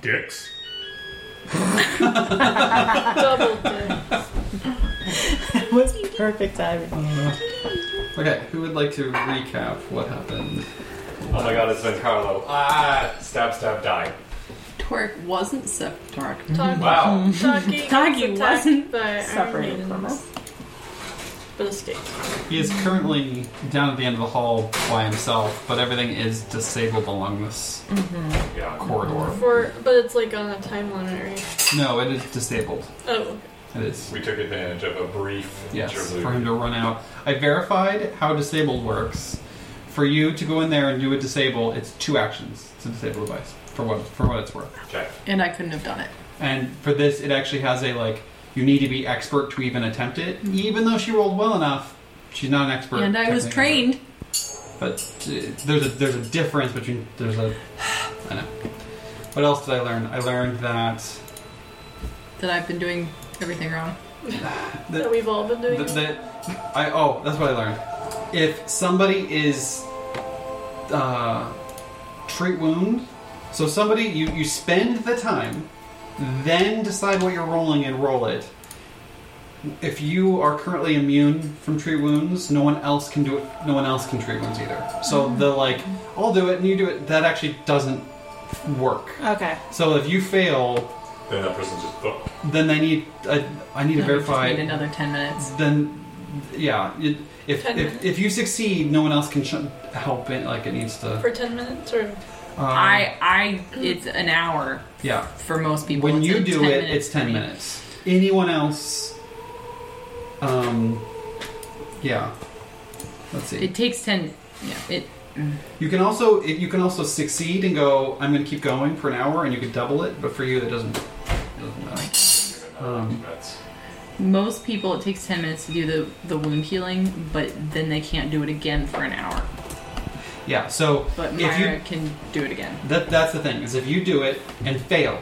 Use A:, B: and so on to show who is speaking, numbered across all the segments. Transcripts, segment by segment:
A: Dicks.
B: Double dick.
C: That was perfect timing.
D: Okay, who would like to recap what happened?
E: Oh my god, it's been Carlo. Ah, stab, stab, die.
F: Torek wasn't Septorek.
B: Talk-
E: Wow.
B: Talking
C: Doggy
B: was attacked
C: wasn't
B: by Iron
C: Separated
B: Maidens,
C: from us.
B: But escaped.
D: He is currently down at the end of the hall by himself, but everything is disabled along this
E: Yeah.
D: corridor.
B: For, but it's like on a time limit, right?
D: No, it is disabled.
B: Oh,
D: It is.
E: We took advantage of a brief
D: Yes,
E: interlude.
D: for him to run out. I verified how disabled works. For you to go in there and do a disable, it's two actions to disable the device. For what for what it's worth.
E: Okay.
F: And I couldn't have done it.
D: And for this, it actually has a like you need to be expert to even attempt it. Even though she rolled well enough, she's not an expert.
F: and I was
D: technically.
F: trained.
D: But uh, there's a there's a difference between there's a. I know. What else did I learn? I learned that
F: That I've been doing everything wrong.
B: that we've all been doing
D: that,
B: that.
D: that I oh that's what I learned. If somebody is uh, treat wound, so somebody you you spend the time, then decide what you're rolling and roll it. If you are currently immune from treat wounds, no one else can do it. No one else can treat wounds either. So the like, I'll do it and you do it. That actually doesn't work.
C: Okay.
D: So if you fail,
E: Then that person's just booked.
D: then I need I, I need
F: No,
D: to
F: we just
D: verify
F: need another 10 minutes.
D: then yeah it, if,
B: Ten
D: if,
B: minutes.
D: if you succeed no one else can sh- help it like it needs to
B: For 10 minutes or
D: um,
F: I, I, it's an hour
D: yeah
F: for most people.
D: when
F: It's
D: you
F: a
D: do
F: 10
D: it
F: minute
D: it's 10
F: for me.
D: minutes anyone else um yeah let's see
F: It takes 10. Yeah, it.
D: you can also it, you can also succeed and go i'm going to keep going for an hour and you could double it but for you that doesn't, it doesn't matter. Um,
E: oh, That's
F: Most people, it takes 10 minutes to do the, the wound healing, but then they can't do it again for an hour.
D: yeah so
F: But
D: If you-
F: Myra can do it again.
D: That that's the thing is if you do it and fail,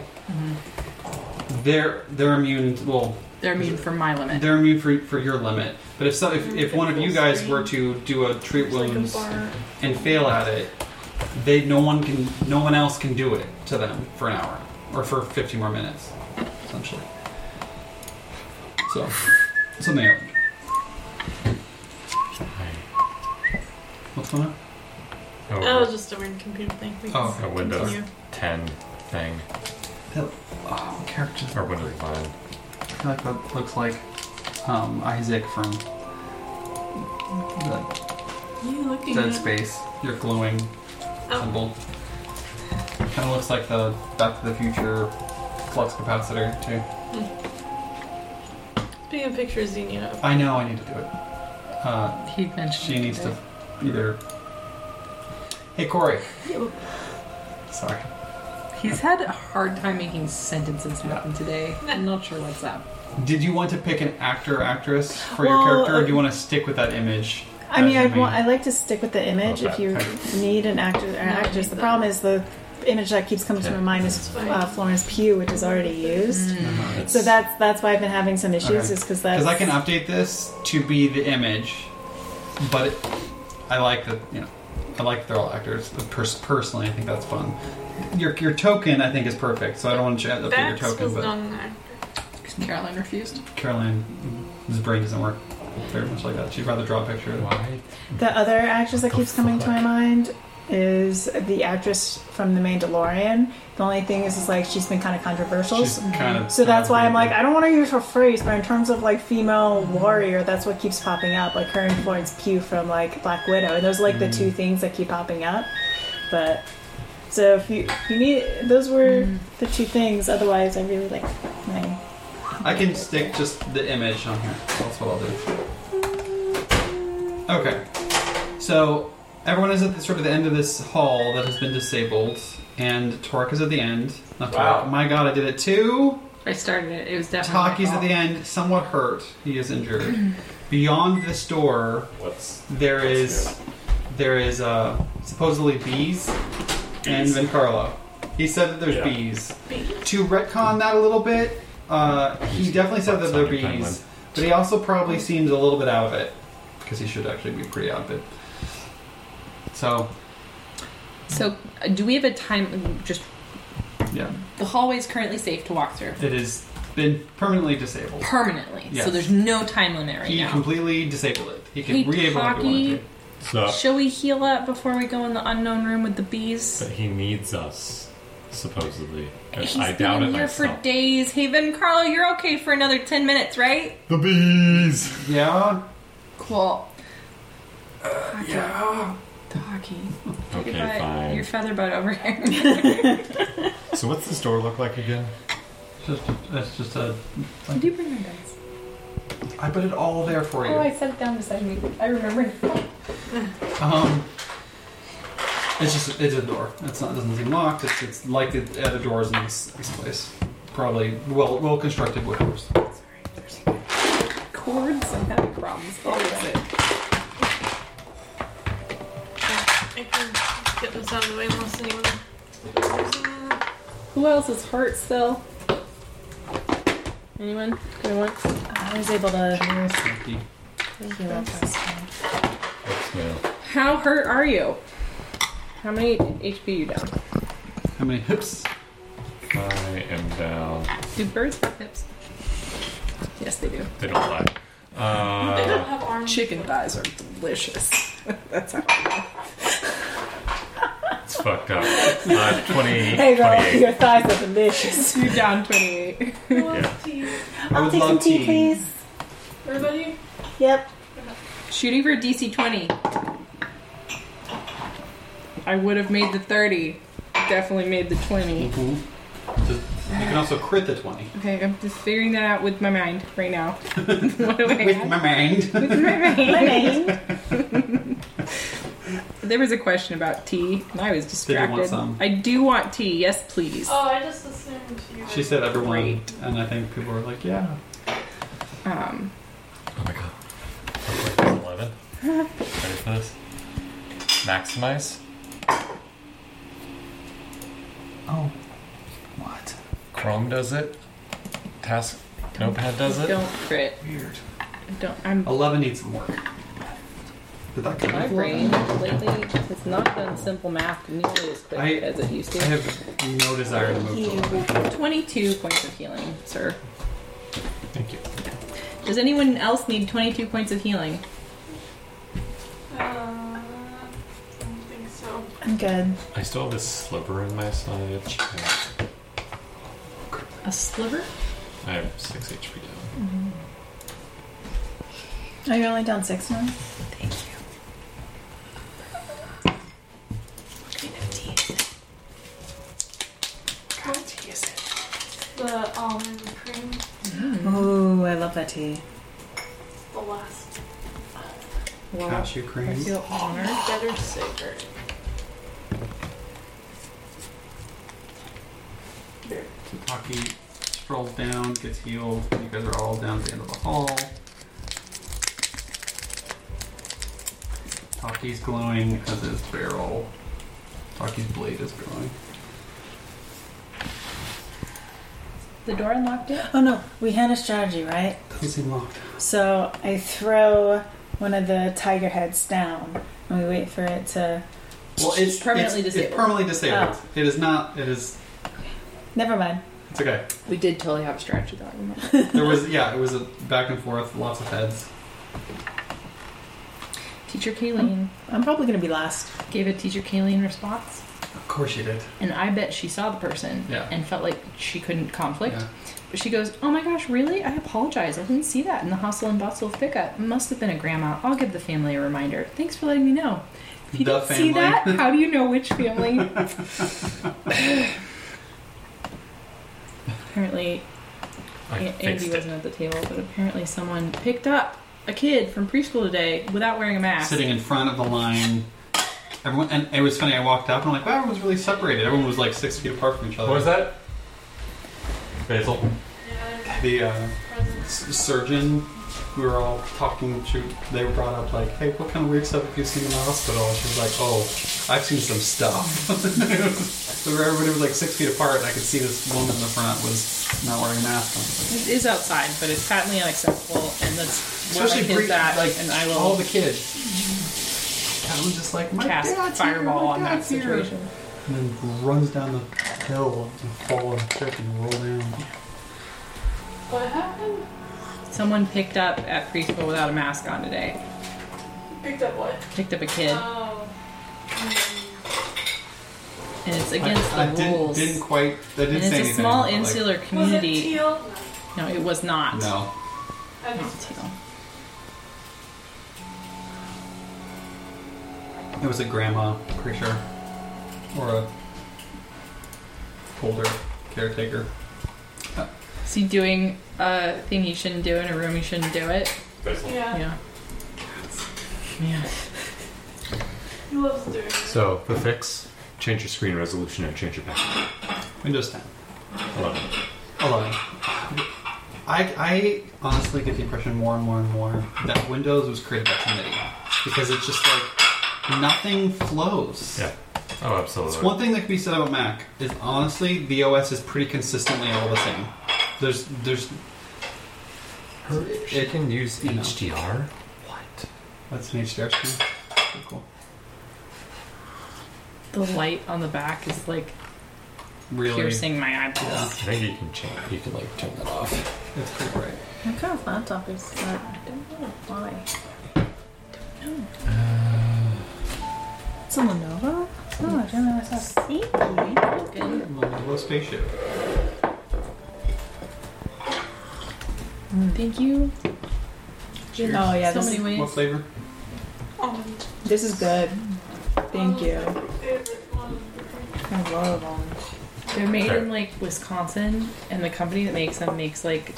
D: they're they're immune. Well,
F: They're immune for my limit.
D: they're immune for, for your limit. But if so, if, if one of you guys
B: Screen.
D: were to do a treat
B: Mm-hmm. it's like a
D: wounds
B: bar.
D: and fail at it, they no one can no one else can do it to them for an hour or for 50 more minutes, essentially. So something happened. What's going on?
F: Oh,
B: That was just a weird computer thing. We can
D: Oh,
B: s-
E: Oh. a Windows.
B: continue.
E: 10 thing.
D: Oh, characters.
E: Or Windows 9.
D: I like that looks like um, Isaac from the
B: You looking
D: Dead
B: at-
D: Space. Your glowing
B: Oh.
D: symbol. Kind of looks like the Back to the Future flux capacitor too.
B: Speaking of pictures, you need to-
D: I know I need to do it. Uh,
F: He mentioned
D: she needs
F: it.
D: to either. Hey Corey.
F: You.
D: Sorry.
F: He's had a hard time making sentences happen today. I'm not sure what's up.
D: Did you want to pick an actor or actress for
C: Well,
D: your character, or do you
C: uh,
D: want to stick with that image?
C: I
D: as
C: mean, I
D: your
C: want.
D: main-
C: I like to stick with the image. If
E: Okay.
C: you need an actor or an
B: No, I
C: actress,
B: need
C: the
B: that.
C: problem is the image that keeps coming to my mind
B: That's
C: is
B: fine.
C: uh, Florence Pugh, which is already used.
D: Uh-huh.
C: So that's that's why I've been having some issues,
D: Okay.
C: is because that's
D: Because I can update this to be the image, but it, I like that you know, I like that they're all actors. Pers- personally, I think that's fun. Your your token I think is perfect, so I don't want to ch- update your
B: Bax
D: token.
B: was
D: But
B: not an actor.
F: Caroline refused.
D: Caroline's brain doesn't work very much like that. She'd rather draw a picture.
E: Why?
C: the other actress that keeps coming to my mind is the actress from The Mandalorian. The only thing is, is like she's been kind of controversial.
D: She's kind of
C: So that's why I'm like,
D: I,
C: I don't want to use her phrase, but in terms of like female warrior, that's what keeps popping up. Like her and Florence Pugh from like Black Widow. And those are like the two
D: Mm.
C: things that keep popping up. But so if you you need those were the two things. Otherwise, I really like my
D: can stick just the image on here. That's what I'll do. Okay, so everyone is at the, sort of the end of this hall that has been disabled, and Torque is at the end. Not
E: Wow.
D: Torque. My God, I did it too.
F: I started it. It was definitely. my
D: Taki's at
F: fault.
D: the end, somewhat hurt. He is injured. Beyond this door,
E: What's.
D: there is there is uh, supposedly bees and Vincarlo. He said that there's
E: Yeah.
D: bees.
B: Bees.
D: To retcon that a little bit, uh, he definitely said that there are bees, but he also probably seems a little bit out of it because he should actually be pretty out of it. So
F: So, uh, do we have a time? Just
D: Yeah.
F: The hallway is currently safe to walk through.
D: It has been permanently disabled.
F: Permanently.
D: Yes.
F: So there's no time limit right
D: He
F: now.
D: completely disabled it. He can
F: Hey,
D: re-able it if he wanted
F: Taki,
D: to.
E: It's not.
F: shall we heal up before we go in the unknown room with the bees?
E: But he needs us, supposedly. I-
F: He's
E: I doubt
F: been
E: it
F: here
E: myself.
F: for days. Hey, Ben Carl, you're okay for another 10 minutes, right?
E: the bees.
D: Yeah.
F: Cool. yeah. Doggy.
E: Okay,
F: your, butt-
E: fine.
F: your feather butt over here.
E: So what's this door look like again?
D: Just, that's just a.
F: Did you bring my dice?
D: I put it all there for you.
F: Oh, I set it down beside me. I remember.
D: Um, it's just it's a door. It's not doesn't seem locked. It's it's like the other doors in this, this place. Probably well well constructed wood doors.
F: Cords. I'm having problems. Oh, is
B: I can get this out of the way unless anyone.
F: it? Who else is hurt still? Anyone? Going once?
C: I was able to
D: Empty.
C: heal up last time.
F: How hurt are you? How many HP you down?
D: How many hips?
E: I am down.
F: Do birds have hips? Yes, they do.
E: They don't lie.
B: They don't
E: Uh,
B: have arms.
F: Chicken thighs are delicious. That's how.
E: it's fucked up. Uh, 20,
C: Hey, girl,
E: 28.
C: your thighs are delicious.
F: You're down 28.
B: Love tea.
D: I would love tea.
B: Everybody?
C: Yep.
F: Shooting for DC 20. I would have made the 30. Definitely made the 20.
D: Mhm. Just- You can also crit the twenty.
F: Okay, I'm just figuring that out with my mind right now. what do I
D: With
F: add?
D: my mind.
F: With my mind.
C: My name.
F: There was a question about tea, and I was
D: you want
F: distracted.
D: some?
F: I do want tea, yes, please.
B: Oh, I just assumed you.
D: she said uh, everyone,
F: Great.
D: and I think people were like, yeah.
F: Um,
E: Oh my god. Looks like it's 11. Ready for this? Maximize.
D: Oh, what?
E: Chrome does it. Task Notepad does it.
F: don't crit.
D: Weird.
F: Don't. I'm.
D: Eleven needs some work. Did that come
F: My
D: out?
F: brain lately has not done simple math nearly as quick
D: I-
F: as it used
D: I
F: to.
D: have no desire to move. to
C: You.
D: eleven.
F: 22 points of healing, sir.
D: Thank you.
F: Does anyone else need 22 points of healing?
B: Uh, I don't think so.
C: I'm good.
E: I still have this sliver in my side.
F: A sliver?
E: I have 6 HP down.
C: Are you only down six now?
F: Thank you. What kind of tea is it? What kind of tea is it?
B: The almond cream,
D: Hmm.
C: Ooh, I love that tea.
B: the last
F: Wow.
D: Cashew
F: I
D: cream.
F: feel honored.
B: better savor.
D: Taki strolls down, gets healed. You guys are all down at the end of the hall. Taki's glowing as his barrel. Taki's blade is glowing.
F: The door unlocked it?
C: Oh no, we had a strategy, right?
D: Doesn't seem locked.
C: So I throw one of the tiger heads down, and we wait for it to.
D: Well, it's
F: Permanently
D: it's,
F: disabled. Oh.
D: It's permanently disabled. It is not. It is.
C: Never mind.
D: It's okay.
F: We did totally have a strategy though. I remember.
D: There was yeah. It was a back and forth. Lots of heads.
F: Teacher Kayleen
C: I'm probably gonna be last.
F: gave a Teacher Kayleen response,
D: Of course you did.
F: and I bet she saw the person
D: Yeah.
F: and felt like she couldn't conflict.
D: Yeah.
F: But she goes, Oh my gosh, really? I apologize. I didn't see that in the hustle and bustle of pickup. Must have been a grandma. I'll give the family a reminder. Thanks for letting me know. If you
D: The
F: didn't see
D: family.
F: that, how do you know which family? apparently,
E: I
F: A-
E: fixed
F: Andy
E: it.
F: wasn't at the table, but apparently someone picked up a kid from preschool today without wearing a mask.
D: Sitting in front of the line. Everyone and it was funny. I walked up and I'm like, wow, everyone's really separated. Everyone was like six feet apart from each other.
E: What was that? Basil.
B: Yeah,
D: The uh,
B: present.
D: s- surgeon, we were all talking to, they brought up, like, hey, what kind of weird stuff have you seen in the hospital? And she was like, oh, I've seen some stuff. so everybody was like six feet apart, and I could see this woman in the front was not wearing a mask. on.
F: It is outside, but it's patently unacceptable, and that's where my kids
D: pre-
F: at, and I
D: all
F: will
D: the kids. I was just like, my
F: cast
D: dad's
F: fireball
D: here, my
F: on that
D: dad's here."
F: situation.
D: And then runs down the hill and fall and trip and roll down.
B: What happened?
F: Someone picked up at preschool without a mask on today.
B: Picked up what?
F: Picked up a kid,
B: Oh. Hmm.
F: and it's against
D: I, I
F: the rules.
D: Didn't, didn't quite. I didn't
F: and
D: say
F: it's a
D: anything.
F: small
D: but, like,
F: insular
B: Was it
F: community.
B: teal?
F: no, it was not.
D: No.
B: I
F: Not
B: just-
F: teal.
D: It was a grandma, pretty sure. Or a older caretaker.
F: Is he doing a thing you shouldn't do in a room you shouldn't do it?
E: Basil.
B: Yeah.
F: Yeah. Yeah.
B: He loves doing it.
E: So the fix: change your screen resolution and change your background.
D: Windows 10.
E: Eleven.
D: 11. I, I honestly get the impression more and more and more that Windows was created by committee. Because it's just like nothing flows.
E: Yeah. Oh, absolutely.
D: It's one thing that can be said about Mac is honestly the OS is pretty consistently all the same. There's there's
E: Her- she can use
D: You know.
E: HDR. What?
D: that's an HDR screen. Pretty Cool.
F: The light on the back is like
D: Really,
F: piercing my
E: I
F: eyeballs.
E: think you can change. You can like turn that off.
D: it's pretty bright.
C: What kind of laptop is that? I don't know why. It's a Lenovo? No, I don't know. It's a Sealy.
F: Good.
D: Little spaceship.
F: Thank you.
D: Cheers.
C: Oh yeah,
F: so
C: this,
F: many
D: What
F: ways.
D: flavor?
B: Almond.
C: this is good. Thank you.
B: Favorite one.
C: I love them.
F: They're made
E: Fair.
F: in like Wisconsin, and the company that makes them makes like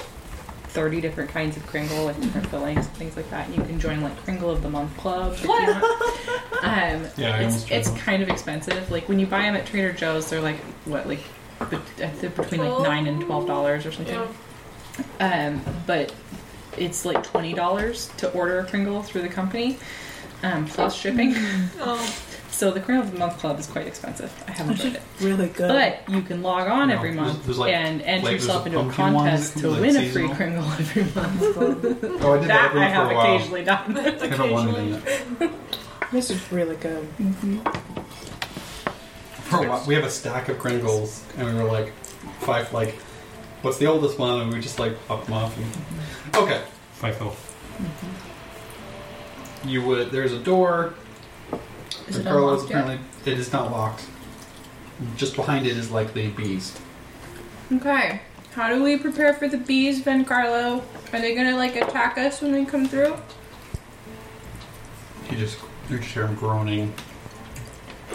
F: 30 different kinds of Kringle with different fillings and things like that. And you can join like Kringle of the Month Club. If you want. um,
D: Yeah, I almost
F: it's,
D: tried
F: it's
D: that.
F: kind of expensive. Like when you buy them at Trader Joe's, they're like what, like bet- I think between like nine and twelve dollars or something.
B: Yeah.
F: Um, but it's like twenty dollars to order a Kringle through the company, um, plus shipping.
B: Oh.
F: So the Kringle of the Month Club is quite expensive. I haven't tried it.
C: Really good.
F: But you can log on
D: No,
F: every
D: there's-
F: month
D: there's, like,
F: and enter
D: flavors
F: yourself
D: of
F: into a
D: pumpkin ones
F: contest
D: that can
F: to
D: be, like,
F: win a free
D: seasonal.
F: Kringle every month.
D: Oh, I did
F: that
D: every
F: I
D: one
F: have
D: for a while.
F: occasionally done.
D: I haven't won
B: Occasionally.
D: anything yet.
C: this is really good.
D: For a while, we have a stack of Kringles, and we were like, five, like, what's the oldest one? And we just like pop them off. And... Okay, Fifo. You would. There's a door.
F: Is
D: the
F: it
D: girl is
F: unlocked yet?
D: apparently it is not locked. Just behind it is like the bees.
F: Okay. How do we prepare for the bees, Ben Carlo? Are they gonna like attack us when we come through?
D: You just you just hear them groaning.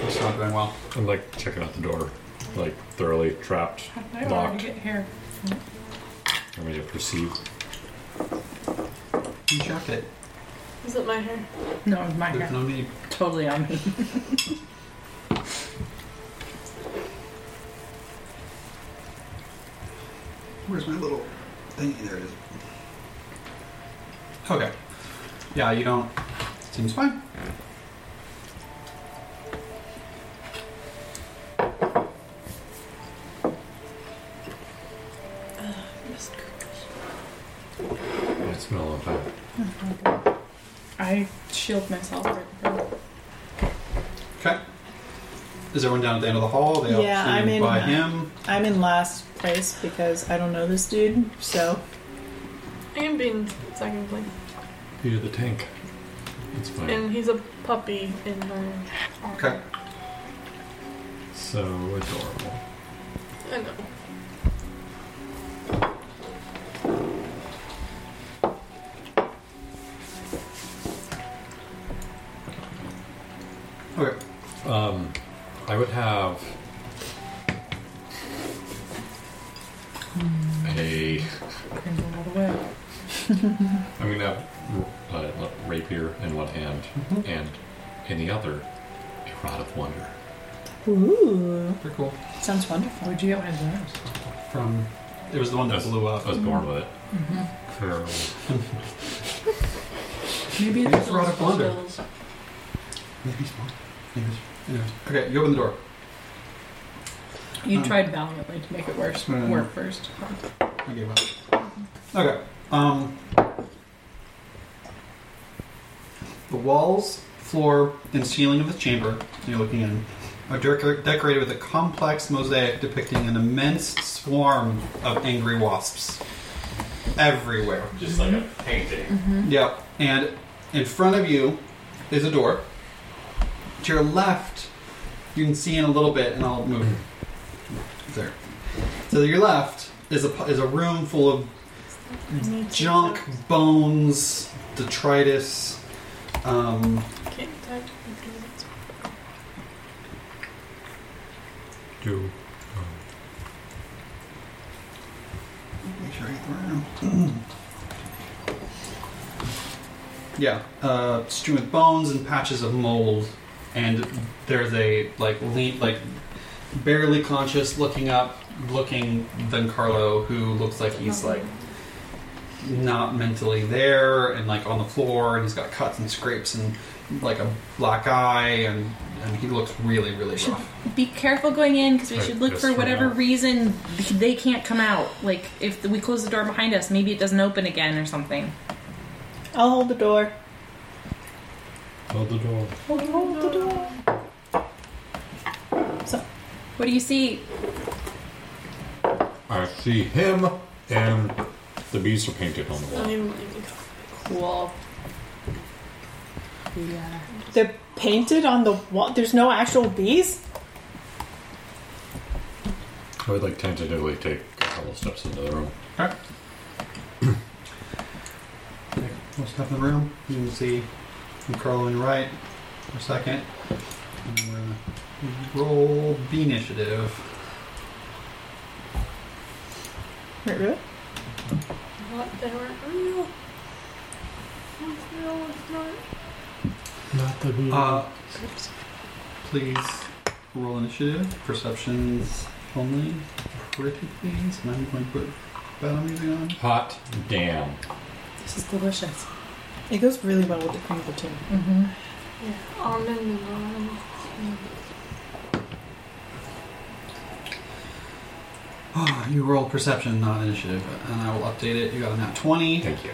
D: It's not going well.
E: I'm like checking out the door, like thoroughly trapped,
F: I want
E: locked.
F: to get here.
E: I'm gonna proceed.
D: You check it.
B: Is it my hair?
F: No, it's my
D: There's
F: hair.
D: no need.
F: Totally on me.
D: Where's my little thingy? There it is. Okay. Yeah, you don't. Seems fine.
E: I smell of that.
F: I shield myself. Right
D: Okay. Is everyone down at the end of the hall? They all
C: Yeah,
D: standing
C: I'm in
D: by
C: that.
D: him.
C: I'm in last place because I don't know this dude, so
B: I am being second place.
E: You're the tank. It's fine.
B: And he's a puppy in my.
D: Okay.
E: so adorable.
B: I know.
D: Okay.
E: Um, I would have a.
F: Kringle all the way.
E: I'm gonna have r- uh, l- rapier in one hand and in the other a rod of wonder.
C: ooh,
D: Pretty cool.
C: sounds wonderful.
F: Where'd you get one of those?
D: From it was the one that
E: Yes.
D: blew
E: I
D: up.
E: was born with it.
F: Mm-hmm.
E: Curl.
F: Maybe
D: It's Rod of Wonder. Maybe small. Maybe. Anyways. Okay, you open the door.
F: You
D: Um,
F: tried valiantly to make it worse.
D: Mm.
F: Work first.
D: I gave up. Okay. Um, the walls, floor, and ceiling of the chamber you're looking in are dec- decorated with a complex mosaic depicting an immense swarm of angry wasps everywhere.
A: Just like a painting.
F: Mm-hmm.
D: Yep. And in front of you is a door. To your left, you can see in a little bit, and I'll move there. So to your left is a pu- is a room full of junk, bones, detritus. Um,
B: Can't touch because it's
E: Do um,
D: make sure I get the right room. yeah, uh, strewn with bones and patches of mold, and there's a like lean, like barely conscious, looking up, looking than Carlo, who looks like
B: Oh.
D: he's like not mentally there and like on the floor, and he's got cuts and scrapes and like a black eye, and and he looks really really
F: Should-
D: rough.
F: Be careful going in because we
E: Right,
F: should look
E: yes,
F: for
E: we're
F: whatever
E: out.
F: reason they can't come out. Like if we close the door behind us, maybe it doesn't open again or something.
C: I'll hold the door.
E: hold the door.
C: Hold, hold the door.
F: What do you see?
E: I see him, and the bees are painted on the
B: not
E: wall.
B: even like a cup.
F: Cool. Yeah.
C: They're painted on the wall. There's no actual bees.
E: I would like tentatively take a couple steps into the room.
D: Okay. We'll step in the room. You can see I'm crawling right for a second. And we're gonna roll B initiative.
C: Wait, really?
B: What they were real. What's real, what's not.
E: Not the bees.
D: Uh, please roll initiative. Perceptions only. Pretty please. And I'm going to put battle music on.
E: Hot damn.
F: This is delicious.
C: It goes really well with the crinkle too.
F: Mm-hmm.
B: Yeah, almond and almond.
D: Oh, you roll perception, not initiative. And I will update it. You got a nat 20.
E: Thank you.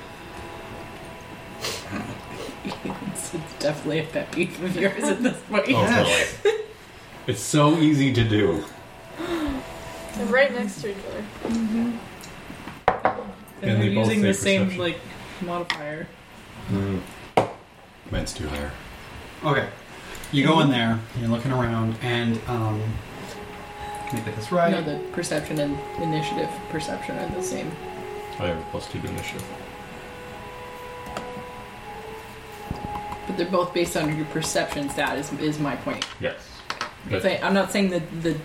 F: it's, it's definitely a pet peeve of yours at this point.
E: Oh,
D: Yes.
E: totally. It's so easy to do.
B: They're right next to each other.
E: And And they they're both using say
F: using the
E: the same,
F: same
E: perception.
F: like modifier.
E: Mm. Mine's too higher.
D: Okay. You go in there, and you're looking around, and um, let me get this right.
F: No, the perception and initiative perception are the same.
E: I have a plus two to initiative.
F: But they're both based on your perception stat is, is my point.
E: Yes.
F: It's like- I'm not saying that the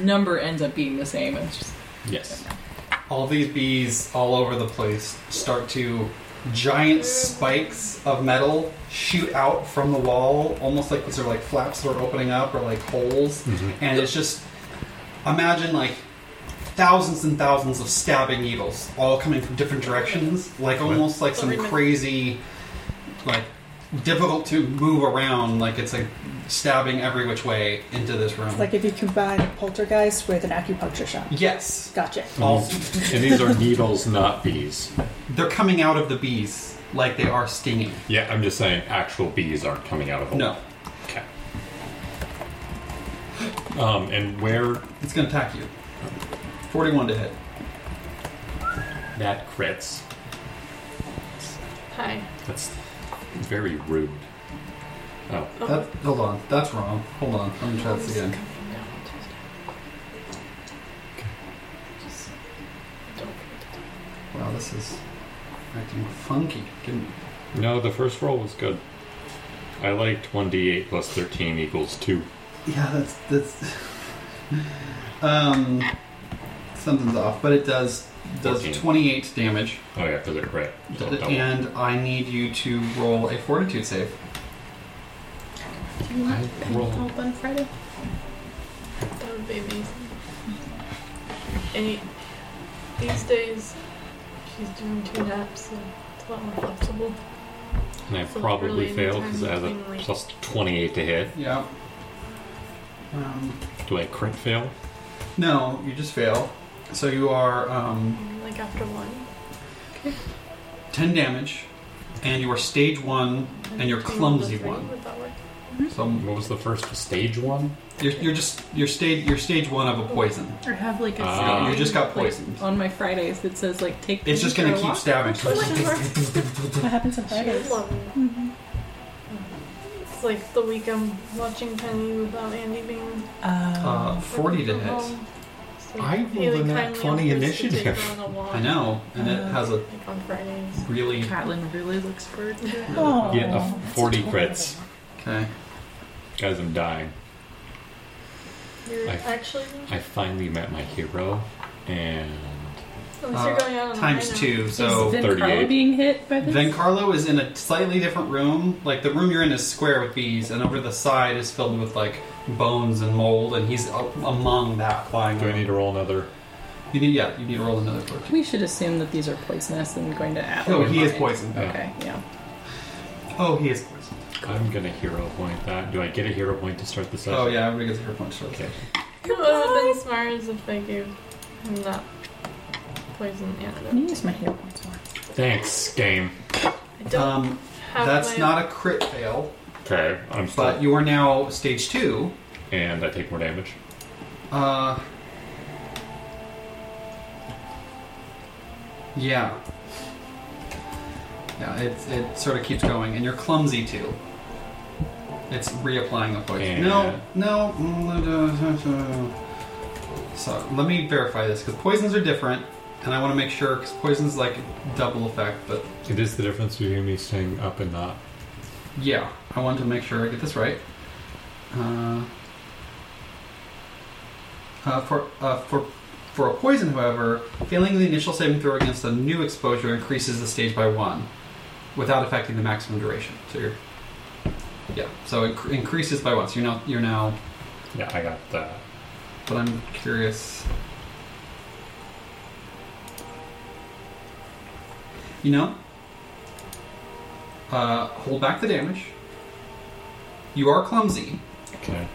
F: number ends up being the same. It's just
E: Yes.
D: All these bees all over the place start to giant spikes of metal shoot out from the wall, almost like these are like flaps that are opening up or like holes.
E: Mm-hmm.
D: And it's just imagine like thousands and thousands of stabbing needles all coming from different directions, like almost like some
B: Every minute.
D: crazy, like difficult to move around, like it's like stabbing every which way into this room.
C: It's like if you combine a poltergeist with an acupuncture shot.
D: yes.
C: Gotcha.
D: All,
E: and these are needles, not bees.
D: they're coming out of the bees like they are stinging.
E: Yeah, I'm just saying actual bees aren't coming out of the
D: No,
E: Okay. Um, and where
D: it's gonna attack you. 41 to hit.
E: that crits,
B: Hi.
E: that's very rude. Oh,
B: Oh,
D: That, hold on, that's wrong. Hold on, let me try this again.
B: coming down Just don't forget to
D: Wow, this is acting funky. Give me-
E: no, the first roll was good. I liked 1d8 plus 13 equals 2.
D: Yeah, that's that's. um, something's off, but it does does
E: 14.
D: 28 damage,
E: Oh, yeah, because they're crit. So double.
D: and I need you to roll a Fortitude save.
E: I rolled.
F: on Friday.
B: That would be amazing. And he, these days, she's doing two naps, so it's a lot more flexible.
E: And I
B: So
E: probably
B: early in the
E: failed
B: time
E: because I have a
B: between, like-
E: plus 28 to hit.
D: Yeah. Um,
E: Do I crit fail?
D: no, you just fail. So you are um,
B: And, Like after one.
D: 10 damage, and you are stage one, and you're
B: between
D: clumsy
B: the three,
D: one.
B: Would that work?
E: Some what was the first stage one?
D: You're, you're just you're stage you're stage one of a poison.
F: Or have like a.
E: Ah.
F: stabbing,
D: Uh, You just got
F: like,
D: poisoned.
F: on my Fridays that says like take.
D: It's just
F: these
D: gonna
F: for a
D: keep
F: walk.
D: stabbing.
F: What happens on
B: She's
E: Uh,
F: Fridays?
B: loving it.
C: Mm-hmm.
B: It's like the week I'm watching Penny without Andy being.
D: Uh, Forty to hit.
B: It's like
E: I rolled a
B: Haley
E: nat
B: kindly
E: 20
B: offers to take
E: initiative.
B: her on a walk,
D: I know, and it has a
B: Like on Fridays.
D: really
F: Catelyn really looks for.
C: Oh.
E: Get a forty crits,
D: okay.
E: guys. I'm dying.
B: You're
E: I-
B: actually.
E: I finally met my hero, and
B: Unless you're
D: Uh,
B: going out on a
D: times
B: high note.
D: two.
F: is
D: So
F: Vin
E: 38.
F: Carlo being hit by this?
D: then Carlo is in a slightly different room. Like the room you're in is square with bees, and over the side is filled with like bones and mold, and he's a- among that lying.
E: do I need to roll another?
D: You need yeah. You need to roll another foot.
F: we should assume that these are poisonous and going to add.
D: No, he is poisoned.
F: Okay, yeah.
D: Oh, he is poisoned.
E: I'm gonna hero point that. Do I get a hero point to start the session?
D: Oh yeah, everybody gets a hero point. so-
E: Okay.
B: It would have been smart is if they gave him that poison
F: Let me
B: antidote.
F: use my hero points more.
E: Thanks, game.
B: I don't
D: Um,
B: have
D: that's
B: my
D: not a crit fail,
E: Okay, I'm stuck,
D: but you are now stage two.
E: and I take more damage.
D: Uh, yeah. Yeah, it, it sort of keeps going, and you're clumsy too. It's reapplying the poison.
E: Yeah.
D: No, no. mm, uh, So let me verify this because poisons are different, and I want to make sure because poison's like double effect. But
E: It is the difference between me staying up and not.
D: yeah, I want to make sure I get this right. Uh, uh, for uh, for for a poison, however, failing the initial saving throw against a new exposure increases the stage by one, without affecting the maximum duration. So you're yeah, so it cr- increases by one. So you're now you're now.
E: Yeah, I got that.
D: But I'm curious. You know, uh, hold back the damage. You are clumsy.
E: Okay.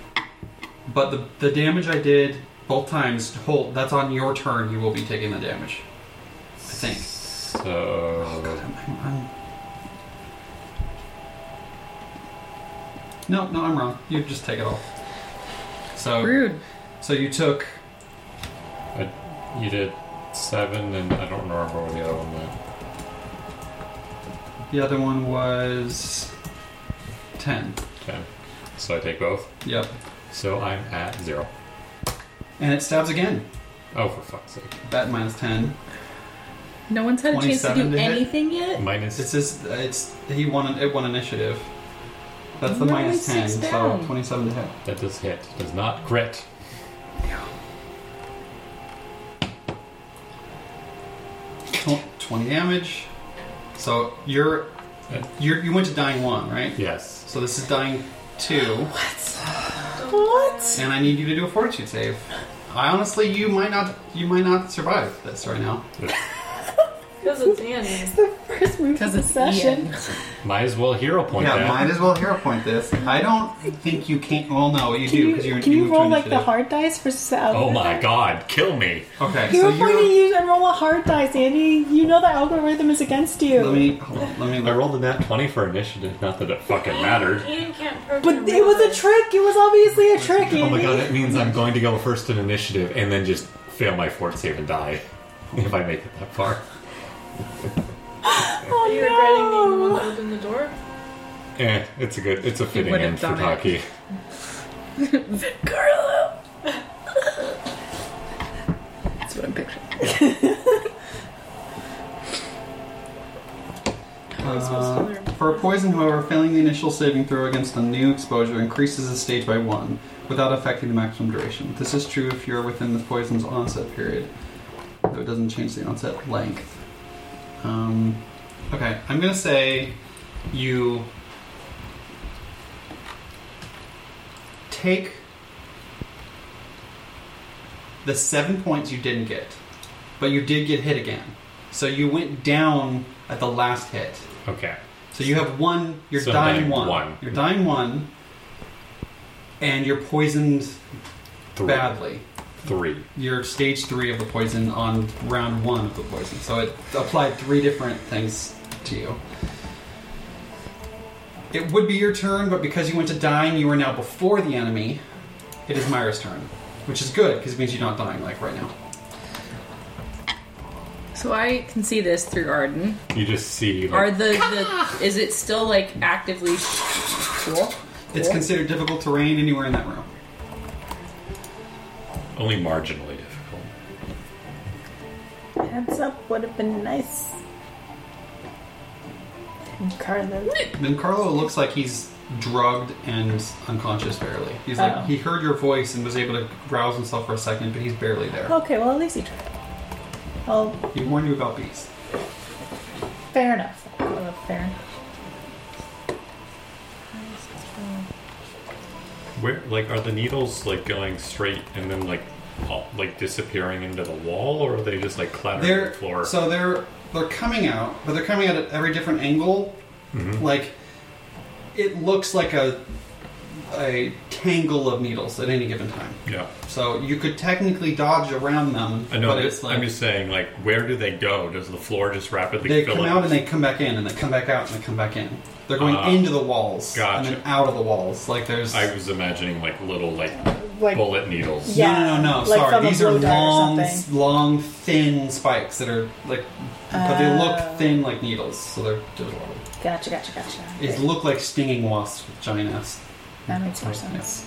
D: But the, the damage I did both times, hold, that's on your turn, you will be taking the damage. I think.
E: So
D: I'm- I'm- I'm- No, no, I'm wrong. You just take it all. So,
F: Rude.
D: so you took.
E: you did seven, and I don't remember where the other one went.
D: The other one was. 10.
E: Okay. So I take both.
D: Yep.
E: So I'm at zero.
D: And it stabs again.
E: Oh, for fuck's sake.
D: That minus 10.
F: No one's had a chance to
D: 27
F: do
D: to hit.
F: anything yet.
E: Minus.
D: It's his. It's. He won, it won initiative. That's the
F: We're
D: minus
F: only
D: 10,
F: six
D: so
F: down.
D: 27 to hit.
E: That does hit. Does not crit.
D: Tw- 20 damage. So you're, you're you went to dying one, right?
E: Yes.
D: So this is dying two,
C: What?
D: and I need you to do a fortitude save. I honestly, you might not, you might not survive this right now.
B: Because it's Andy.
C: The first move of
F: Because
C: the
F: it's
C: session.
F: Ian.
E: Might as well hero point
D: yeah,
E: that.
D: might as well hero point this. I don't think you can't. Well, no, you
C: Can
D: do
C: you,
D: because are
C: can you
D: moved
C: roll
D: to
C: like the
D: initiative.
C: hard dice versus the
E: oh
C: algorithm?
E: my god, kill me.
D: Okay,
C: Hero
D: so
C: point
D: you're.
C: and use and roll a hard dice, Andy. You know the algorithm is against you.
D: Let me hold on, let me.
E: I rolled a nat 20 for initiative, not that it fucking mattered.
B: Ian can't program
C: but it was a
B: robots.
C: trick. It was obviously a trick, Andy.
E: Oh my god, it means I'm going to go first in initiative and then just fail my fort save and die if I make it that far.
C: Oh,
B: Are you regretting being the one
C: no.
B: that opened the door?
E: Eh, it's a good, it's a fitting
F: would have
E: end for
F: done it.
E: Taki.
F: Carlo. That's what I'm picturing.
D: Uh, for a poison, however, failing the initial saving throw against a new exposure increases the stage by one without affecting the maximum duration. This is true if you're within the poison's onset period, though it doesn't change the onset length. Um, okay, I'm gonna say you take the seven points you didn't get, but you did get hit again. So you went down at the last hit.
E: Okay.
D: So you have one. You're
E: So I'm
D: dying
E: dying
D: one.
E: one.
D: You're dying one, and you're poisoned
E: Three.
D: badly.
E: Three.
D: You're stage three of the poison on round one of the poison. So it applied three different things to you. It would be your turn, but because you went to dine, you are now before the enemy. It is Myra's turn, which is good because it means you're not dying like right now.
F: So I can see this through Arden.
E: You just see.
F: Are
E: Like,
F: the, the is it still like actively cool?
D: It's considered difficult terrain anywhere in that room.
E: only marginally difficult.
C: Heads up would have been nice. And Carla.
D: Then Carlo looks like he's drugged and unconscious barely. He's like
C: Oh.
D: he heard your voice and was able to rouse himself for a second, but he's barely there.
C: Okay, well, at least he tried. Well,
D: He warned you about bees.
C: fair enough. Uh, fair enough.
E: Where, like, are the needles like going straight and then like, all, like disappearing into the wall, or are they just like clattering on
D: They're
E: the floor?
D: so they're they're coming out, but they're coming out at every different angle.
E: Mm-hmm.
D: Like it looks like a a tangle of needles at any given time.
E: yeah,
D: So you could technically dodge around them,
E: I know.
D: but
E: that-
D: it's like
E: I'm just saying, like, where do they go? Does the floor just rapidly
D: they
E: fill
D: come
E: up?
D: out and they come back in, and they come back out and they come back in. They're going
E: Ah.
D: into the walls and then
E: Gotcha.
D: out of the walls. Like there's
E: I was imagining like little like
C: Like,
E: bullet needles.
C: Yeah.
D: No, no, no, no.
C: like from
D: Sorry,
C: a
D: these are
C: blow dart or
D: long,
C: something.
D: long, thin spikes that are like, but they
C: Oh.
D: look thin like needles. So they're there's a lot of.
C: gotcha, gotcha, gotcha.
D: It look like stinging wasps with giant ass.
C: That makes more sense.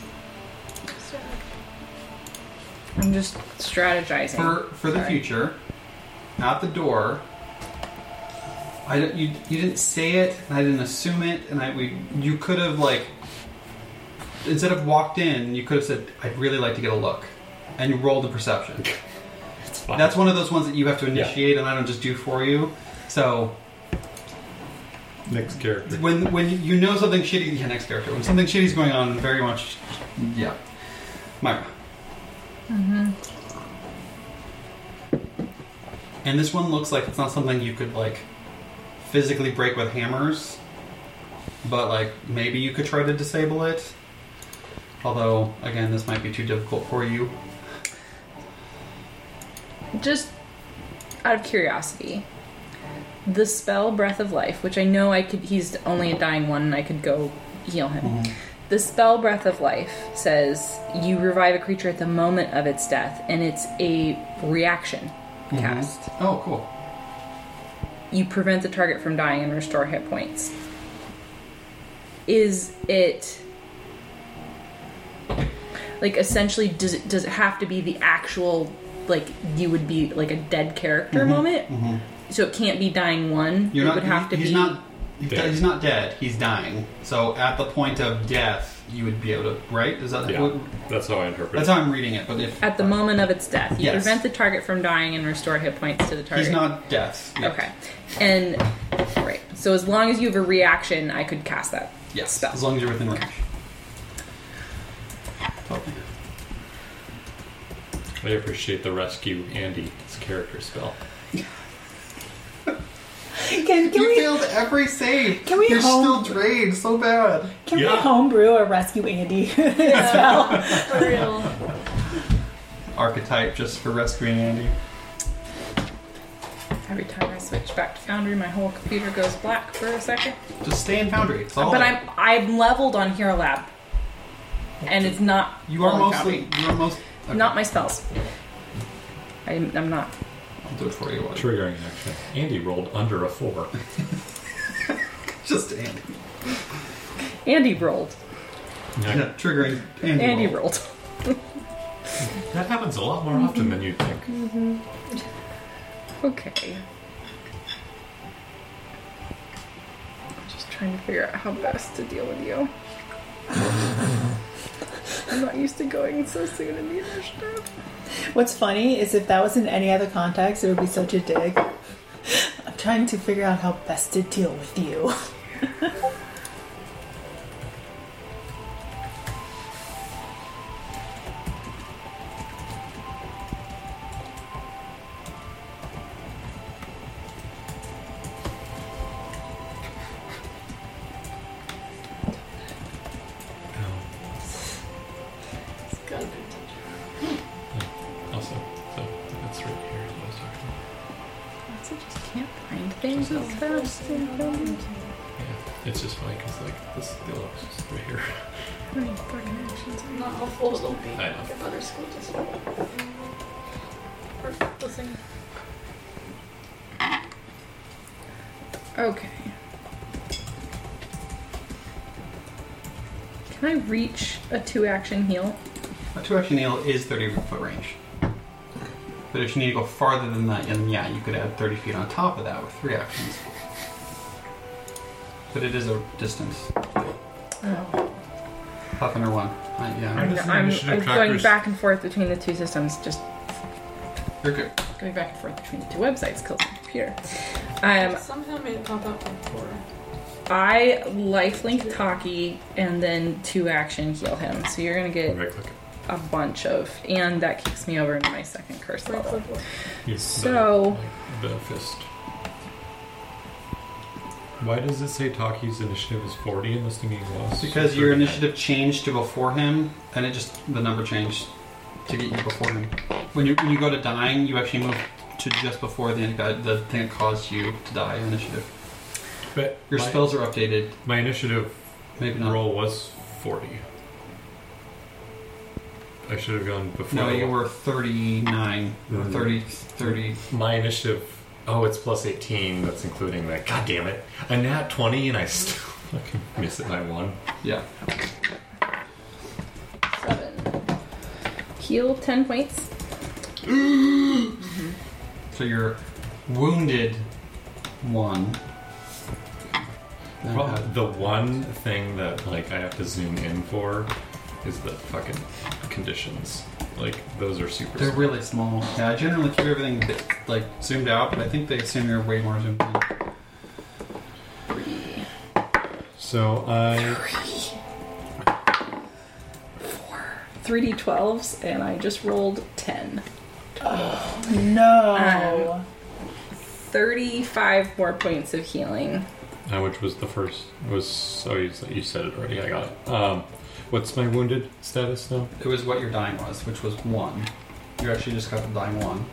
F: I'm just strategizing.
D: For for the
F: Sorry.
D: future, at the door. I don't, you you didn't say it, and I didn't assume it, and I we you could have like instead of walked in, you could have said, "I'd really like to get a look," and you rolled a perception.
E: It's fine.
D: That's one of those ones that you have to initiate, and I don't just do for you. So
E: next character.
D: when when you know something shitty, yeah, next character. When something shitty's going on, very much, yeah. Myra. Mm-hmm. And this one looks like it's not something you could like physically break with hammers, but like maybe you could try to disable it. Although, again, this might be too difficult for you.
F: Just out of curiosity, the spell Breath of Life, which I know I could, he's only a dying one and I could go heal him. The spell Breath of Life says you revive a creature at the moment of its death and it's a reaction cast.
D: Oh, cool.
F: You prevent the target from dying and restore hit points. Is it. Like essentially, does it does it have to be the actual like you would be like a dead character moment,
D: Mm-hmm.
F: so it can't be dying one.
D: You're
F: it
D: not.
F: would have to
D: he's
F: be
D: not. He's
E: Dead.
D: he's not dead. He's dying. So at the point of death, you would be able to. Right? Is that
E: Yeah, that's how I interpret.
D: that's
E: it.
D: how I'm reading it. But if
F: at the moment of its death. You
D: Yes.
F: prevent the target from dying and restore hit points to the target.
D: he's not death. yet.
F: Okay. And right. So as long as you have a reaction, I could cast that
D: Yes.
F: spell.
D: As long as you're within range. Totally.
E: I appreciate the rescue Andy. It's a character spell.
C: Can, can
D: You
C: we,
D: failed every save.
C: Can we
D: You're
C: home-
D: still drained so bad.
C: can we
E: Yeah.
C: homebrew or rescue Andy?
B: For real.
D: Archetype just for rescuing Andy.
F: Every time I switch back to Foundry, my whole computer goes black for a second.
D: Just stay in Foundry. It's all.
F: but
D: there.
F: I'm I'm leveled on Hero Lab, and it's not.
D: You are
F: on
D: mostly.
F: Foundry.
D: You are most. okay,
F: not my spells. I'm, I'm not.
D: I'll do it for you. Sure.
E: Triggering action. Andy rolled under a four.
D: Just Andy.
F: Andy rolled.
D: Yeah. Triggering Andy.
F: Andy
D: roll.
F: rolled.
E: That happens a lot more often than you think.
F: Okay. I'm just trying to figure out how best to deal with you. I'm not used to going so soon in the initiative.
C: What's funny is if that was in any other context, it would be such a dig. I'm trying to figure out how best to deal with you.
E: Oh,
B: It's gotta be touch.
E: Also, so that's right here. is what I was talking
F: I just can't find things as fast.
B: It's
E: It's just funny because like this the other one's just right here.
F: How many fucking actions are
B: Not helpful it'll be
E: I know.
B: like another school district. Or the same.
F: there? Okay. Can I reach a two action heal?
D: A two action nail is 30 foot range. But if you need to go farther than that, then yeah, you could add 30 feet on top of that with three actions. But it is a distance.
F: Oh.
D: Puffin or one. Uh, yeah,
A: I'm just an
F: I'm,
A: initiative
F: I'm going
A: trackers.
F: back and forth between the two systems, just
D: you're good.
F: going back and forth between the two websites kills my computer. Um,
B: Somehow made it pop up before.
F: I lifelink Taki and then two action heal him. So you're gonna get
E: Right click.
F: a bunch of, and that kicks me over into my second curse
B: Right
F: level.
B: click left.
E: You-
F: So-
E: the, the fist. Why does it say Taki's initiative is 40 and this thinking was?
D: Because your
E: 39?
D: initiative changed to before him, and it just the number changed to get you before him. When you when you go to dying, you actually move to just before the uh, the thing that caused you to die initiative.
E: But
D: Your
E: my,
D: spells are updated.
E: My initiative
D: Maybe not.
E: roll was 40. I should have gone before.
D: No,
E: the-
D: you were 39. or
E: Mhm.
D: 30, 30.
E: My initiative. Oh, it's plus 18. That's including that. God damn it. A nat 20 and I still fucking miss it by one.
D: Yeah.
F: Seven. Heal 10 points.
D: So you're wounded one. Then
E: Well,
D: add-
E: the one thing that like I have to zoom in for is the fucking conditions. Like those are super.
D: They're
E: small.
D: really small. Yeah, I generally keep everything bit- like zoomed out, but I think they assume you're way more zoomed in.
E: so I
F: 3d12s, and I just rolled 10. Um.
C: No.
F: 35 more points of healing.
E: uh, which was the first was oh you said, you said it already. I got it. Um, what's my wounded status now?
D: It was what your dying was, which was one. You actually just got the dying one.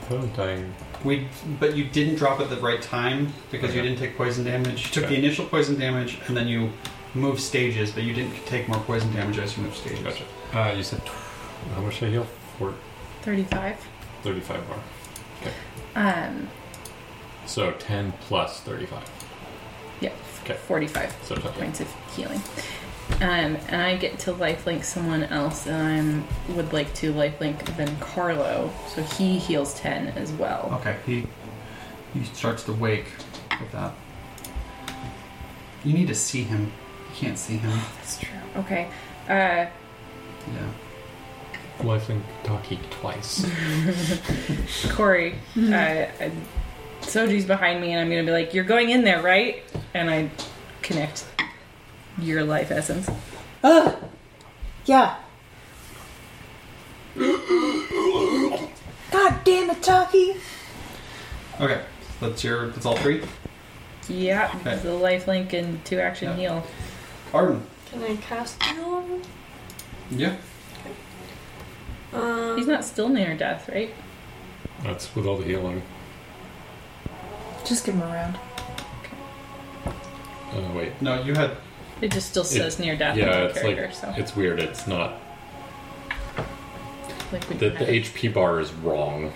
E: I thought Oh, I'm dying.
D: We, but you didn't drop at the right time because you
E: Okay.
D: didn't take poison damage. You took
E: Okay.
D: the initial poison damage and then you moved stages, but you didn't take more poison damage as you moved stages.
E: Gotcha. Uh, you said tw- how much did I heal? Four,
F: 35.
E: 35 more.
F: Um,
E: So 10 plus 35.
F: yeah,
E: Okay.
F: 45
E: So okay.
F: points of healing. Um, and I get to lifelink someone else, and I would like to lifelink then Carlo, so he heals 10 as well.
D: Okay, he he starts to wake with that. You need to see him. You can't see him.
F: That's true. Okay. Uh,
D: Yeah.
E: lifelink Taki twice.
F: Corey, uh, I- Soji's behind me, and I'm gonna be like, "You're going in there, right?" And I connect your life essence.
C: Ugh. Yeah. God damn it, Taki!
D: Okay, so that's your. That's all three.
F: Yeah,
D: Okay.
F: the life link and two action
D: Yeah.
F: heal.
D: Arden.
B: Can I cast heal on him?
D: Yeah.
B: Um,
F: He's not still near death, right?
E: That's with all the healing.
C: Just give him a round.
E: Uh, wait.
D: No, you had.
F: It just still says near death
E: yeah,
F: on the
E: it's
F: character, so
E: It's weird. It's not.
F: like we
E: The, the
F: don't have it.
E: HP bar is wrong.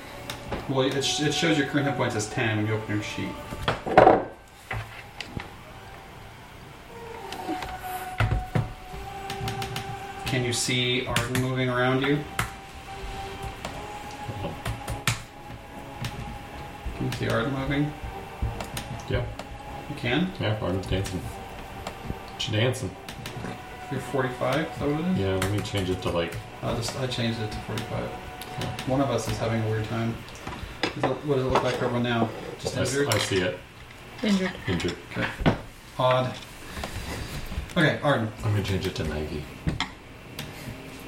D: Well, it, sh- it shows your current hit points as ten when you open your sheet. Can you see Arden moving around you? Can you see Arden moving?
E: Yeah.
D: You can.
E: Yeah, Arden's dancing. She dancing.
D: You're 45. Is that what
F: Mm-hmm.
D: it is?
E: Yeah, let me change it to like.
D: I just I changed it to 45. One of us is having a weird time. Is it- what does it look like for everyone now? Just
E: I,
D: injured.
E: I see it.
F: injured.
E: Injured.
D: Okay. Odd. Okay, Arden.
E: I'm gonna change it to 90.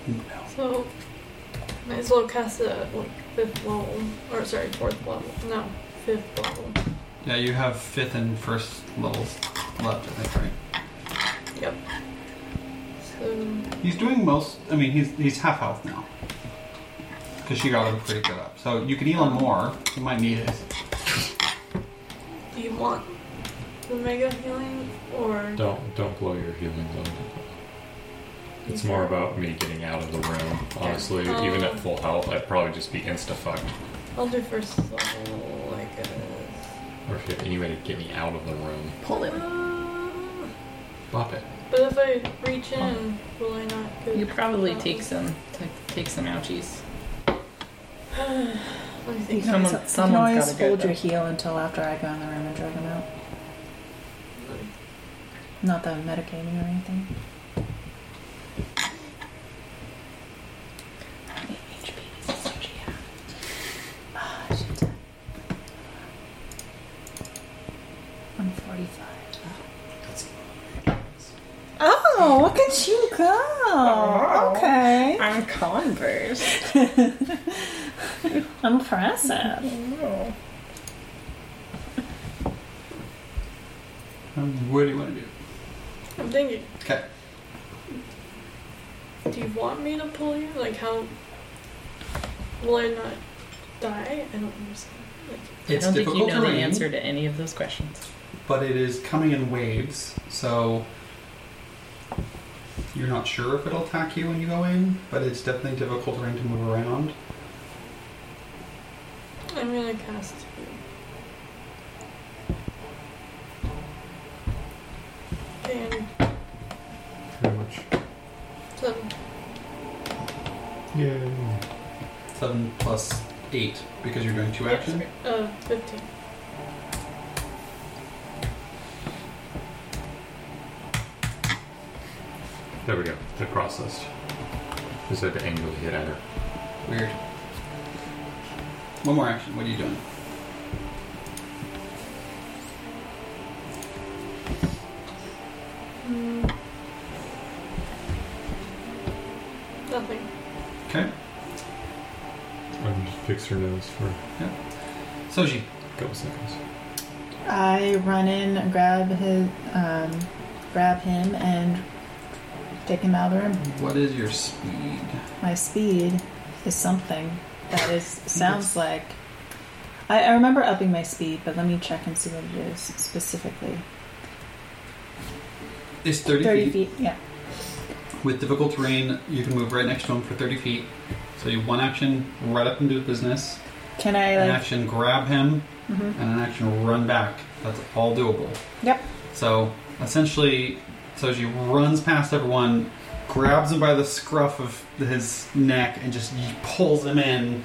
F: Mm-hmm.
B: So, might as well cast it at like fifth level, or sorry, fourth level. No, fifth level.
D: Yeah, you have fifth and first levels left. I think right.
B: Yep. So,
D: He's doing most. I mean, he's he's half health now. Because she got him pretty good up. So you can heal him more. You might need it.
B: do you want with the mega healing, or
E: Don't don't blow your healing load. It's more about me getting out of the room. Honestly,
F: Oh.
B: Yeah.
E: even at full health, I'd probably just be insta fucked.
B: I'll do first level like a.
E: Or if you have any way to get me out of the room,
F: Pull him.
B: Uh,
E: bop it.
B: but if I reach in, will I not? Get
F: You probably
B: out?
F: take some t- take some ouchies.
B: Let me
C: You
B: think.
C: can
F: Someone-
C: always, you can
F: someone's
C: always
F: gotta go,
C: hold your
F: though.
C: heel until after I go in the room and drag him out. Not that I'm medicating or anything. Ah, shit. I'm 45. Oh, look at you go! Okay,
F: I'm Converse.
C: impressive.
D: Um, What do you want to do?
B: I'm thinking.
D: Okay.
B: Do you want me to pull you? Like how? Will I not die? I don't understand. Like,
F: I
D: It's
F: don't think
D: difficult
F: you know the
D: terrain,
F: answer to any of those questions.
D: but it is coming in waves, so you're not sure if it'll attack you when you go in. But it's definitely difficult terrain to move around.
B: I'm gonna cast. you. And
E: Pretty much.
B: so
E: Yeah.
D: Seven plus eight because you're doing two
B: Yeah,
D: actions.
B: uh, fifteen.
E: There we go. The cross list. Just had to angle hit enter.
D: Weird. One more action. What are you doing?
B: Mm. Nothing.
D: Okay.
E: I'm just fix her nose for a
D: Soji.
E: couple seconds.
C: I run in, grab his, um, grab him, and take him out of the room.
D: What is your speed?
C: My speed is something that is sounds like. I, I remember upping my speed, but let me check and see what it is specifically.
D: It's 30,
C: Thirty
D: feet.
C: feet, yeah.
D: With difficult terrain, you can move right next to him for 30 feet. So you one action right up into his business,
C: Can
D: an
C: I like?
D: action grab him,
C: hmm
D: and an action run back. That's all doable.
C: Yep.
D: So essentially, so she runs past everyone, grabs him by the scruff of his neck, and just pulls him in,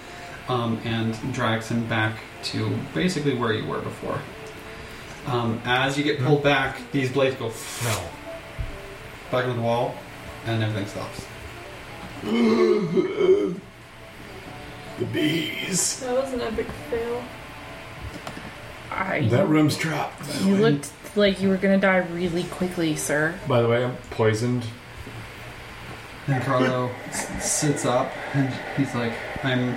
D: um, and drags him back to basically where you were before. Um, as you get pulled back, these blades go
E: No.
D: back into the wall, and everything stops.
E: The bees.
B: That was an epic fail.
F: I,
E: That room's trapped.
F: you looked like you were gonna die really quickly, sir.
E: By the way, I'm poisoned.
D: And Carlo s- sits up and he's like, I'm.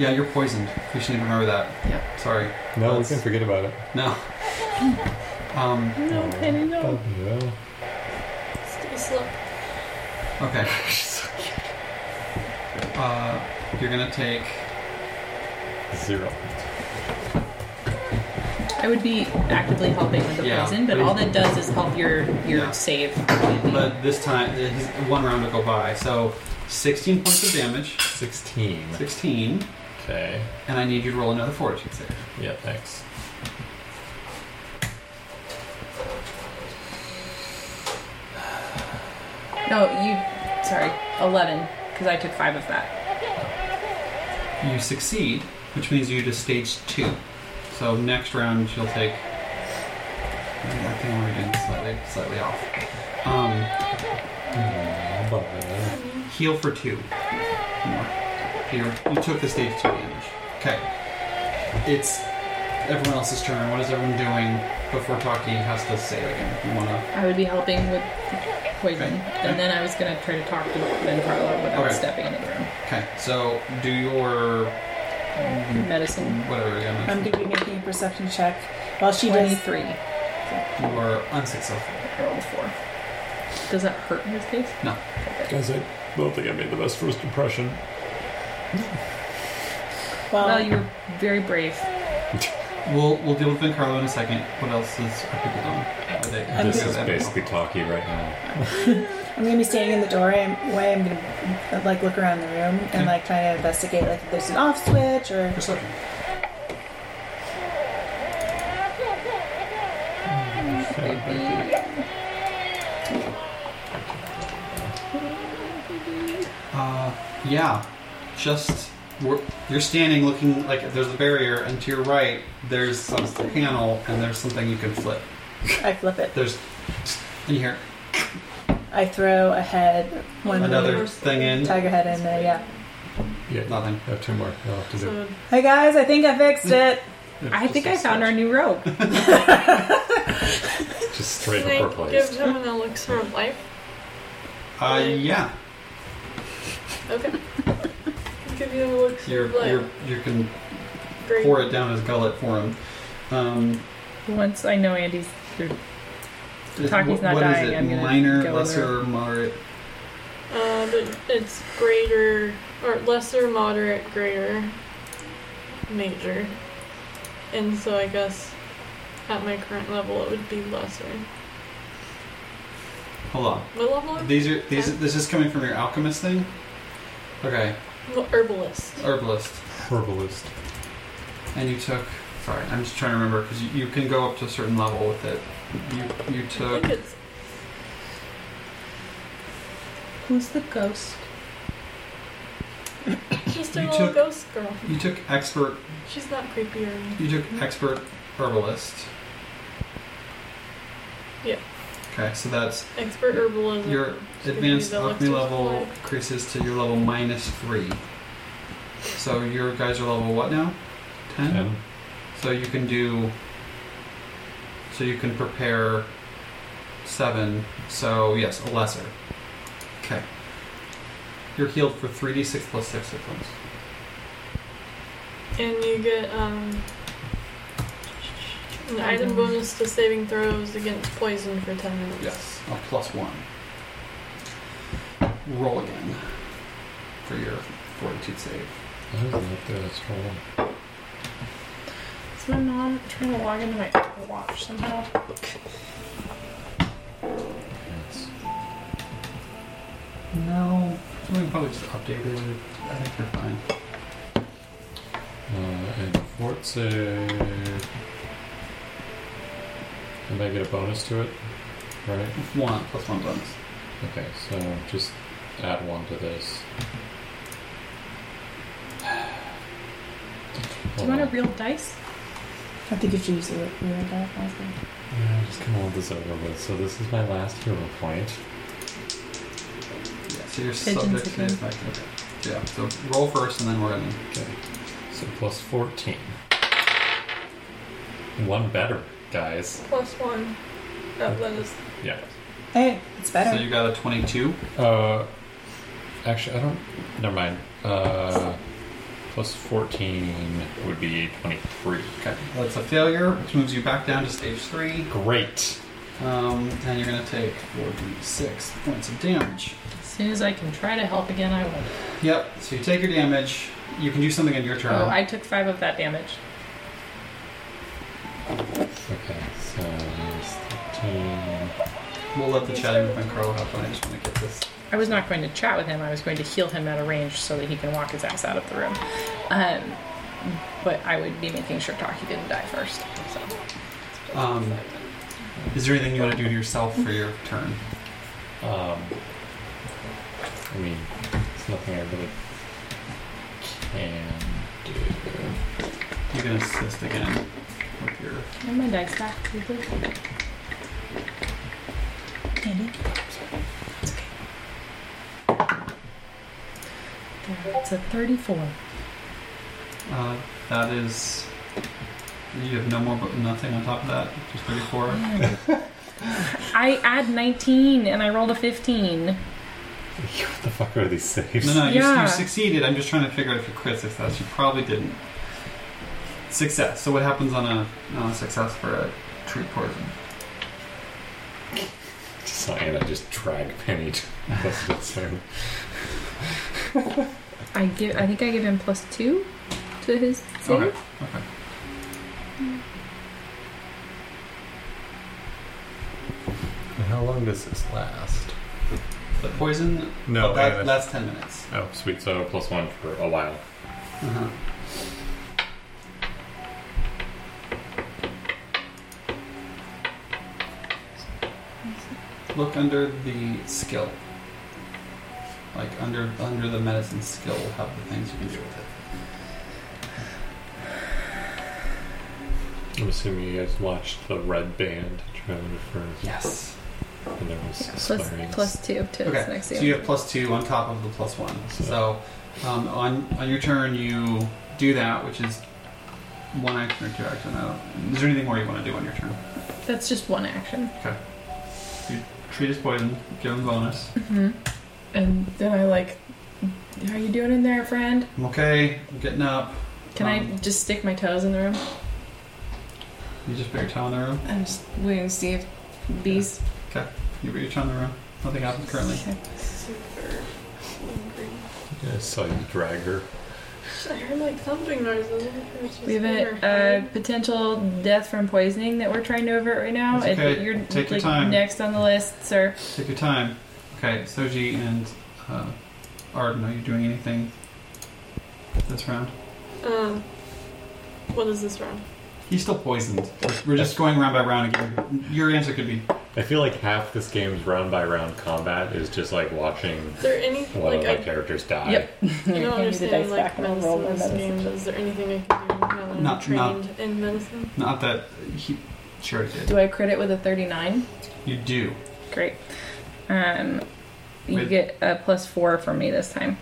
D: Yeah, you're poisoned. We should remember that.
F: Yep.
D: Sorry.
E: No, we
D: That's-
E: can forget about it.
D: No. um,
F: No, Penny, no.
E: Yeah.
B: Stay slow.
D: okay. Uh, you're gonna take.
E: Zero.
F: I would be actively helping with the
D: Yeah.
F: poison, but all that does is help your your
D: Yeah.
F: save.
D: But this time, his one round will go by. So, 16 points of damage.
E: Sixteen.
D: 16.
E: Okay.
D: And I need you to roll another fortitude save.
E: Yeah, thanks.
F: No, you. Sorry, eleven, because I took five of that.
D: You succeed, which means you to stage two. So next round you'll take. I think we're doing slightly slightly off. Um,
E: Bye.
D: heal for two. More. Here, you took the stage two damage. Okay. It's everyone else's turn. What is everyone doing before Taki has to say it again? You wanna?
F: I would be helping with poison,
D: Okay.
F: and then I was gonna try to talk to Ben Carlo without
D: Okay.
F: stepping into the room.
D: Okay. So do your Hmm.
F: Medicine
D: whatever you're
C: I'm
D: gonna.
C: gonna be making a perception check while she does.
F: twenty-three
D: You are unsuccessful.
F: rolled four. Does that hurt in this case?
D: No.
E: Guys, I don't think I made the best first impression.
C: Well,
F: Well, you were very brave.
D: We'll we'll deal with Vincarlo in a second. What else is are people doing? Are they- are
E: This
D: they-
E: is
D: I don't know.
E: basically talkie right now.
C: I'm gonna be standing in the doorway. I'm, way I'm gonna like look around the room
D: Okay.
C: and like try to investigate like if there's an off switch or
D: Perception. Uh, yeah. Just we're, you're standing, looking like there's a barrier, and to your right there's some panel, and there's something you can flip.
C: I flip it.
D: There's and you hear
C: I throw a head, one
D: another thing in.
C: tiger head in there. Yeah.
E: Yeah,
D: Nothing.
E: I have two more. I'll have to do.
B: So
C: Hey guys, I think I fixed it.
F: I think I
D: Just a
F: found our
D: sketch.
F: new rope.
E: Just straight
B: can
E: upper
B: I give
E: place.
B: him an elixir of life?
D: Uh, yeah.
B: Okay. give you an elixir
D: You're
B: of life.
D: you're you can
B: Great.
D: pour it down his gullet for him. Um,
F: Once I know Andy's through.
D: it-
F: Taki's not
D: what is
F: dying,
D: it?
F: I'm gonna
D: Minor,
F: go with
D: lesser, moderate.
B: Uh, but it's greater or lesser, moderate, greater, major, and so I guess at my current level it would be lesser.
D: Hold on.
B: What level? am I?
D: These are these. This is coming from your alchemist thing. Okay,
B: Well, herbalist.
D: herbalist.
E: Herbalist.
D: And you took. Sorry, I'm just trying to remember because you, you can go up to a certain level with it. You you
B: I
D: took.
B: think it's
F: Who's the ghost?
B: just a
D: You
B: little
D: took-
B: ghost girl.
D: You took expert.
B: She's not creepy or anything.
D: You took expert herbalist.
B: Yeah.
D: Okay, so that's
B: Expert herbalism.
D: your
B: Should be
D: advanced
B: the
D: alchemy
B: elixir
D: level
B: supply.
D: increases to your level minus three. So your guys are level what now? Ten.
E: And
D: So you can do. So you can prepare seven. So yes, a lesser. Okay. You're healed for three d six plus six hit points.
B: And you get um, an item bonus to saving throws against poison for 10 minutes.
D: Yes, a Oh, plus one. Roll again for your fortitude save.
E: I don't know if that's wrong.
A: Is my mom trying to log into my Apple Watch somehow?
E: It's-
D: No, we can probably just update it. I think you're fine.
E: Uh, and fort save. And I get a bonus to it, right?
D: One plus one bonus.
E: Okay, so just add one to this.
F: Do you want a
D: Oh.
F: real dice?
C: I think you should use it. You know, that last thing.
E: Yeah, just kind of want this over with. So this is my last hero point.
D: Yeah, so your
F: Pigeons
D: subject
F: again.
D: is like okay. Yeah, so roll first and then we're gonna
E: Okay, so plus 14. One better, guys.
B: Plus one. That let us.
E: Yeah.
C: Hey, it's better.
D: So you got a twenty-two.
E: Uh, actually, I don't. Never mind. Uh, plus 14 would be 23.
D: Okay, that's a failure, which moves you back down to stage three,
E: Great.
D: um, and you're gonna take four d six points of damage.
F: As soon as I can try to help again, I will.
D: Yep. So you take your damage. You can do something in your turn.
F: Oh, I took five of that damage.
E: Okay, so there's 13.
D: We'll let the chatting with Carl have fun. I just want to get this.
F: I was not going to chat with him. I was going to heal him out of range so that he can walk his ass out of the room. Um, but I would be making sure Taki didn't die first. So.
D: Um, is there anything you want to do to yourself for your turn?
E: Um, I mean, it's nothing I really can do.
D: You can assist again with your.
F: And my dice back. please. Andy? It's okay. There, It's a 34.
D: Uh, that is. You have no more, but nothing on top of that. Just thirty-four.
F: I add 19 and I rolled a 15.
E: What the fuck are these saves?
D: No, no, you,
F: Yeah.
D: you succeeded. I'm just trying to figure out if you crit success. You probably didn't. Success. So what happens on a, on a success for a treat poison?
E: Cyan, I just drag Penny to that's the same.
F: I give. I think I give him plus two to his save.
D: Okay.
E: And how long does this last?
D: The poison Oh,
E: No,
D: that
E: uh,
D: lasts ten minutes.
E: Oh, sweet. So plus one for a while.
D: Uh-huh. Look under the skill. Like under under the medicine skill will have the things you can do with it.
E: I'm assuming you guys watched the red band traveling for,
D: Yes.
E: and there was
F: Yeah, plus,
E: sparings.
F: plus two to
D: Okay,
F: its next
D: So you
F: year.
D: have plus two on top of the plus one.
E: So-
D: So um, on on your turn, you do that, which is one action or two action. I don't, is there anything more you want to do on your turn?
A: That's just one action.
D: Treat as poison, give him bonus.
C: Mm-hmm.
F: hmm
A: And then I like, how you doing in there, friend?
D: I'm okay. I'm getting up.
A: Can I
D: Um,
A: just stick my toes in the room?
D: You just put your toe in the room.
A: I'm just waiting to see if these.
D: You put your toe in the room. Nothing happens currently.
B: Super angry.
E: Yeah, I saw you drag her.
B: I heard like thumping noises. I think it was just
A: We have
B: in her
A: a uh,
B: head.
A: potential death from poisoning that we're trying to avert right now.
D: It's
A: It-
D: okay.
A: You're
D: Take your
A: like,
D: time.
A: next on the list, sir.
D: Take your time. Okay, Soji and uh, Arden, are you doing anything this round?
B: Um, what is this round?
D: He's still poisoned. We're- We're just going round by round again. Your answer could be
E: I feel like half this game's round by round combat is just like watching
B: Is there any
E: one
B: like
E: of
B: I,
E: my characters die.
F: Yep.
B: I don't
C: Hand me the dice
B: understand like
C: back and I'll
B: medicine
C: roll
B: in
C: my
B: this
C: medicine.
B: game? Is there anything I can do now that I'm
D: Not-
B: trained in medicine?
D: not that he sure did.
A: Do I credit with a 39?
D: You do.
F: Great. Um, you
D: Wait.
F: get a plus four from me this time.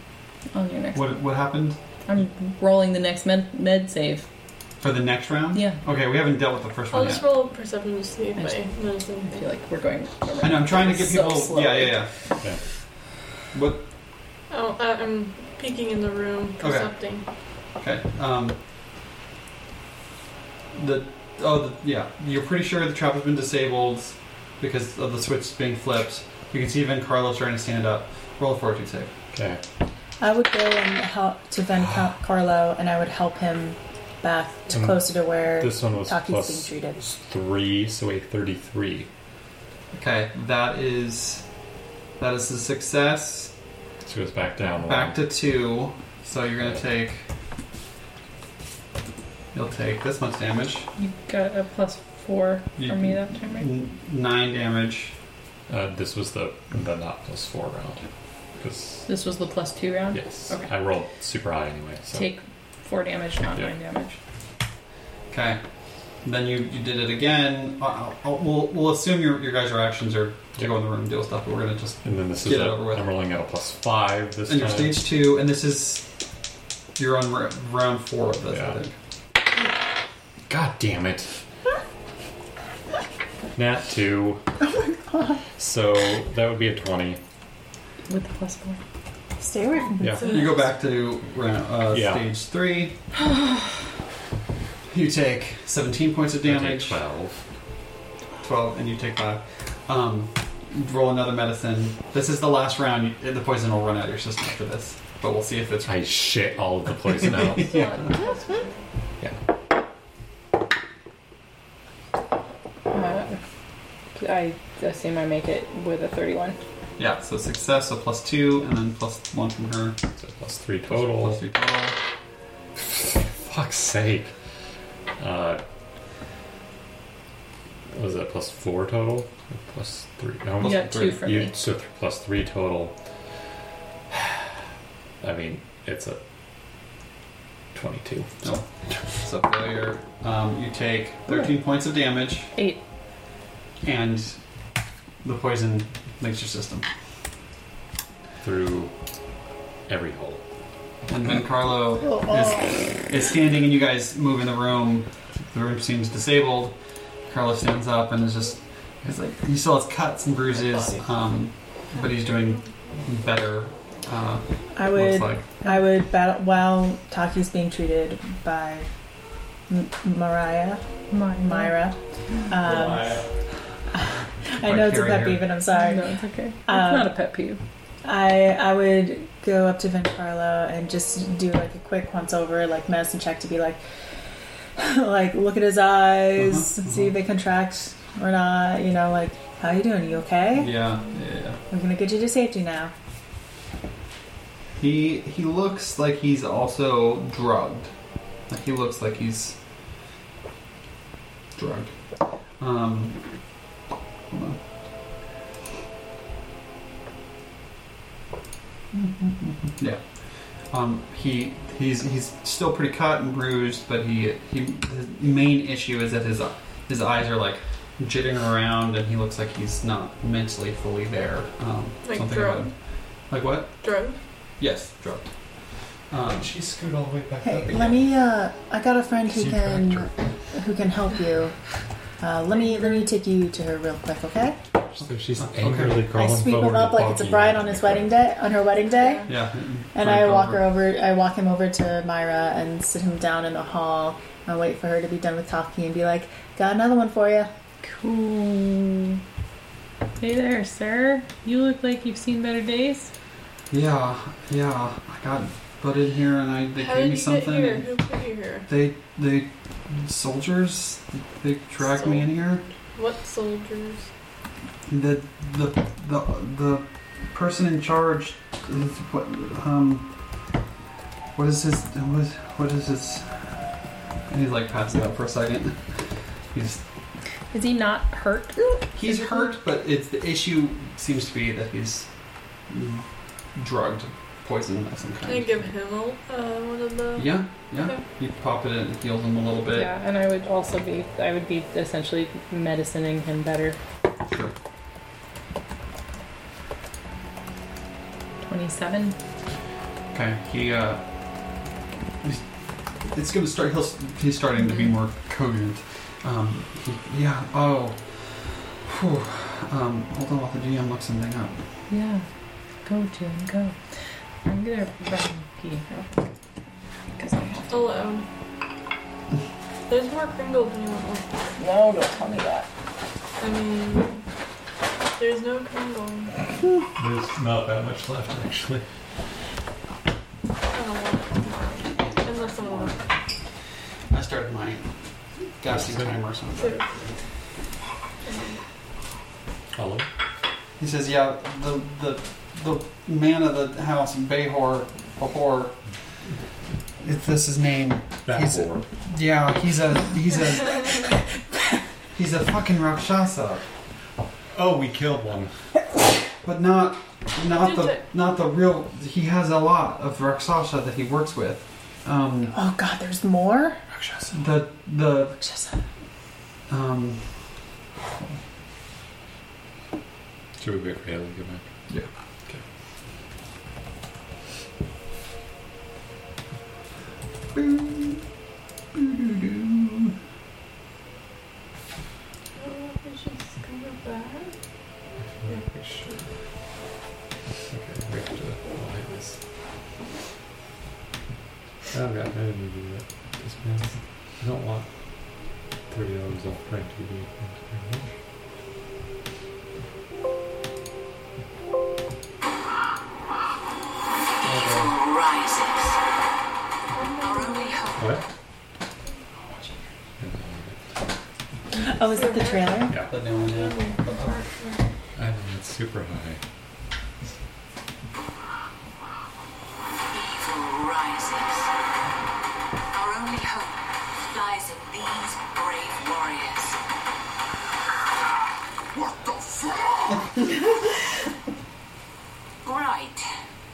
A: On your next.
D: What what happened
A: I'm rolling the next med, med save.
D: for the next round?
A: Yeah.
D: Okay, we haven't dealt with the first
B: I'll
D: one
B: just
D: yet.
B: roll perception to see if
A: I just-
B: I medicine.
A: I feel like we're going.
D: I know, I'm trying to get
A: So
D: people.
A: slow.
D: Yeah, yeah, yeah,
E: Yeah.
D: What?
B: Oh, I, I'm peeking in the room,
D: Okay.
B: percepting.
D: Okay. Um. The oh the, yeah, you're pretty sure the trap has been disabled because of the switch being flipped. You can see Van Carlos trying to stand up. Roll a fortitude save.
E: Okay.
C: I would go and help to Van Ca- Carlo, and I would help him back to
E: Um,
C: closer to where
E: This one was
C: Taki's
E: plus
C: being treated.
E: three, so a thirty-three.
D: Okay, that is that is a success.
E: So it goes back down. the
D: Back
E: line.
D: to two. So you're gonna take. You'll take this much damage.
F: You got a plus four
E: Mm-hmm.
D: You-
F: from me that time, right?
D: n- Nine damage.
E: Uh, this was the the not plus four round. 'Cause-
F: This was the plus two round.
E: yes,
F: Okay.
E: I rolled super high anyway. So
F: Take four damage, not
E: Yeah.
F: nine damage.
D: Okay. Then you, you did it again. Uh, uh, we'll, we'll assume your, your guys' actions are to go in the room and deal stuff, but we're gonna just.
E: and then this
D: Get
E: is
D: it
E: a,
D: over with.
E: I'm rolling out a plus five this
D: And you're
E: time.
D: stage two, and this is. You're on ra- round four of this,
E: Yeah.
D: I think.
E: God damn it! Nat two. So that would be a twenty.
F: With the plus four.
C: Stay away from
E: Yeah.
D: You go back to round, uh,
E: Yeah.
D: stage three. you take 17 points of
E: I take
D: damage.
E: Twelve.
D: 12 and you take 5 um, roll another medicine this is the last round You- the poison will run out of your system after this but we'll see if it's
E: I shit all of the poison out.
F: Uh, I assume I make it with a 31.
D: yeah so success so plus 2 and then plus 1 from her
E: So plus three
D: Plus-
E: total.
D: plus 3 total
E: Fuck's sake. Uh, what was that plus four total? Or plus three? How
F: You
E: much?
F: got two from
E: You,
F: me.
E: so th- plus three total. I mean, it's a 22.
D: no so failure um, you take 13 points of damage
F: Eight.
D: and the poison leaves your system
E: Through every hole.
D: and then Carlo
C: Oh,
D: is, is standing and you guys move in the room. The room seems disabled. Carlo stands up and is just he's like he still has cuts and bruises, um, but he's doing better. Uh,
C: I
D: looks
C: would.
D: like
C: I would battle while Taki's being treated by M- Mariah. Myra. Um, I know it's a pet peeve, and I'm sorry.
F: No, it's okay. It's
C: Um,
F: not a pet peeve.
C: I I would go up to Van Carlo and just do like a quick once over, like medicine check, to be like, like look at his eyes, see if they contract or not. You know, like how you doing? You okay?
D: Yeah, yeah.
C: We're gonna get you to safety now.
D: He he looks like he's also drugged. Like he looks like he's drugged. Um, hold on. Yeah. Um, he he's he's still pretty cut and bruised, but he he his main issue is that his his eyes are like jitting around, and he looks like he's not mentally fully there. Um,
B: Like
D: something
B: drugged?
D: about him. Like what?
B: Drug.
D: Yes, drugged. Um,
E: She scoot all the way back up
C: Hey,
E: again.
C: let me. Uh, I got a friend who
E: See
C: can
E: factor.
C: who can help you. Uh, let me let me take you to her real quick, okay?
E: So she's
D: Okay.
E: angrily
C: I
E: crawling
C: sweep
E: forward
C: him up
E: and
C: like it's a
E: walking.
C: bride on his wedding day, on her wedding day,
D: yeah.
C: and I walk her over. I walk him over to Myra and sit him down in the hall and wait for her to be done with talking and be like, "Got another one for you."
G: Cool. Hey there, sir. You look like you've seen better days.
D: Yeah, yeah. I got put in here, and I they
B: How
D: gave
B: did
D: me
B: you
D: something.
B: get here?
D: and
B: Who put you here?
D: They they soldiers they dragged me in here.
B: What soldiers?
D: The the the the person in charge is what um what is his what what is his and he's like passing out for a second. He's
G: Is he not hurt?
D: He's hurt, but it's the issue seems to be that he's mm, drugged, poisoned of some
B: Can I
D: kind.
B: give him a, uh, one of the?
D: Yeah, yeah.
B: Okay.
D: You pop it in, it heals him a little bit.
G: Yeah, and I would also be. I would be essentially medicining him better.
D: Sure.
G: Twenty-seven.
D: Okay. He uh, he's- it's gonna start. He'll, s- he's starting to
B: Mm-hmm.
D: be more cogent. Um, he- yeah. Oh. Whew. Um, hold on while the GM looks something up.
G: Yeah. Go, Jim. Go. I'm gonna run pee real quick. Because I have
B: Hello. There's more Kringle than you want.
G: No, don't tell me that.
B: I mean, there's no Kringle.
E: There's not that much left, actually.
B: I don't want it. Unless I want it.
D: I started my
E: gassing timer,
D: so
B: So,
E: Hello?
D: He says, "Yeah, the the the man of the house, Behor, Behor. If this is name,
E: That
D: He's-
E: whore.
D: yeah, he's a he's a he's a fucking rakshasa,
E: Oh, we killed one.
D: but not not
B: Did
D: the
B: it-
D: not the real. He has a lot of rakshasa that he works with. Um,
C: Oh God, there's more.
D: the the
C: Just
D: um,
E: Should we wait for Haley to get back?
B: Oh, I don't know if we should go back.
E: We should. Okay, we have to light this. Oh god, I didn't do that. This man, I don't want thirty dollars off Prime TV. Thank you very much. What?
C: oh, is it the trailer?
D: the new one, yeah.
E: I think it's super high.
H: evil rises. Our only hope lies in these brave warriors. What the fuck? right.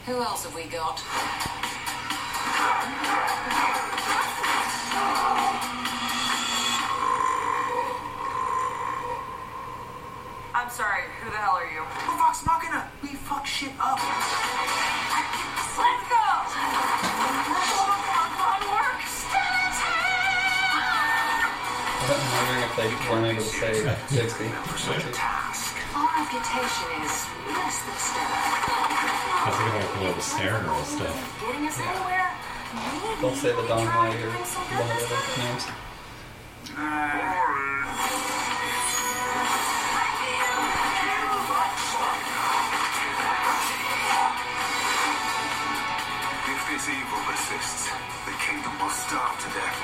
H: Who else have we got? I'm sorry, who the hell are you? The Vox Machina! We fuck shit up! Let's go!
D: I'm wondering if they weren't able to say sixty.
H: Our reputation is less than stellar.
E: I was thinking like a little snare or stuff.
H: Getting us anywhere? Maybe
D: They'll say the
H: we
D: Don
H: try
D: Lai or
H: doing some
D: one
H: good
D: of
H: this
D: the
H: time.
D: other names.
I: If this evil persists, the kingdom will starve to death.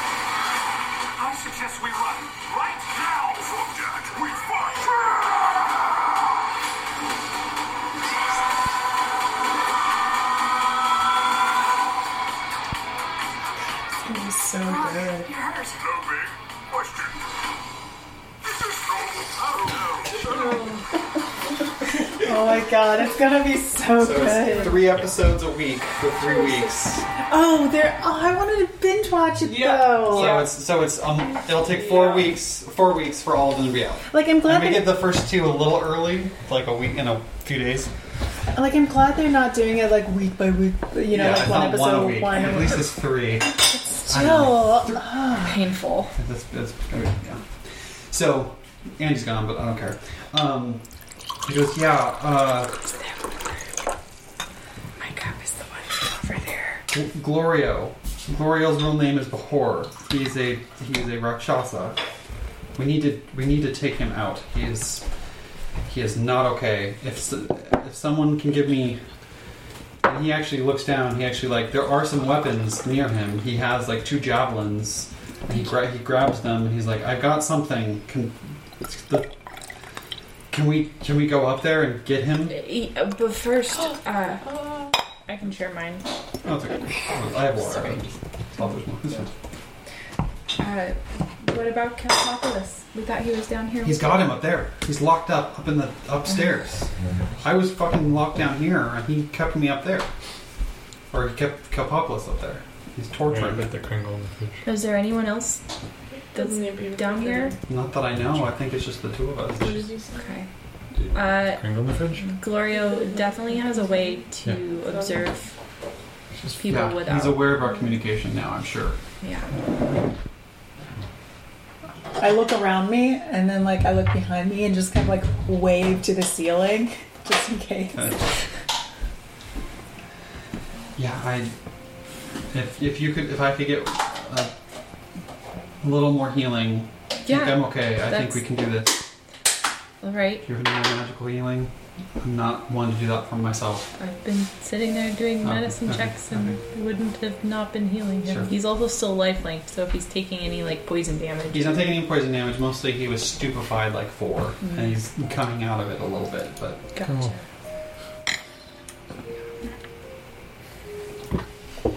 I: I suggest we run right now. From that, we fight.
A: It was so
H: Rock,
A: good.
H: you're hurt.
I: The big question. This is so. I don't know.
C: Oh my god, it's gonna be so,
D: So
C: good.
D: it's three episodes a week for three weeks.
C: oh, there. Oh, I wanted to binge watch it though.
D: So it's so it's um it'll take four weeks four weeks for all of them to be out.
C: Like I'm
D: I'm
C: glad
D: gonna
C: they
D: get the first two a little early, like a week in a few days.
C: like I'm glad they're not doing it like week by week. You know,
D: yeah,
C: like
D: I
C: one
D: thought
C: episode,
D: one a week.
C: one.
D: At least it's three.
C: Still, ah,
F: Painful.
D: That's, that's gonna be- yeah. So Andy's gone, but I don't care. Um, he goes, yeah. Uh,
F: My cup is the one over there.
D: Gl- Glorio. Glorio's real name is Bahor. He's a he's a rakshasa. We need to we need to take him out. He is he is not okay. If s- if someone can give me and he actually looks down. He actually like there are some weapons near him. He has like two javelins. And he gra- he grabs them and he's like, I've got something. Can the, can we can we go up there and get him?
F: But first, uh, I can share mine.
D: Oh, it's okay. I have water. Oh, there's one. It's fine.
F: Uh, what about Calcopoulos? We thought he was down here.
D: He's got him up there. He's locked up up in the upstairs. I was fucking locked down here, and he kept me up there, or he kept Kapopoulos up there. He's torturing me.
E: the Kringle and the fish.
F: Is there anyone else that's
B: Maybe we
F: down
B: could-
F: here?
D: Not that I know. I think it's just the two of
B: What
D: us.
B: did you say?
F: Okay.
E: Do you-
F: Uh,
E: Kringle and the fish?
F: Glorio definitely has a way to observe people
D: yeah,
F: without.
D: He's aware of our communication now. I'm sure.
F: yeah.
C: I look around me and then like I look behind me and just kind of like wave to the ceiling just in case.
D: Yeah, I. If if you could, if I could get a, a little more healing, I think
F: Yeah.
D: I'm okay. I think
F: that's-
D: we can do this.
F: All right.
D: You're doing magical healing. I'm not one to do that for myself.
F: I've been sitting there doing
D: Oh,
F: medicine
D: okay,
F: checks and it wouldn't have not been healing him.
D: Sure.
F: He's also still life-linked, so if he's taking any like poison damage,
D: He's not taking any poison damage. Mostly, he was stupefied like 4
C: Mm-hmm.
D: and he's coming out of it a little bit. But
F: Gotcha.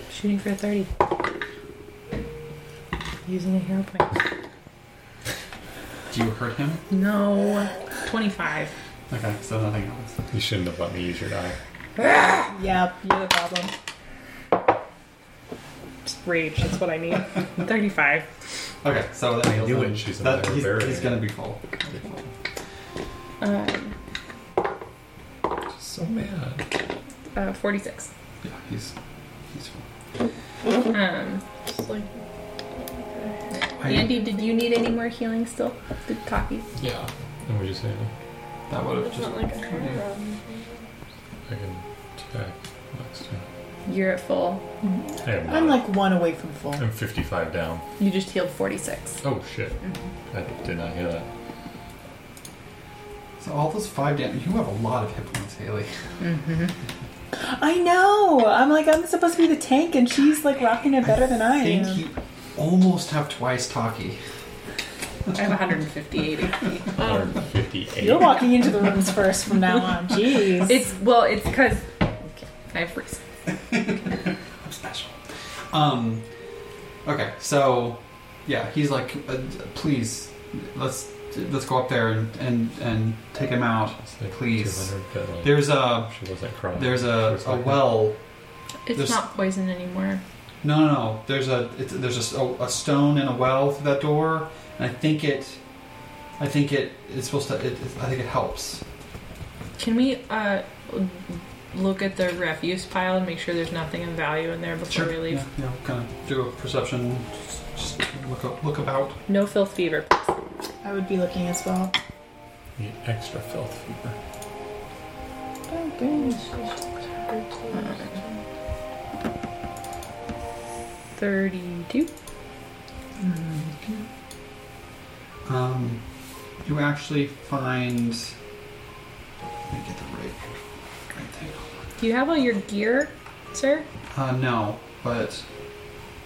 G: Shooting for 30. Using a hero point.
D: do you hurt him?
F: No, twenty-five.
D: Okay, so nothing else.
E: You shouldn't have let me use your die.
C: Yeah, you're the problem.
G: Just rage, that's what I need. 35.
D: Okay, so that heals
E: knew
D: him.
E: it. She's a
D: that, he's,
E: barbarian.
D: he's gonna be full.
F: Um,
E: So mad.
F: uh, forty-six.
D: Yeah, he's he's full.
F: Um,
B: Just like
F: Andy, did you need any more healing still? Did coffee?
E: Yeah. And we just say,
D: That would have
B: it's
D: just
B: not like a hard problem.
E: I can attack next time.
F: You're at full.
E: I am
C: I'm
E: not.
C: like one away from full.
E: I'm 55 down.
F: You just healed forty-six.
E: Oh shit. I did not hear that.
C: Um,
D: so all those five damage. You have a lot of hit points, Haley.
C: I know. I'm like I'm supposed to be the tank and she's like rocking it better than I
D: I think
C: am.
D: you almost have twice Taki.
F: I have 158 HP.
E: 158.
C: You're walking into the rooms first from now on. Jeez.
F: It's well, it's because I have freeze.
D: I'm special. Um. Okay, so yeah, he's like, uh, please, let's let's go up there and and and take him out.
E: It's like
D: Please.
E: 200 dead on.
D: There's a
E: She wasn't crying.
D: There's
E: She
D: a,
E: was
D: a
E: like,
D: well.
F: It's
D: There's-
F: not poison anymore.
D: No, no, no. There's a it's, there's a s- a, a stone and a well through that door, and I think it, I think it it's supposed to. It, it- I think it helps.
F: Can we uh, look at the refuse pile and make sure there's nothing of value in there before we leave?
D: Yeah, yeah. Kind of do a perception. Just, just look up, look about.
F: No filth fever.
C: I would be looking as well.
E: Need extra filth fever.
B: um,
F: Thirty-two.
D: Um, you actually find. Let me get the right, right thing.
F: Do you have all your gear, sir?
D: Uh, no, but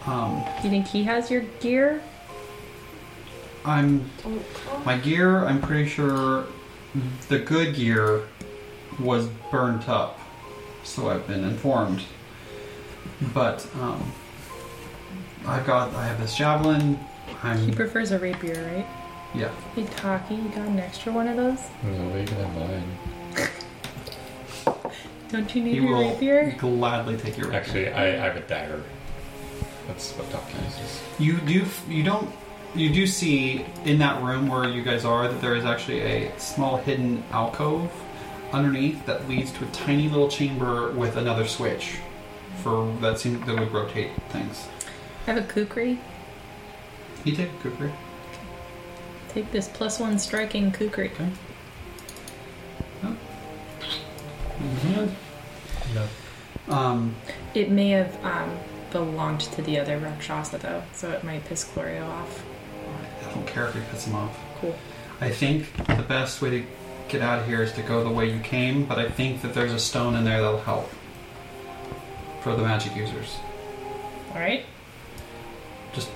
D: um,
F: Do you think he has your gear?
D: I'm my gear. I'm pretty sure the good gear was burnt up, so I've been informed. But um, I've got. I have this javelin.
F: He
D: I'm
F: prefers a rapier, right?
D: yeah.
F: Hey, Taki, you got an extra one of those?
E: No, but you can have mine.
F: Don't you need
D: He
F: your
D: will
F: rapier?
D: gladly take your rapier.
E: Actually, I, I have a dagger. That's what Doctor uses.
D: You do. You don't. You do see in that room where you guys are that there is actually a small hidden alcove underneath that leads to a tiny little chamber with another switch for that seem that would rotate things.
F: I have a kukri.
D: Can you take a Cooper?
F: Take this plus one striking kukri.
E: No.
D: Um,
F: It may have um, belonged to the other Rakshasa, though, so it might piss Gloria off.
D: I don't care if it pisses him off.
F: Cool.
D: I think the best way to get out of here is to go the way you came, but I think that there's a stone in there that'll help for the magic users.
F: All right.
D: Just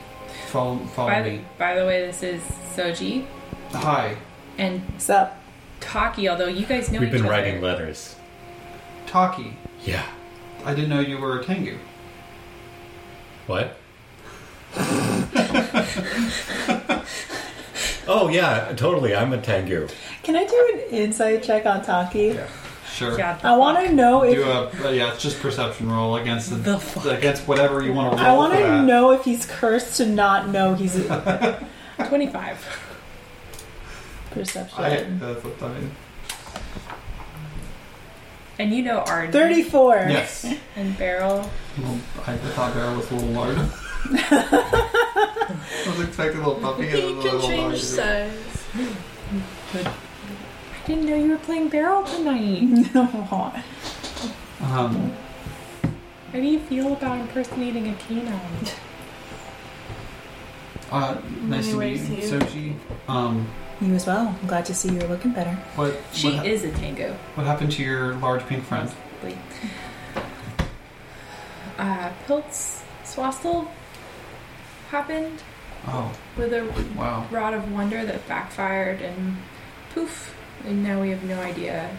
D: follow, follow
F: By the,
D: me.
F: by the way, this is Soji
D: Hi,
F: and
C: What's up?
F: Taki. Although you guys know
E: We've
F: each
E: been
F: other.
E: writing letters.
D: Taki.
E: Yeah.
D: I didn't know you were a Tengu.
E: What? oh yeah, totally. I'm a Tengu.
C: Can I do an insight check on Taki?
D: Sure.
F: Yeah, the
C: I want to know
D: Do
C: if
D: a uh, yeah, it's just perception roll against the,
F: The fuck?
D: against whatever you want to roll.
C: I want
D: for
C: to
D: that.
C: know if he's cursed to not know he's a
F: fuck. twenty-five.
C: perception.
D: I, uh, that's what I mean.
F: And you know Ard.
C: Thirty-four.
D: Yes.
F: And Beryl.
D: Well, I thought Bear was a little large. I was expecting a little puppy. and a
B: He
D: little
B: can
D: larger.
B: change size.
F: I didn't know you were playing Beryl tonight.
C: No.
D: Um,
F: How do you feel about impersonating a canine?
D: uh, nice to meet
B: Anyways,
D: you,
B: you-
D: Soji. Um,
C: You as well. I'm glad to see you're looking better.
D: what
F: She
D: what, hap-
F: is a tango.
D: what happened to your large pink friend?
F: Like, uh, Pilt's swastel happened
D: Oh,
F: with a
D: wow.
F: rod of wonder that backfired and poof, and now we have no idea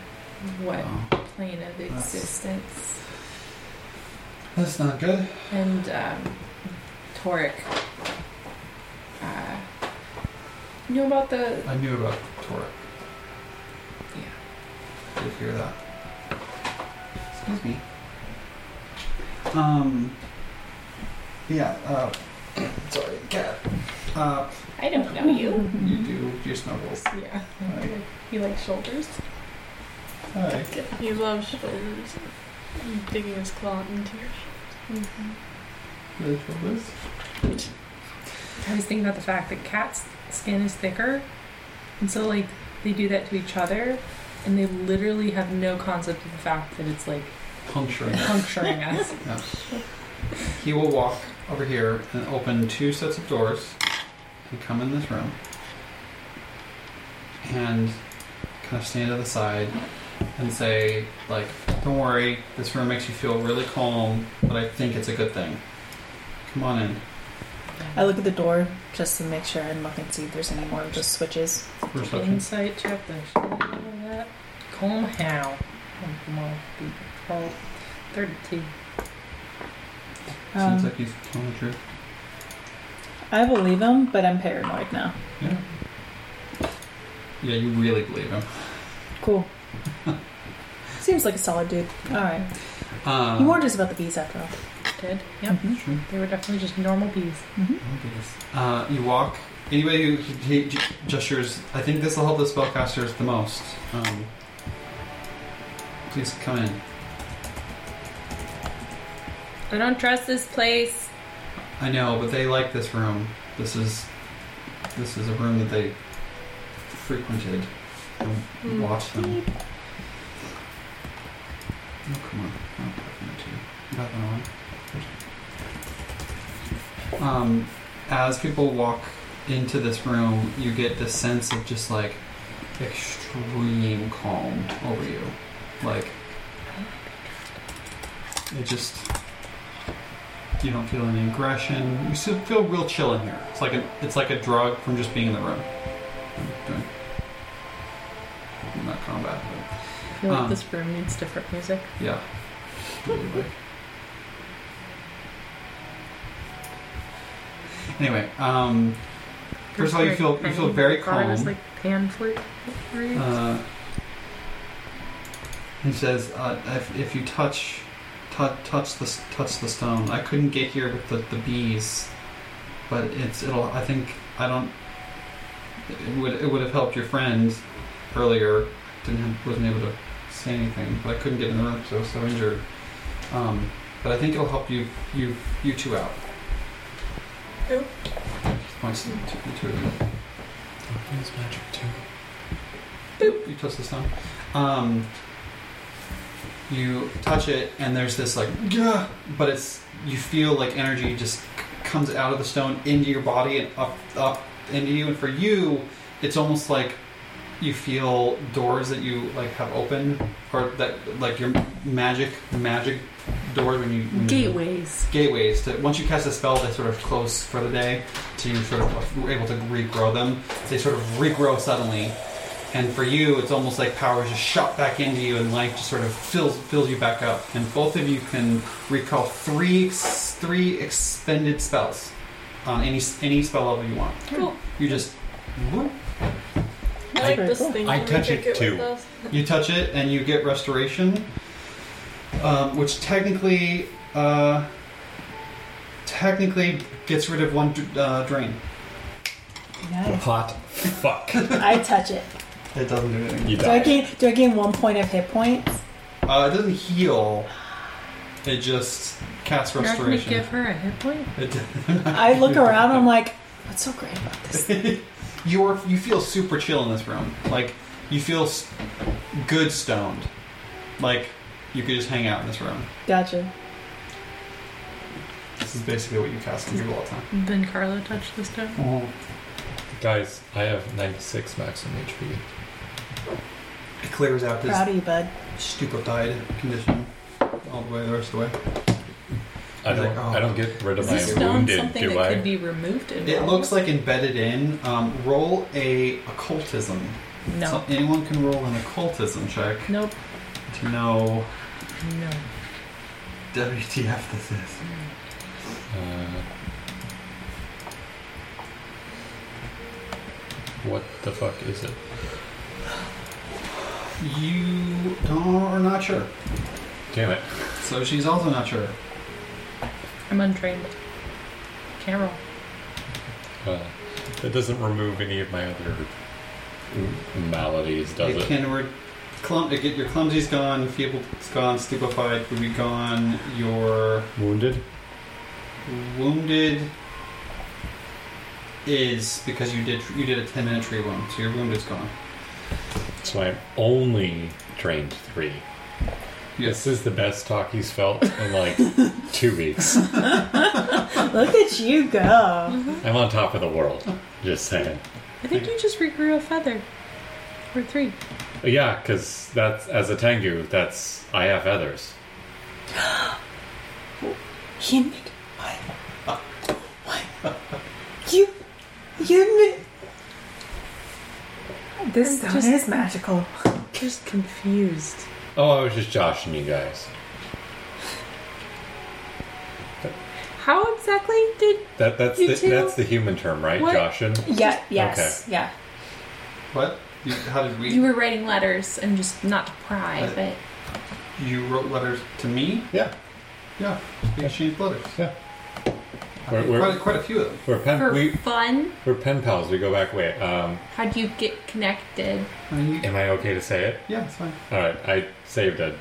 F: what
D: Oh,
F: plane of
D: That's-
F: existence.
D: that's not good.
F: And um, Toric. Uh, you know about the.
D: I knew about Toric.
F: Yeah.
D: Did hear that? Excuse me. Um. Yeah. Uh, sorry, cat. Uh,
F: I don't know you.
D: you do your snuggles.
F: yeah.
D: Hi.
F: You like shoulders?
D: Hi.
B: He loves shoulders. Digging his claw into your
D: Really feel this?
F: I was thinking about the fact that cats' skin is thicker, and so like they do that to each other, and they literally have no concept of the fact that it's like
D: Puncturing.
F: puncturing us.
D: Yeah. He will walk over here and open two sets of doors and come in this room and kind of stand to the side and say, like, don't worry, this room makes you feel really calm, but I think it's a good thing. Come on in.
C: I look at the door just to make sure I'm looking to see if there's any more just switches.
D: Reception.
G: Insight check the shit out of that. Calm how. Oh, come on, be- oh, 32.
C: Um,
D: Seems like he's telling the truth.
C: I believe him, but I'm paranoid now.
D: Yeah. Yeah, you really believe him.
C: Cool. Seems like a solid dude. All right.
D: Um,
C: He warned us about the bees after all.
G: Dead? Yep.
D: Sure.
G: They were definitely just normal bees.
D: Uh, you walk. Anybody who he, he gestures, I think this will help the spellcasters the most. Um, please come in.
F: I don't trust this place.
D: I know, but they like this room. This is this is a room that they frequented and
B: Mm.
D: watched them. Oh come on! I'm talking to you. You got that one. Um, as people walk into this room, you get this sense of just like extreme calm over you. Like, it just, you don't feel any aggression. You still feel real chill in here. It's like a, it's like a drug from just being in the room. Doing- Not combat, but
G: I feel like
D: Um,
G: this room needs different music.
D: yeah. Really like- Anyway, um, First of all, you feel- you feel very
G: I was
D: calm.
G: like pan flute. for you.
D: Uh, he says, uh, if, "If you touch, touch, touch the s- touch the stone. I couldn't get here with the, the bees, but it's it'll. I think I don't. It would it would have helped your friends earlier. Didn't have, wasn't able to say anything, but I couldn't get in the room, so I was so injured. Um, but I think it'll help you you you two out.
B: Who?
D: Points to the two- the two of you.
E: It's magic too.
D: You touch the stone. Um, you touch it, and there's this like, "Gah," but it's you feel like energy just c- comes out of the stone into your body and up, up into you. And for you, it's almost like you feel doors that you like have open, or that like your magic magic doors when you when you-
G: Gateways.
D: gateways to once you cast a spell they sort of close for the day so you sort of were able to regrow them they sort of regrow suddenly and for you it's almost like power is just shot back into you and life just sort of fills fills you back up and both of you can recall three ex- three expended spells on any s- any spell level you want
B: Cool.
D: you just whoop,
B: I like this thing.
E: I
B: Can we
E: touch
B: take
E: it
B: with
E: too.
B: us?
D: you touch it and you get restoration, um, which technically uh, technically gets rid of one dr- uh, drain.
C: Nice.
E: Hot fuck.
C: I touch it.
D: It doesn't do anything.
E: You
C: Do I
E: die.
C: gain? Do I gain one point of hit points?
D: Uh, it doesn't heal. It just casts
G: How can we give
D: restoration.
G: her a hit point?
D: It,
C: I look around. I'm like, what's so great about this?
D: you're you feel super chill in this room. Like you feel s- good stoned. Like you could just hang out in this room.
C: Gotcha.
D: This is basically what you cast on people all the time.
G: Then Carlo touched the stone.
E: Guys, I have 96 maximum HP.
D: It clears out this
C: Proud of you, bud.
D: stupefied condition all the way the rest of the way.
E: I don't,
D: Like, oh.
E: I don't get rid of
D: Is
E: my
D: this
G: Stone
E: wounded,
G: something
E: do
G: that
E: I?
G: could be removed. In
D: It looks like embedded in. Um, roll a occultism. So
G: no,
D: anyone can roll an occultism check
G: nope,
D: to know
G: no.
D: WTF this is.
E: Uh, what the fuck is it?
D: You don't, are not sure.
E: Damn it.
D: So she's also not sure.
G: I'm untrained. Can't roll.
E: Uh, that doesn't remove any of my other m- maladies, does
D: it
E: it?
D: can re- clum- it get your clumsy's gone, feeble's gone, stupefied would be gone. Your
E: Wounded?
D: wounded is because you did you did a ten minute tree wound, so your wound is gone.
E: So I'm only trained three. This is the best talk he's felt in like two weeks.
C: Look at you go.
E: I'm on top of the world. Just saying.
G: I think you just regrew a feather. Or three.
E: Yeah, because that's as a Tengu, that's I have feathers.
C: You made what? What? You you made. This stone
G: just-
C: is magical.
G: Just confused.
E: Oh, I was just joshing you guys.
G: How exactly did
E: That that's
G: You
E: the,
G: too?
E: that's the human term, right?
G: What?
E: Joshin.
C: Yeah. Yes. Yeah.
D: What? You, how did we?
F: You were writing letters and just not to pry,
D: Uh,
F: but
D: You wrote letters to me.
E: Yeah,
D: Yeah, we exchanged letters.
E: yeah. We're,
D: Quite,
E: we're,
D: quite a few of them.
E: we're pen
F: for
E: we,
F: fun,
E: we're pen pals. We go back way. Um,
F: how do you get connected?
D: I mean, you,
E: am I okay to say it?
D: yeah, it's fine.
E: All right, I saved a,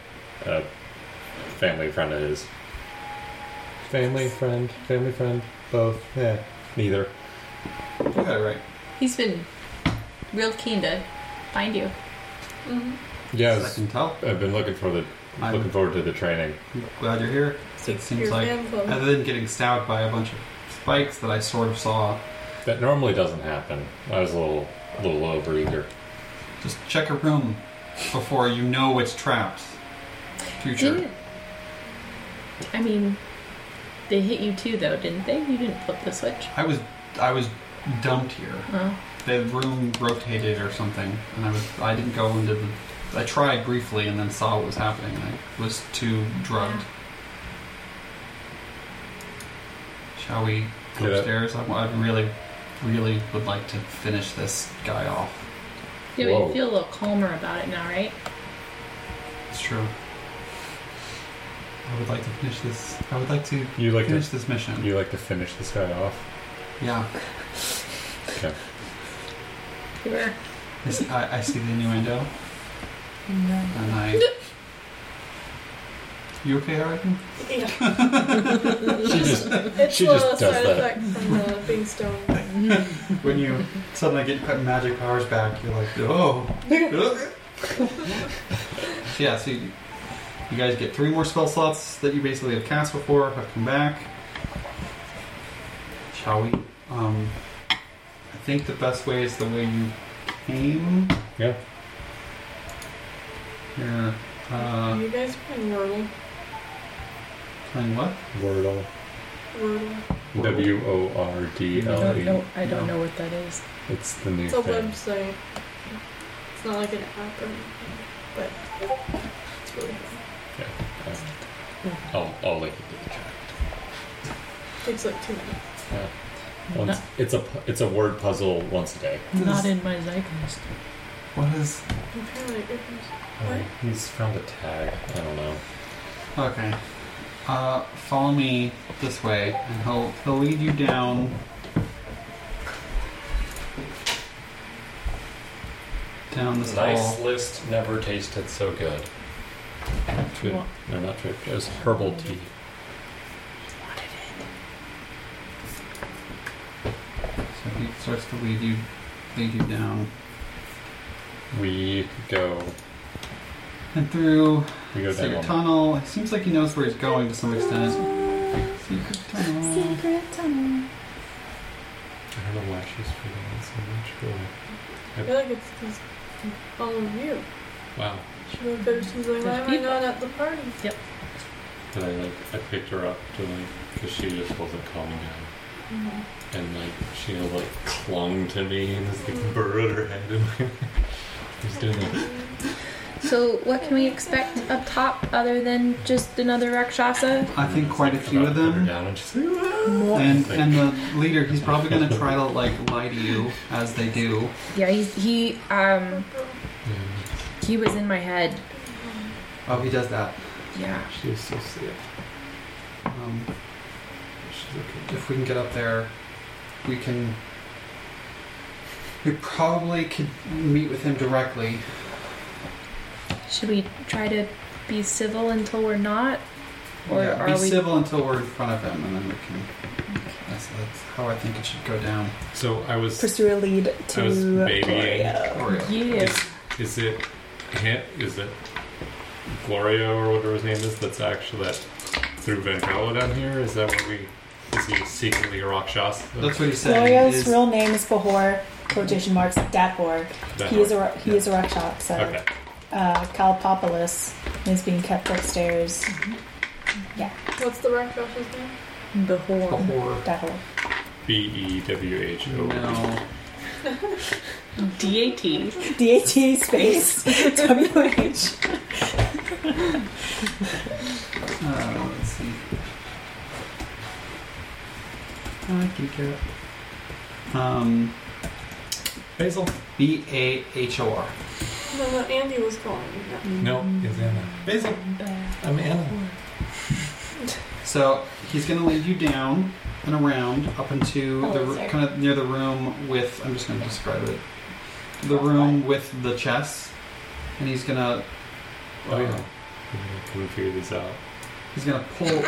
E: a family friend of his. Family friend, family friend, both. Yeah, neither.
D: You got it right.
F: He's been real keen to find you.
D: I
E: Yes,
D: can tell.
E: I've been looking for the
D: I'm-
E: looking forward to the training.
D: I'm glad you're here. It
B: Six
D: seems
B: years
D: like
B: man club.
D: other than getting stabbed by a bunch of spikes that I sort of saw
E: That normally doesn't happen. I was a little, little overeager.
D: Just check a room before you know it's trapped. Future.
G: Didn't. I mean, they hit you too, though, didn't they? You didn't flip the switch.
D: I was I was dumped here.
G: Oh.
D: The room rotated or something, and I was I didn't go into the. I tried briefly and then saw what was happening. and I was too drugged. Shall we go
E: Yeah.
D: upstairs? I, I really, really would like to finish this guy off.
G: Yeah, but
E: Whoa.
G: you feel a little calmer about it now, right?
D: It's true. I would like to finish this. I would like to
E: You like
D: finish
E: to,
D: this mission.
E: you like to finish this guy off?
D: Yeah,
E: Okay.
G: Sure.
D: I see, I, I see the innuendo,
G: No.
D: and I. You okay, Arden?
B: Yeah.
E: She just
B: It's
E: She
B: the
E: just does
B: side
E: that.
B: effect from the being stoned.
D: When you suddenly get cut magic powers back, you're like, oh. yeah, so you, you guys get three more spell slots that you basically have cast before, have come back. Shall we? Um, I think the best way is the way you came.
E: Yeah.
D: You're
B: Are
D: uh,
B: you guys playing Wordle?
D: playing what?
E: Wordle.
B: Wordle.
E: W O R D
F: I
E: L
F: don't
E: E.
F: know. I don't know what that is.
E: It's the new
B: It's a
E: thing.
B: website. It's not like an app or anything, but it's really fun.
E: I'll, I'll link it to the chat.
B: Takes like two minutes.
E: Once, it's a pu- it's a word puzzle once a day.
F: Not in my zeitgeist.
D: What is?
B: I'm kinda like, "Goodness."
E: Uh, he's found a tag. I don't know.
D: Okay. Uh, follow me this way, and he'll he'll lead you down. Down this
E: Nice
D: hall.
E: list. Never tasted so good. Trip, no, not trip. It was herbal tea.
D: So he starts to lead you, lead you down,
E: We go.
D: and through
E: We go down.
D: secret
E: one-
D: tunnel. It seems like he knows where he's going to some extent. Secret tunnel.
E: I don't know why she's feeling it so much.
B: I feel like it's because all of you.
E: but- Wow.
B: She would go to like, why am I not at the party?
E: And I like I picked her up to like because she just wasn't calming down. And like she like clung to me and just like burrowed her head in my. Just doing that.
F: So, what can we expect up top other than just another rakshasa?
D: I think quite a few of
E: Put her
D: them.
E: down and just like,
D: And and the leader, he's probably going to try to like lie to you as they do.
F: Yeah, he's, he um he was in my head.
D: Oh, he does that.
F: Yeah.
E: She's so sick.
D: Um,
E: She's okay.
D: if we can get up there, we can. We probably could meet with him directly.
F: Should we try to be civil until we're not? Or
D: yeah,
F: are
D: be
F: we-
D: civil until we're in front of him, and then we can. That's, that's how I think it should go down.
E: So I was.
C: Pursue a lead
E: I was
C: to
E: babying.
C: Gloria.
D: Gloria.
F: Yeah.
E: Is, is it Han- is it Gloria or whatever his name is that's actually that through Vangala down here? Is that what we is he secretly a Rakshas?
D: That's what he's saying.
C: Gloria's
D: is-
C: real name is Bahor, quotation marks, Datborg.
E: That
C: He is
E: one.
C: a, he is a rakshak, so
E: Okay.
C: uh, Kalpopoulos is being kept upstairs.
B: What's the rock josh's name?
F: The whole
D: Bahor.
C: Datborg.
E: B E W H O.
D: No.
G: D A T.
C: D-A-T space W-H.
D: Uh, let's see. I can get it. Um,
E: Basil.
D: B A H O R.
B: No, no, Andy was calling me. that.
E: No, is Anna. Basil. I'm Anna.
D: So he's going to lead you down and around up into
C: Oh,
D: the
C: sorry.
D: kind of near the room with. I'm just going to describe it. The room with the chess, and he's going to.
E: Oh yeah. Can we figure this out?
D: He's going to pull.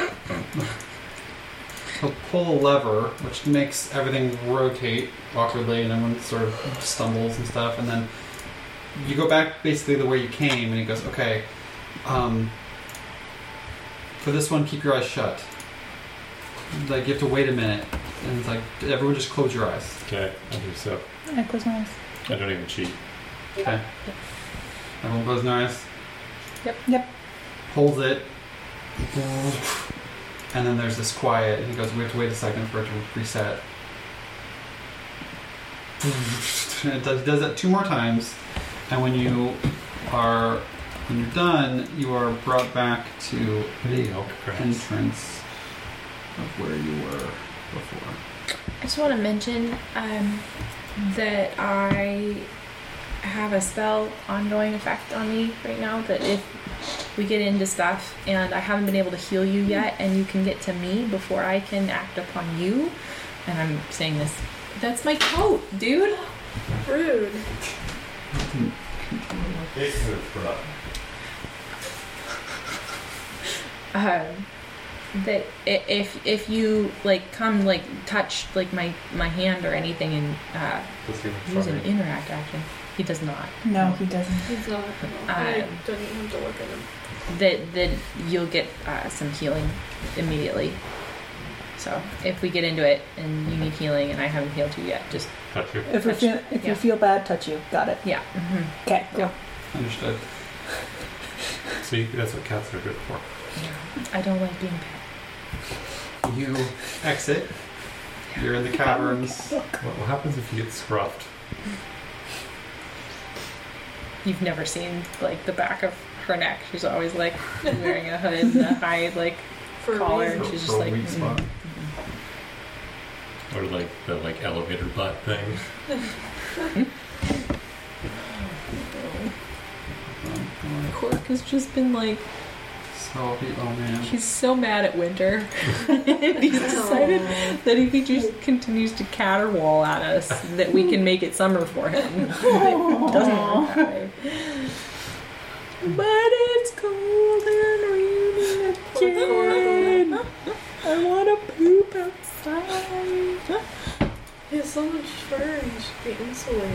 D: he'll pull a lever, which makes everything rotate awkwardly, and everyone sort of stumbles and stuff. And then you go back basically the way you came, and he goes, "Okay, um, for this one, keep your eyes shut. Like you have to wait a minute." and it's like everyone just close your eyes.
E: Okay, I do so.
C: I close my eyes.
E: I don't even cheat.
D: Okay. Everyone close their eyes.
J: Yep.
C: Yep.
D: Holds it. And then there's this quiet, and he goes, We have to wait a second for it to reset. And it does, does that two more times, and when you are when you're done, you are brought back to the
E: Oh, crap.
D: entrance of where you were before.
F: I just want to mention um, that I have a spell ongoing effect on me right now. That if we get into stuff and I haven't been able to heal you yet, and you can get to me before I can act upon you, and I'm saying this. That's my coat, dude.
B: Rude.
F: Um, that i- if if you like come like touch like my my hand or anything and uh,
E: Let's see
F: use
E: what's
F: an
E: funny.
F: interact action, he does not.
C: No, he doesn't.
B: He's not. I
F: Um,
B: didn't have to look at him.
F: that that you'll get uh, some healing immediately. So if we get into it and you need healing and I haven't healed you yet, just
E: Touch your
C: If, we feel, if you
F: Yeah.
C: feel bad, touch you. Got it.
F: yeah.
B: Mm-hmm.
F: hmm
C: Okay, cool.
D: Understood.
E: See, that's what cats are good for.
F: I don't like being pet.
D: You exit. You're in the caverns.
E: What, what happens if you get scruffed?
F: You've never seen like the back of her neck. She's always like wearing a hood and a high like
B: For a
F: Collar.
B: reason.
D: for,
F: she's just
D: for a
F: like,
D: weak spot.
E: Or like the like elevator butt thing.
F: Cork mm. has just been like
D: So I'll be, oh man.
F: he's so mad at winter. and he's decided that if he just continues to caterwaul at us, that we can make it summer for him. it doesn't work that way. But it's cold and raining again. I want to poop outside.
B: He has so much fur. He should be insulated.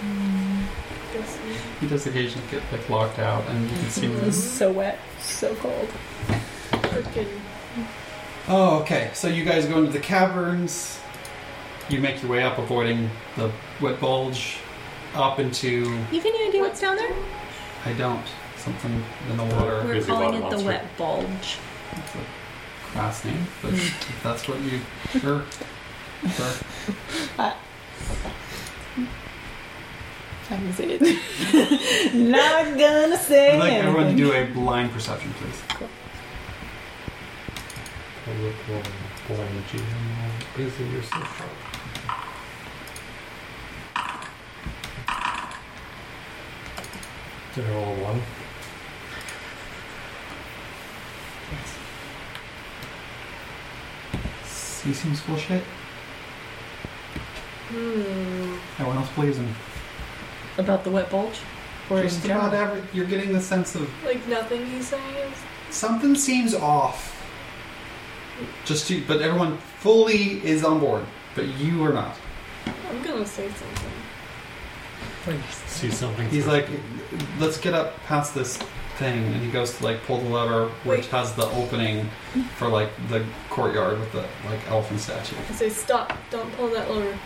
B: Mm. Guess he-
D: He does occasionally get like locked out, and you can see
F: It's
D: this.
F: so wet, so cold.
B: Freaking.
D: Oh, okay. So you guys go into the caverns. You make your way up, avoiding the wet bulge, up into
F: You have any idea what's down there?
D: I don't something in the water.
F: We're
E: busy
F: calling
E: water
F: it the
E: monster.
F: wet bulge.
D: It's a class name, but if that's what you sure. Sure.
C: I can say it. Not gonna say
D: I'd like
C: anything.
D: everyone to do a blind perception, please.
E: Public one, blind GM, busy yourself. Did I roll a one?
D: He seems bullshit.
B: Hmm.
D: Everyone else believes him.
F: About the wet bulge? Or
D: Just
F: in
D: about
F: general?
D: every, you're getting the sense of
B: Like nothing he's saying is.
D: Something seems off. Just to, but everyone fully is on board, but you are not.
B: I'm gonna say something.
E: See something.
D: He's like, let's get up past this thing, and he goes to like pull the lever, which
B: Wait.
D: has the opening for like the courtyard with the like elephant statue.
B: I say stop. Don't pull that lever.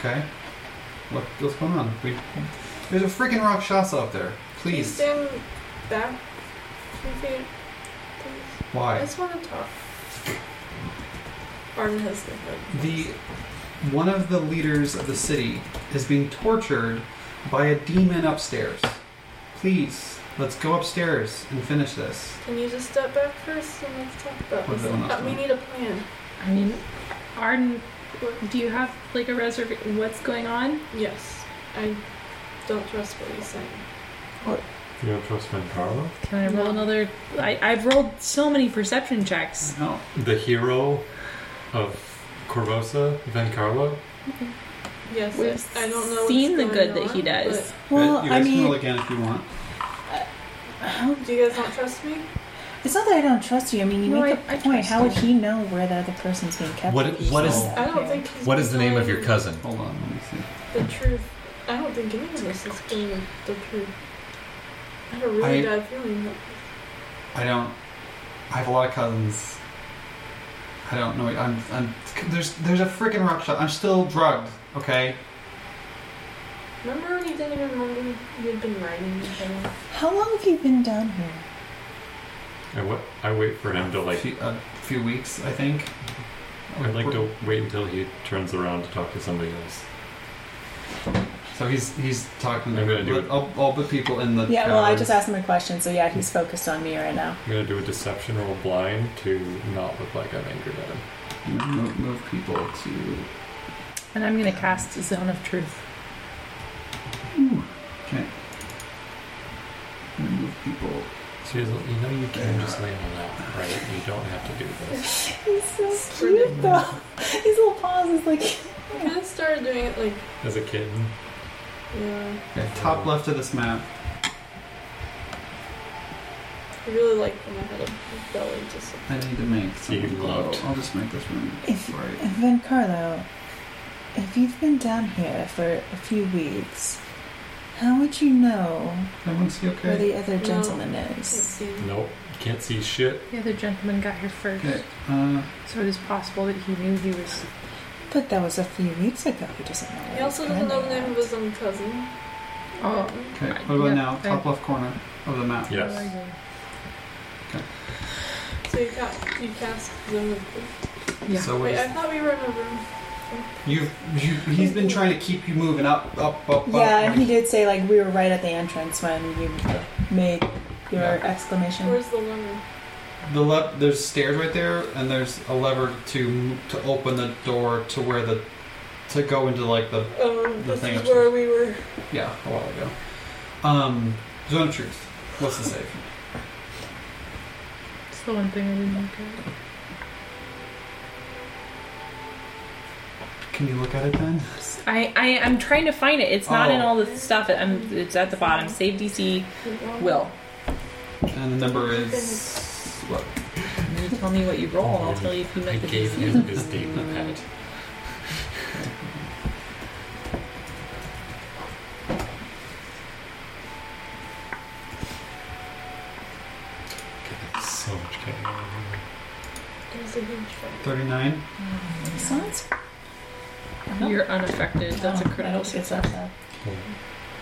D: Okay, what, what's going on? We, there's a freaking Rakshasa up there.
B: Please
D: Please,
B: stand back. two feet, please? I
D: why?
B: just want to talk. Arm has the head.
D: The one of the leaders of the city is being tortured by a demon upstairs. Please, let's go upstairs and finish this.
B: Can you just step back first and let's talk about
D: We're
B: this?
D: doing this
B: Uh, we
D: one.
B: need a plan.
J: I mean, Arden, do you have like a reservation? What's going on?
B: Yes. I don't trust what he's saying.
E: You don't trust Mancarlo?
J: Can I roll
B: No.
J: another? I, I've rolled so many perception checks.
D: No,
E: The hero of Corvosa, Vencarlo?
B: Yes,
J: We've
B: I I don't know.
J: seen the
B: what's
J: good
B: going
J: that he
B: on,
J: does.
C: Well,
D: you
C: I
D: guys can
C: mean,
D: roll again if you want.
B: but Do you guys not trust me?
C: it's not that I don't trust you. I mean, you
J: No,
C: make
J: I- I
C: a point.
J: trust
C: How would
J: you.
C: he know where the other person's being kept?
K: What-
C: if he
K: what
C: saw
K: is-
C: that?
B: I don't
C: Yeah.
B: think he's.
K: What is the name of your
B: telling
K: cousin?
D: Hold on, let me see.
B: The truth. I don't think any of us is telling the truth. I had a really
D: I-
B: bad feeling.
D: I don't. I have a lot of cousins. I don't know. I'm, I'm there's there's a freaking rock shot. I'm still drugged. Okay.
B: Remember when you didn't even remember you'd been riding each other?
C: How long have you been down here?
E: I, wa- I wait for him to
D: A
E: like.
D: few, a few weeks, I think.
E: I'd like to wait until he turns around to talk to somebody else.
D: So he's he's talking
E: I'm gonna do
D: to
E: it.
D: all, all the people in the.
C: Yeah, well, I
D: towers.
C: just asked him a question, so yeah, he's focused on me right now.
E: I'm gonna do a deception roll blind to not look like I'm angered at him.
D: move, move people to.
F: And I'm gonna cast Zone of Truth.
D: Okay. Move people.
E: She doesn't. You know you can just lay on that, right? You don't have to do this.
C: He's so
B: pretty.
C: cute, though. His little paws is like.
B: I kind of started doing it like,
E: As a kitten,
B: yeah,
D: Okay, top left of this map.
B: I really like when I had a belly just
D: I need to make
E: You
D: some. glow.
E: loved-
D: I'll just make this one
C: If-
D: bright.
C: Van Carlo, if you've been down here for a few weeks, how would you know
D: Everyone's okay.
C: where the other
B: No.
C: gentleman is?
B: like,
E: nope, can't see shit.
F: The other gentleman got here first,
D: Okay. Uh,
F: so it is possible that he knew he was.
C: But that was a few weeks ago. He doesn't know. where
B: He also
C: he's
B: doesn't know the
C: been
B: name of his own cousin.
F: Oh,
D: okay.
F: Right,
D: What about
F: yeah,
D: now?
F: I-
D: Top left corner of the map.
F: Oh,
E: Yes.
B: So you, ca- you cast Zone of Truth.
F: Yeah.
D: So what
B: Wait,
D: is-
B: I thought we were in a room.
D: you've you, he's been trying to keep you moving up, up, up, up.
C: at. Yeah, and he did say like we were right at the entrance when you made your
D: Yeah.
C: exclamation.
B: Where's the lever?
D: The le- there's stairs right there, and there's a lever to to open the door to where the to go into like the
B: Oh,
D: The
B: this
D: thing
B: is
D: upstairs.
B: where we were.
D: yeah a while ago. Um, zone of truth. What's the save?
F: It's the one thing I didn't look at.
D: Can you look at it then?
F: I, I I'm trying to find it. It's not in
D: Oh.
F: all the stuff. I'm, it's at the bottom. Save DC. Will.
D: And the number is what?
F: You tell me what you roll, and I'll tell you if you
E: I
F: met the
E: gave
F: DC.
E: him his data pad. God, So much caffeine.
B: It was a huge fight.
D: Thirty-nine.
C: Sounds Oh,
F: You're unaffected. That's a critical.
C: It's not that.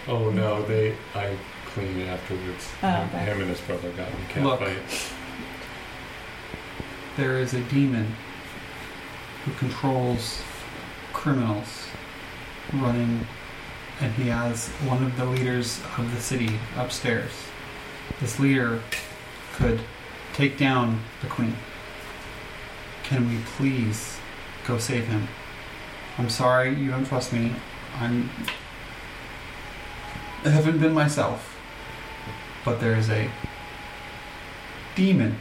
E: Oh no, they. I cleaned it afterwards.
C: Oh,
E: him,
C: okay.
E: him and his brother got in a
D: Look.
E: cat fight.
D: There is a demon who controls criminals running, and he has one of the leaders of the city upstairs. This leader could take down the queen. Can we please go save him? I'm sorry you don't trust me. I'm. I haven't been myself. But there is a demon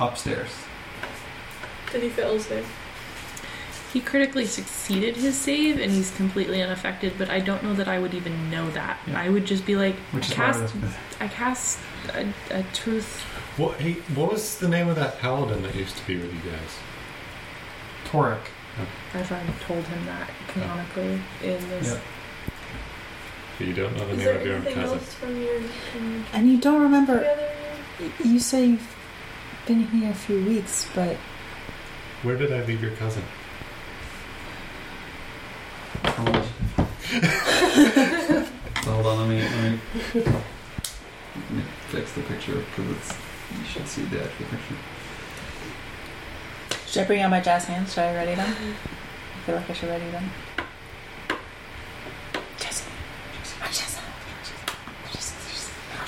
D: upstairs.
B: Did he fail his save?
F: He critically succeeded his save, and he's completely unaffected. But I don't know that I would even know that.
D: Yeah.
F: I would just be like,
D: Which is why
F: cast.
D: I was-
F: I cast a, a truth.
E: What? Hey, what was the name of that paladin that used to be with you guys?
D: Toric.
F: As I told him that canonically in this.
D: Yep.
E: You don't know the
B: Is
E: name
B: there
E: of your own
B: anything
E: cousin.
B: else from your um, from your
C: And you don't remember
B: together?
C: You say you've been here a few weeks, but
E: Where did I leave your cousin?
D: So hold on, let me, let me let me fix the picture because it's you should see the actual picture.
C: should I bring out my jazz hands? Should I ready them? I feel like I should ready them. Jazz hands. Jazz hands.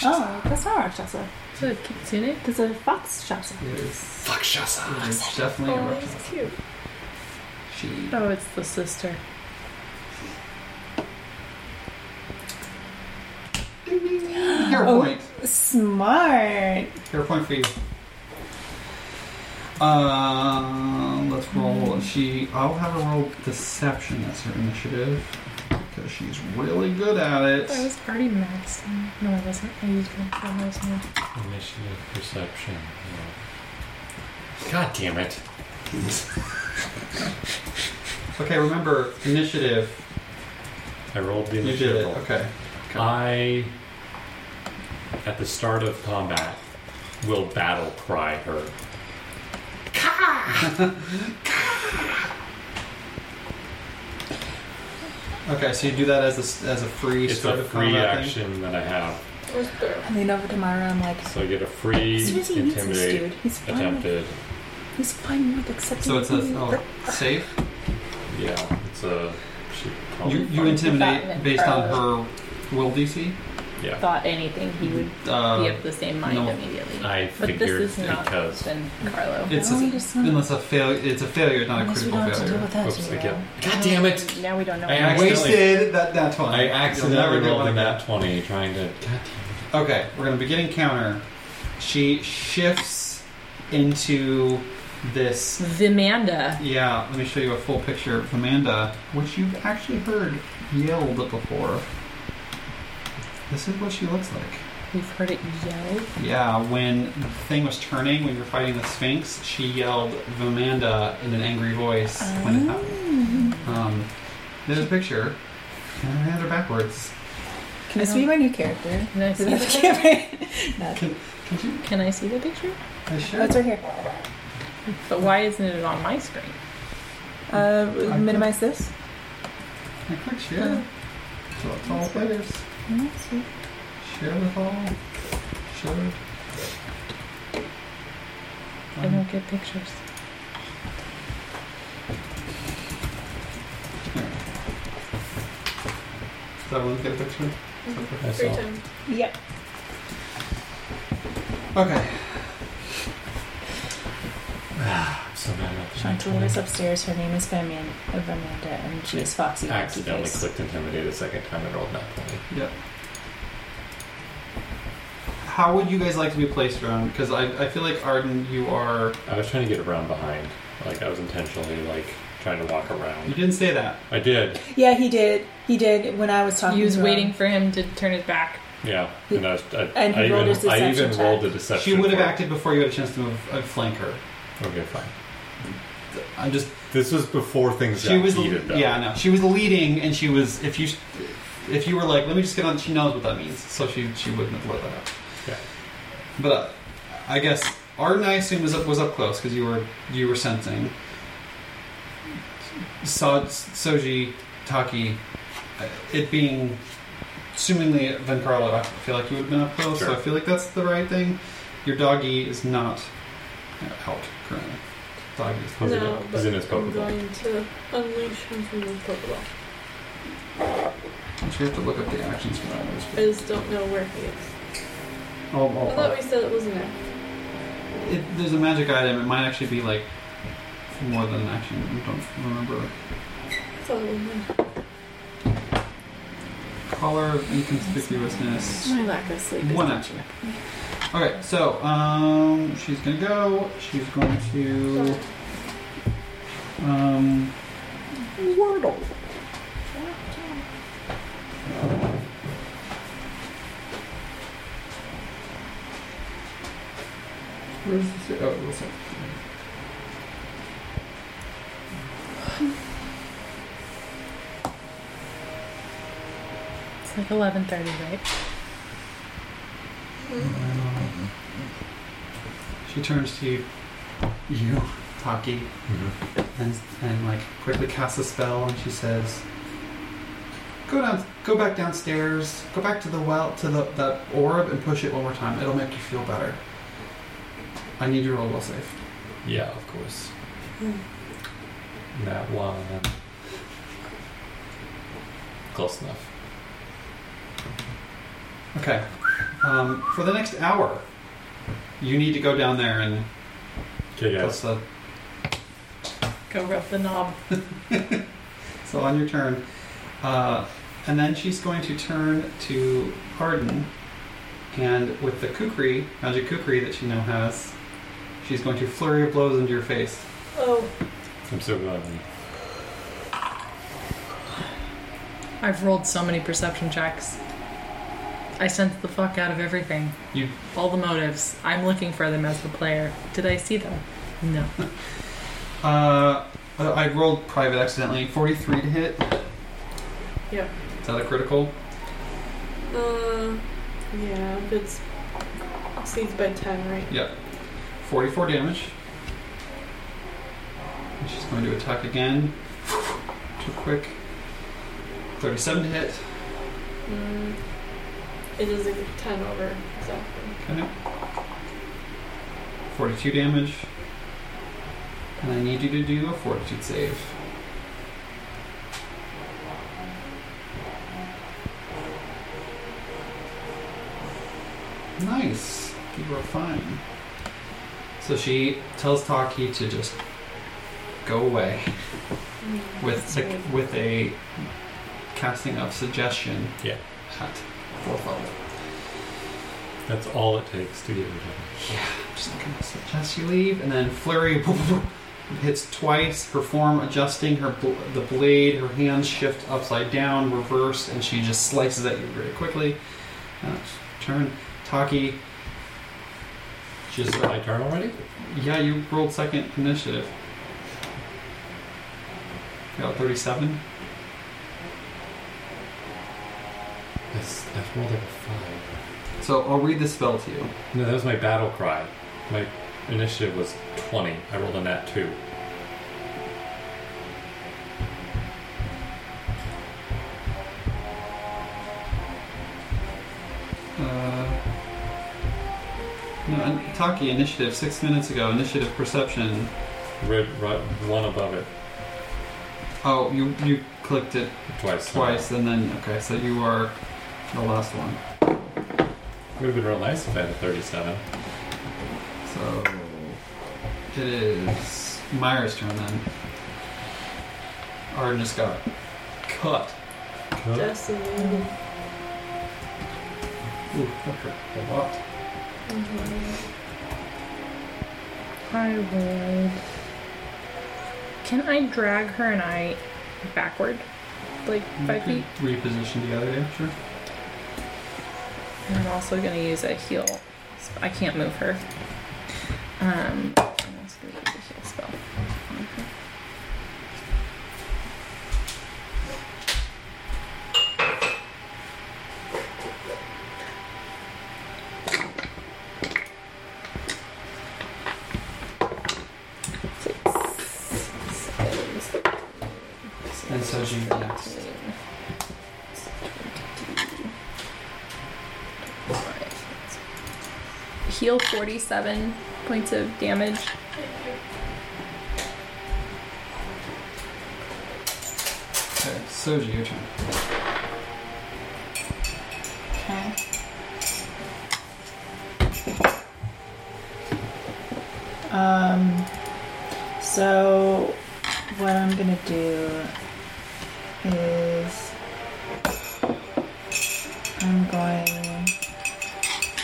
C: Oh, that's not Rakshasa.
F: It's a kitsune.
C: It's a fox Shasa.
D: It is fuck Shasa. It's definitely a
B: Oh,
D: Russian.
B: that's cute.
D: She
F: Oh, it's the sister.
D: hair
C: Oh.
D: point.
C: Smart.
D: Hair point for you. Uh, let's roll. She. I'll have her roll deception as her initiative because she's really good at it.
F: I was already maxed. No, I wasn't. I used one for most now.
E: Initiative perception. no. God damn it!
D: Okay, remember initiative.
E: I rolled the
D: You did
E: initiative
D: it.
E: roll.
D: Okay. Okay.
E: I, at the start of combat, will battle cry her. Ka!
D: Okay, so you do that as a, s- as a free
E: It's
D: start
E: a
D: of
E: free
D: combat thing?
E: action that I have,
B: It was there.
C: I lean over to Myra. I'm like,
E: so I get a free
C: Susie needs this dude.
E: intimidate
C: He's fine. With,
E: attempted.
C: he's fine with accepting.
D: So it's a
C: me.
D: oh, save.
E: Yeah, it's a. She
D: You,
E: probably
D: you intimidate based on her will DC.
E: Yeah,
F: Thought anything, he would
C: Mm-hmm.
F: be
D: Uh,
F: of the same mind
D: no.
F: immediately.
E: Mm-hmm. Um, I
F: but
E: figured
F: this is not
E: because
F: than Carlo.
D: it's
C: No,
D: a,
C: we just don't-
D: unless a fail, it's a failure, not a
C: Unless we
D: critical
C: don't have to deal
D: failure.
C: with that.
E: Oops,
C: zero.
E: again. God damn it!
C: Now we don't know.
E: I
C: what-
E: actu- accidentally-
D: Wasted that that one.
E: I accidentally rolled a
D: that.
E: nat twenty trying to. God damn it!
D: Okay, we're gonna begin encounter. She shifts into this.
F: Vimanda.
D: Yeah, let me show you a full picture of Amanda, which you've actually heard yelled before. This is what she looks like.
F: We've heard it yelled.
D: Yeah, when the thing was turning, when you were fighting the Sphinx, she yelled Vamanda in an angry voice when
F: Oh.
D: it happened.
C: Mm-hmm.
D: Um, there's a picture. And her hands are backwards.
C: Can I see my new character?
F: Can I see the picture?
C: That's
D: Can, can you?
F: Can I see the picture?
D: I sure.
C: right here.
F: But why isn't it on my screen?
C: Uh, minimize this.
D: I click share. So it's all players.
C: Mm-hmm.
D: Share with all. Share.
F: I don't get pictures.
D: Does everyone get a picture?
E: I
B: Three
E: saw.
B: times.
C: Yep.
D: Okay.
E: I'm so mad about the nat
C: Chantal
E: 20.
C: is upstairs. Her name is Vaman- uh, Vamanda, and she is Foxy. Wacky
E: accidentally
C: Face.
E: clicked intimidate a second time and rolled nat twenty.
D: Yep. How would you guys like to be placed around? Because I, I feel like Arden, you are.
E: I was trying to get around behind. Like I was intentionally like trying to walk
D: You
E: around.
D: didn't say that.
E: I did.
C: Yeah, he did. He did when I was talking.
F: He was
C: to him.
F: waiting for him to turn his back.
E: Yeah. And I, was, I,
C: And he
E: I
C: rolled
E: even,
C: his
E: I
C: deception
E: even rolled a
C: check.
E: deception.
D: She would have
E: for-
D: acted before you had a chance to move, uh, flank her.
E: Okay, fine.
D: I'm just.
E: This was before things
D: she
E: got
D: was.
E: heated, though.
D: yeah, no. She was leading, and she was. If you, if you were like, let me just get on. She knows what that means, so she she wouldn't have let that out.
E: Yeah.
D: But uh, I guess Arden, I assume, was up was up close because you were you were sensing. So, Soji, Taki, uh, it being seemingly Vencarlo, I feel like you would have been up close, so
E: Sure.
D: I feel like that's the right thing. Your doggy is not uh, out currently. Doggy is
E: He's in-
B: No,
E: he's
B: but
E: in his
B: I'm
E: Pokeball.
B: going to unleash him from the Pokeball.
D: Actually, I have to look up the actions for that.
B: I just don't know where he is.
D: Oh,
B: I
D: oh,
B: thought we said it wasn't there.
D: It, there's a magic item. It might actually be like more than an action. I don't remember.
B: I thought it wasn't there.
D: Collar of inconspicuousness.
C: My lack of sleep. is
D: One
C: not
D: action. Okay, so um, she's gonna go. She's going to um. Where's the oh, what's that?
F: It's like 11:30, right?
D: She turns to you, you, Taki,
E: Mm-hmm.
D: and and like quickly casts a spell, and she says, "Go down, go back downstairs, go back to the well, to the that orb, and push it one more time. It'll make you feel better. I need you to roll well safe."
E: Yeah, of course.
C: Hmm.
E: That one. Close enough.
D: Okay. Um, for the next hour, you need to go down there and
E: Okay,
D: plus
E: guys.
D: the.
F: Go rub the knob.
D: So on your turn, uh, and then she's going to turn to Arden, and with the kukri, magic kukri that she now has, she's going to flurry of blows into your face.
B: Oh,
E: I'm so glad. we-
F: I've rolled so many perception checks. I sense the fuck out of everything.
D: You
F: All the motives. I'm looking for them as the player. Did I see them? No.
D: Uh, I rolled private accidentally. 43 to hit.
B: Yep.
D: Is that a critical?
B: uh, yeah, if it's exceeds by 10, right?
D: Yep. 44 damage. And She's going to attack again. Too quick. 37 to hit.
B: Mm, it is a 10 over, exactly.
D: Okay. 42 damage. And I need you to do a fortitude save. Nice. You were fine. So she tells Taki to just go away
B: Mm,
D: with sec- with a casting of suggestion.
E: Yeah.
D: At fourth level.
E: That's all it takes to get her done.
D: Yeah, I'm just not gonna suggest you leave. And then flurry hits twice. Her form adjusting, her bl- the blade, her hands shift upside down, reverse, and she just slices at you very quickly. Uh, turn, Taki. Just
E: My turn already?
D: yeah, you rolled second initiative. Got 37.
E: That's, that's more like a five.
D: So I'll read the spell to you.
E: No, that was my battle cry. My initiative was 20. I rolled a nat 2.
D: Uh, no, and Uh, Taki initiative six minutes ago. Initiative perception.
E: Red, right, one above it.
D: Oh, you you clicked it
E: Twice.
D: twice, and then okay, so you are the last one.
E: Would have been real nice if I had a 37.
D: So it is Myra's turn then. Arden just got cut.
E: Cool.
B: Destiny.
D: Ooh, that hurt a lot.
B: Mhm.
F: I would. Can I drag her and I backward? Like five feet?
D: You could Reposition together, yeah, sure.
F: And I'm also going to use a heal. sp- I can't move her. Um, I'm also going to use a heal spell. on her. Six, seven, seven,
D: And so she next.
F: Heal 47 points of damage.
D: Okay, Soji, your turn.
C: Okay. Um, so what I'm gonna do is I'm going.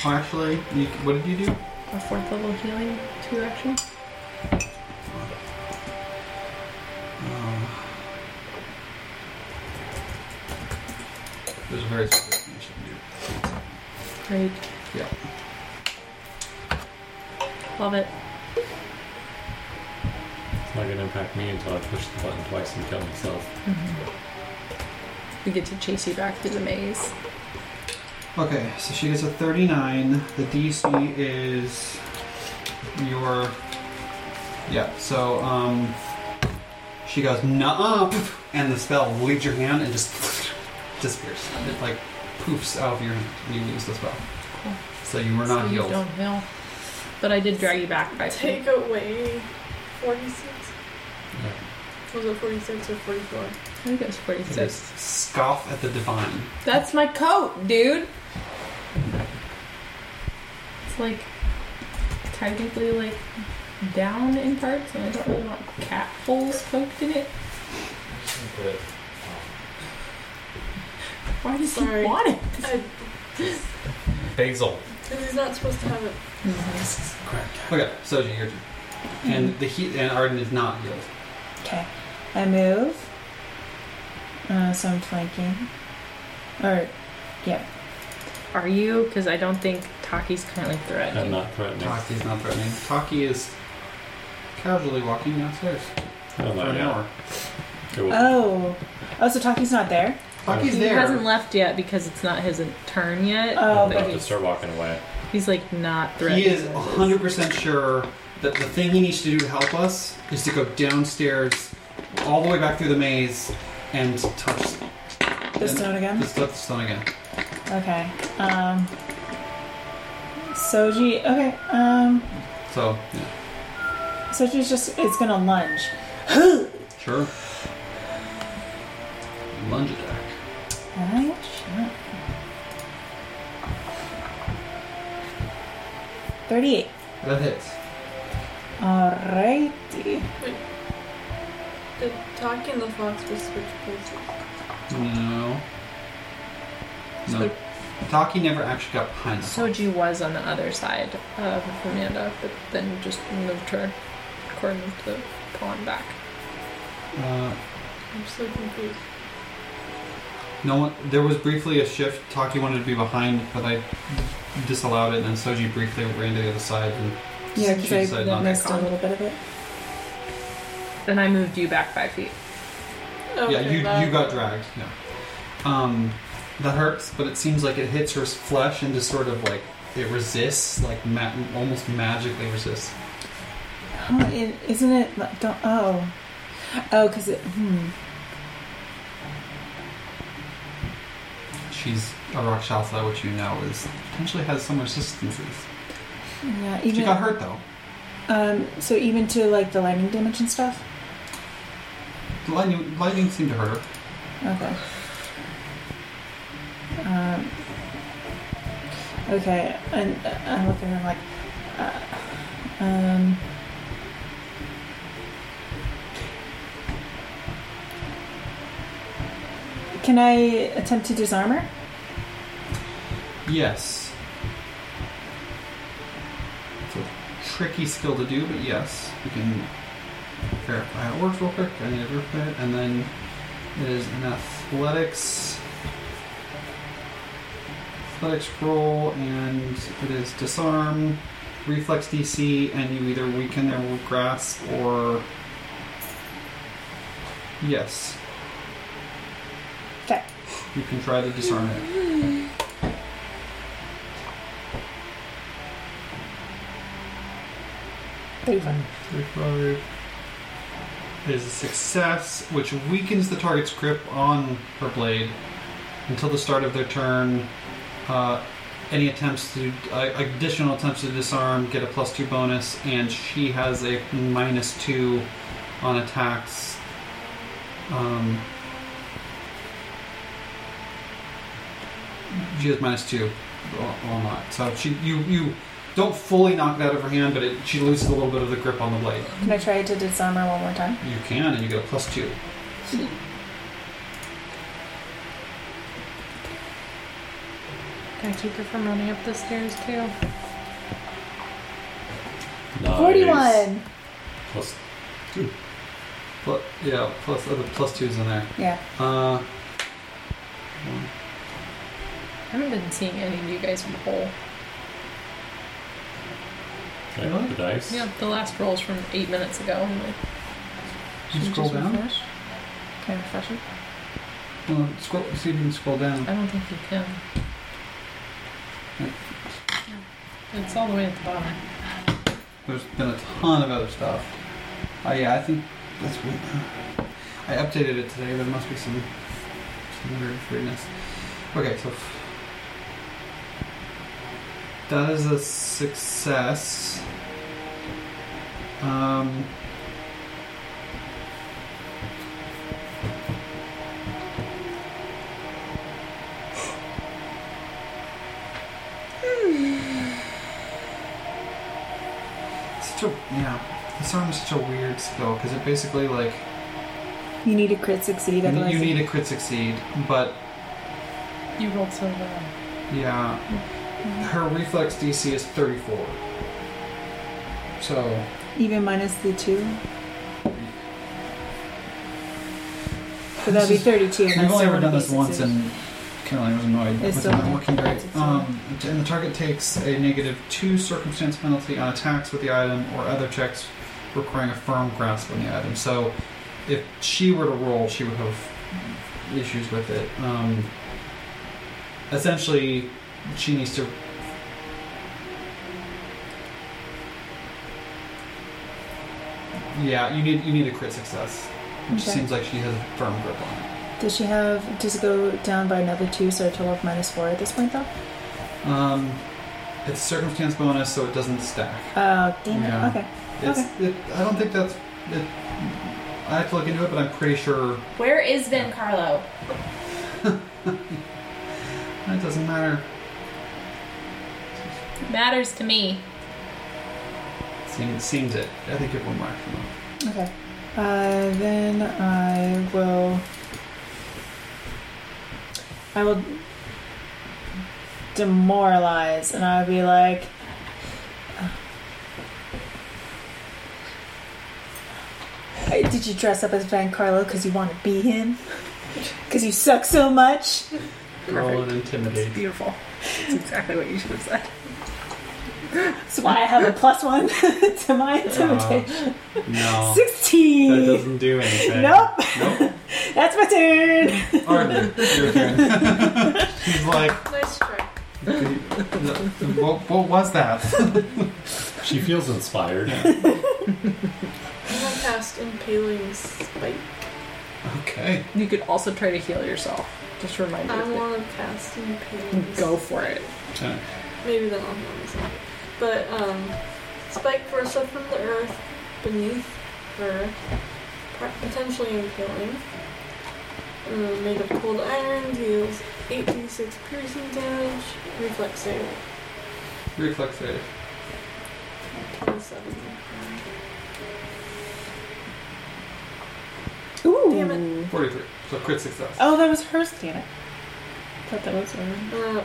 D: Oh, actually, you, what did you do?
F: A fourth level healing, two action.
D: Oh. There's a very specific thing you should
F: Great.
D: Yeah.
F: Love it.
E: It's not going to impact me until I push the button twice and kill myself.
F: We get to chase you back through the maze.
D: do. Okay, so she gets a 39. The DC is your. Yeah, so um, she goes nuh and the spell leaves your hand and just disappears. It like poofs out of your. You lose the spell.
F: Cool.
D: So you were not
F: so
D: healed.
F: You don't heal. But I did drag you back by
B: Take away 46.
E: Yeah.
B: Was it 46 or 44?
F: I think it was
D: You
F: 46.
D: just scoff at the divine.
G: That's my coat, dude.
F: It's like technically like down in parts, and I don't really want cat holes poked in it.
G: Why does
B: Sorry.
G: he want it?
E: Basil.
B: Because he's not supposed to have it.
D: Okay, Soji, your turn.
F: Mm-hmm.
D: And the heat and Arden is not healed.
C: Okay, I move. Uh, so I'm flanking. Or
F: Are you? Because I don't think Taki's currently
E: I'm
F: threatening.
E: not threatening.
D: Taki is not threatening. Taki is casually walking downstairs
E: I don't
D: for
E: know
D: an
E: yet.
D: hour.
E: Oh It will-
C: oh, oh, so Taki's not there.
D: Taki's
F: He
D: there.
F: hasn't left yet because it's not his turn yet.
C: Oh,
E: I'll
F: but
E: have to
F: he's,
E: start walking away.
F: he's like not
D: he
F: threatening.
D: is 100% sure that the thing he needs to do to help us is to go downstairs, all the way back through the maze, and touch
C: This
D: and-
C: stone again?
D: This touch the stone again.
C: Okay. Um. Soji. Okay. Um.
D: So, yeah.
C: Soji's just is gonna lunge.
D: sure. Lunge attack.
C: Alright. Sure. Thirty-eight.
D: That hits.
C: Alrighty.
B: Did Taki and the fox just switch places?
D: No. No.
G: So-
D: Taki never actually got behind us.
G: Soji was on the other side of Amanda, but then just moved her according to the pawn back.
D: Uh,
B: I'm so confused.
D: no one. There was briefly a shift. Taki wanted to be behind, but I disallowed it, and then Soji briefly ran to the other side. And
C: Yeah,
D: she
C: because
D: decided
C: I
D: not to.
C: missed a little bit of it.
F: Then I moved you back five feet.
B: Okay,
D: yeah, you
B: that-
D: you got dragged. Yeah. Um, that hurts, but it seems like it hits her flesh and just sort of like it resists, like ma- almost magically resists.
C: Huh, it, isn't it? like, Don't, oh. Oh, because it. Hmm.
D: She's a Rakshasa, which you know is potentially has some resistances.
C: Yeah,
D: She
C: even.
D: got hurt though.
C: Um, so even to like the lightning damage and stuff?
D: The lightning, lightning seemed to hurt her.
C: Okay. Um, okay, and uh, I look at her like, uh, um, can I attempt to disarm her?
D: Yes. It's a tricky skill to do, but yes, we can verify how it works real quick. I need to verify it, and then it is an athletics athletics roll, and it is disarm, reflex DC, and you either weaken their grasp or yes,
C: Okay.
D: you can try to disarm it.
C: Thirty-five.
D: Three, five. It is a success, which weakens the target's grip on her blade until the start of their turn. Uh, any attempts to uh, additional attempts to disarm get a plus two bonus, and she has a minus two on attacks. Um, she has minus two on on that, so she you you don't fully knock it out of her hand, but it, she loses a little bit of the grip on the blade.
C: Can I try to disarm her one more time?
D: You can, and you get a plus two.
G: Can I keep her from running up the stairs too?
D: Oh,
E: Nice.
C: Forty-one.
E: Plus
D: Plus, yeah, plus uh, the plus two's in there.
C: Yeah.
D: Uh,
G: I haven't been seeing any of you guys from whole.
E: I roll the dice.
G: Yeah, the last roll's from eight minutes ago. I'm like,
D: you
G: should we
D: scroll
G: just
D: down.
G: refresh? Can I refresh it?
D: Well, Uh, scroll. See if you can scroll down.
G: I don't think you can. It's all the way at the bottom.
D: There's been a ton of other stuff. Oh yeah, I think that's what uh, I updated it today. There must be some some weird weirdness. Okay, so f- that is a success. Um. Such a yeah. This arm is such a weird skill because it basically like
C: You need a crit succeed.
D: you need,
C: otherwise
D: you need a crit succeed, but
G: You rolled so low.
D: yeah, her reflex DC is thirty four. So
C: even minus the two. So
D: This
C: that'd be
D: is-
C: thirty-two. and
D: We've
C: that's
D: only ever
C: one
D: done
C: of
D: this
C: the
D: once,
C: sixes.
D: and Caroline was annoyed.
C: It's
D: with
C: still
D: not
C: not
D: working
C: bad.
D: great. Um, and the target takes a negative two circumstance penalty on attacks with the item or other checks requiring a firm grasp on the item. So, if she were to roll, she would have issues with it. Um, essentially, she needs to. Yeah, you need you need a crit success. Which seems like she has a firm grip on it.
C: Does she have? Does it go down by another two? So a total of minus four at this point, though.
D: Um, it's circumstance bonus, so it doesn't stack.
C: Oh, damn it.
D: Yeah.
C: Okay.
D: It's, it, I don't think that's. It, I have to look into it, but I'm pretty sure
L: Where is Vin Carlo?
D: it doesn't matter.
L: Matters to me.
D: Seems, seems it. I think it will mark from them.
C: Okay. Uh, then I will. I will demoralize, and I'll be like. "Uh, "Hey, Did you dress up as Van Carlo because you want to be him? Because you suck so much?
D: Roll and intimidate.
G: Beautiful. That's exactly what you should have said.
C: That's why I have a plus one to my intimidation.
D: Uh, No,
C: 16!
M: That doesn't do anything.
C: Nope!
D: nope.
C: That's my turn!
D: Arden, your turn. She's like,
B: Nice try.
D: what, what was that?
E: She feels inspired.
B: I'm gonna cast Impaling Spike.
D: Okay.
G: You could also try to heal yourself. Just remind
B: I
G: you.
B: want to cast Impaling
G: Of Go for it.
D: Uh,
B: Maybe that one was not. But um, spike bursts up from the earth beneath her, pot- potentially impaling. Uh, made of cold iron, deals 8d6 piercing damage, reflex save,
D: Reflex save.
B: 27.
C: Ooh!
B: Damn it.
D: 43. So crit success.
C: Oh, that was hers, damn it. thought that was her.
B: Uh,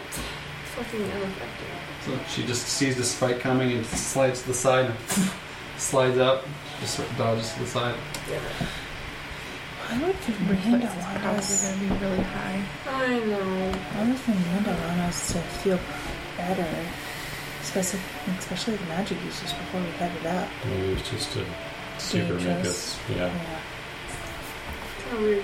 B: fucking ineffective.
D: So she just sees this spike coming and slides to the side and slides up. Just sort of dodges to the side.
B: Yeah.
C: Why would Fernando want us?
G: be really high.
B: I know.
C: Why would Fernando want us to feel better? Especially, especially the magic uses before we headed up.
E: Maybe it was just to super make
C: Dangerous.
E: us. Yeah.
C: Yeah.
B: How weird.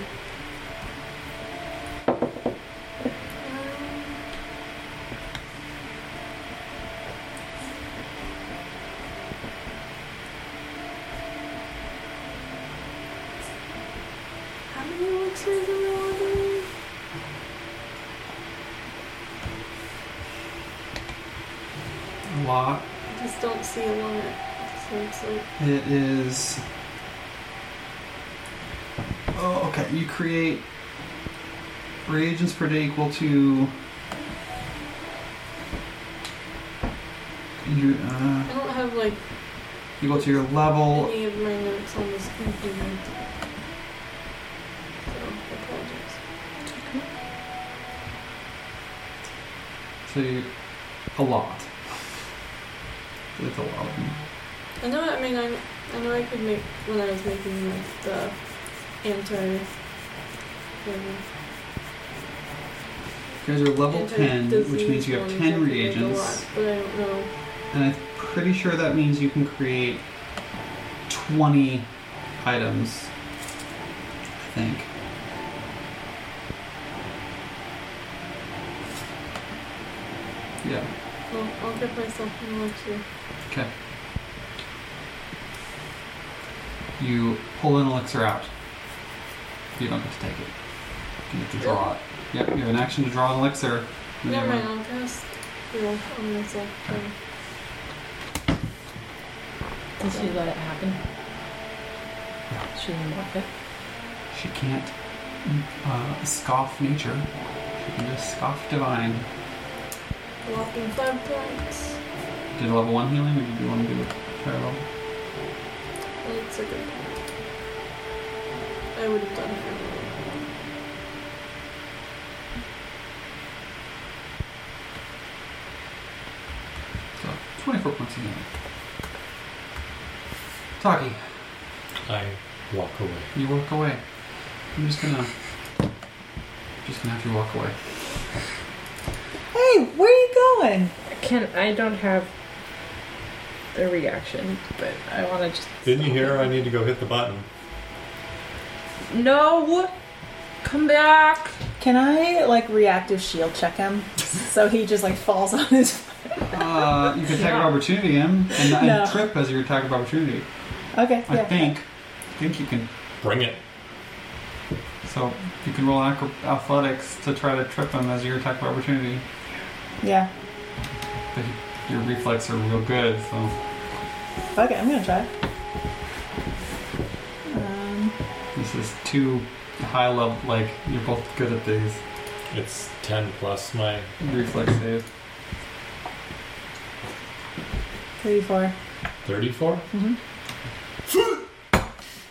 B: How many elixirs are we all doing?
D: A lot.
B: I just don't see a limit. So it's like,
D: It is. Oh, okay. You create reagents per day equal to. You, uh,
B: I don't have like
D: equal to your level.
B: any of my notes on this computer. So I apologize.
D: So you, a lot. It's a lot of them.
B: I know. I mean, I, I know I could make when I was making like the anti.
D: You guys are level
B: anti-
D: 10, which
B: disease
D: means you
B: one,
D: have
B: I
D: 10
B: could make a lot,
D: reagents,
B: But I don't know.
D: and I'm pretty sure that means you can create 20 items, I think. Yeah,
B: Well, I'll give myself one more too.
D: okay. You pull an elixir out. You don't get to take it. You have to draw it. Yep, you have an action to draw an elixir. and
B: Never
D: you have
B: mind. I'll cast heal on myself. then.
G: Did she let it happen? She didn't want it.
D: She can't uh, scoff nature. She can just scoff divine.
B: Walking five points.
D: Did level one healing, or did you want to do a higher level?
B: That's a good point. I would have done it.
D: So twenty-four points of healing. Taki,
E: I walk away.
D: you walk away. I'm just gonna, just gonna have you walk away.
C: Hey, where are you going?
G: Can I don't have a reaction, but I want to just.
E: Didn't you hear? I need to go hit the button.
G: No, come back.
C: Can I like reactive shield check him so he just like falls on his?
D: Uh, you can attack of opportunity him and, and
C: No.
D: trip as your attack of opportunity.
C: Oh, Okay,
D: I
C: yeah.
D: think. I think you can.
E: Bring it.
D: So you can roll acro- athletics to try to trip him as your attack of opportunity.
C: Yeah.
D: But your reflex are real good, so
C: Fuck it, I'm gonna try. Um,
D: this is too high level. Like you're both good at these.
E: It's 10 plus my.
D: Reflex save.
C: 34.
E: 34?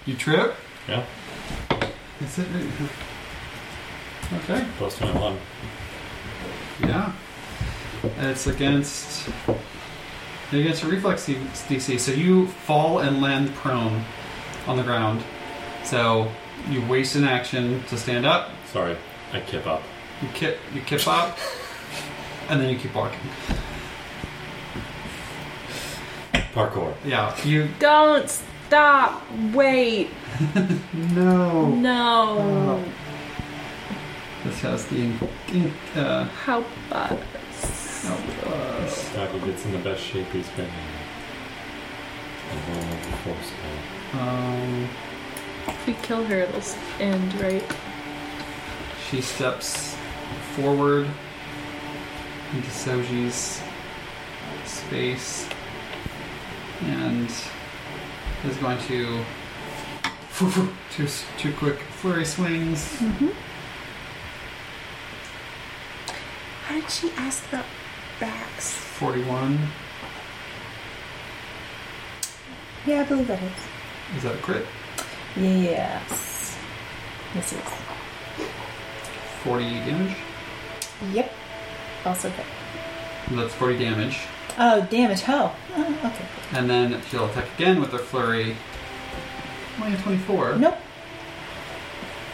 D: You trip.
E: Yeah.
D: Is it? Okay.
E: Plus my 1.
D: Yeah. And it's against against a reflex DC. So you fall and land prone on the ground. So you waste an action to stand up.
E: Sorry, I kip up.
D: You kip you kip up, and then you keep walking.
E: Parkour.
D: Yeah. You
G: Don't stop. Wait.
D: no.
G: No.
D: This has the in, in, uh,
G: How about?
D: no, uh,
E: Stacking gets in the best shape he's been in. And roll over four spell.
D: um,
G: If we kill her, it'll s- end, right?
D: she steps forward into Soji's space and is going to two two quick flurry swings.
G: How did she ask about backs?
D: Forty-one.
C: yeah, I believe that hits.
D: Is that a crit?
C: Yes. This is.
D: Forty damage.
C: Yep. Also good.
D: That's forty damage.
C: Oh, damage. Hell. Oh, okay.
D: And then she'll attack again with her flurry. Only a 24.
C: Nope.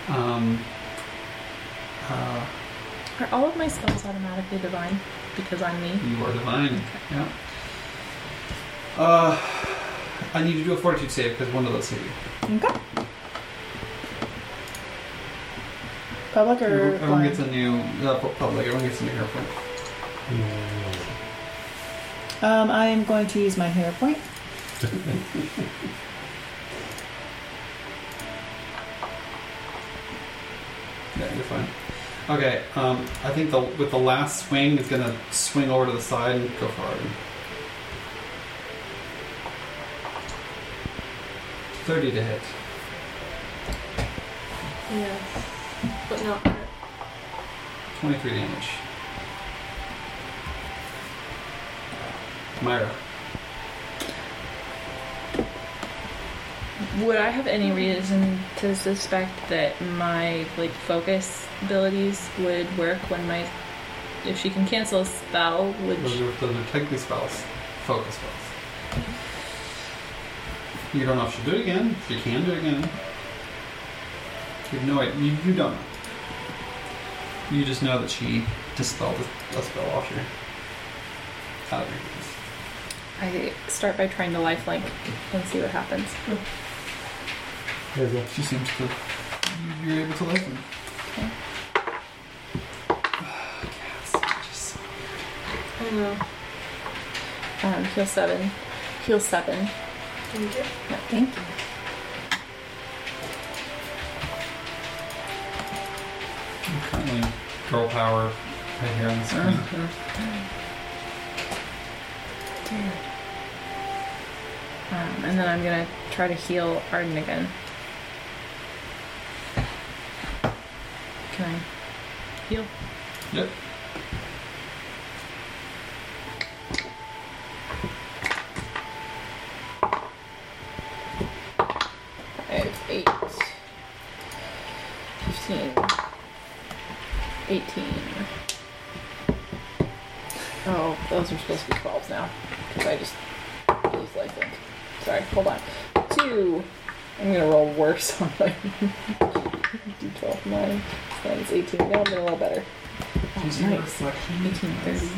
D: Um, uh,
G: Are all of my spells automatically divine? Because I'm me.
D: you are divine. Yeah. Uh, I need you to do a fortitude save because one of those hit you.
C: Okay. Public or
D: Everyone
C: blind?
D: gets a new uh, pu- public. Everyone gets a new hero point.
C: um, I am going to use my hero point.
D: Yeah, you're fine. Okay. Um, I think the with the last swing, it's gonna swing over to the side and go forward. Thirty to hit.
B: Yes. But not crit.
D: 23 damage. Myra.
F: Would I have any reason to suspect that my like focus abilities would work when my if she can cancel a spell,
D: Those
F: which
D: are, those are technically spells. Focus spells. You don't know if she'll do it again. She can do it again. You have no idea. You, you don't know. You just know that she dispelled a, a spell off your. Out of your hands.
F: I start by trying to lifelink and see what happens.
D: She seems to. You're able to life them.
F: Okay.
D: just
B: I know.
F: Um, heal seven. Heal seven.
B: Thank you.
F: Yeah, thank you.
D: currently girl power right here on the
F: Oh,
D: screen.
F: Um, and then I'm gonna try to heal Arden again. Can I heal?
D: Yep.
F: I have eight. Fifteen. Eighteen. Oh, those are supposed to be twelves now. 'cause I just used life link. Sorry, hold on. Two. I'm gonna roll worse on my D12 nine. Minus eighteen. Now I'm gonna roll better.
D: Do you see the reflection?
F: Eighteen thirty.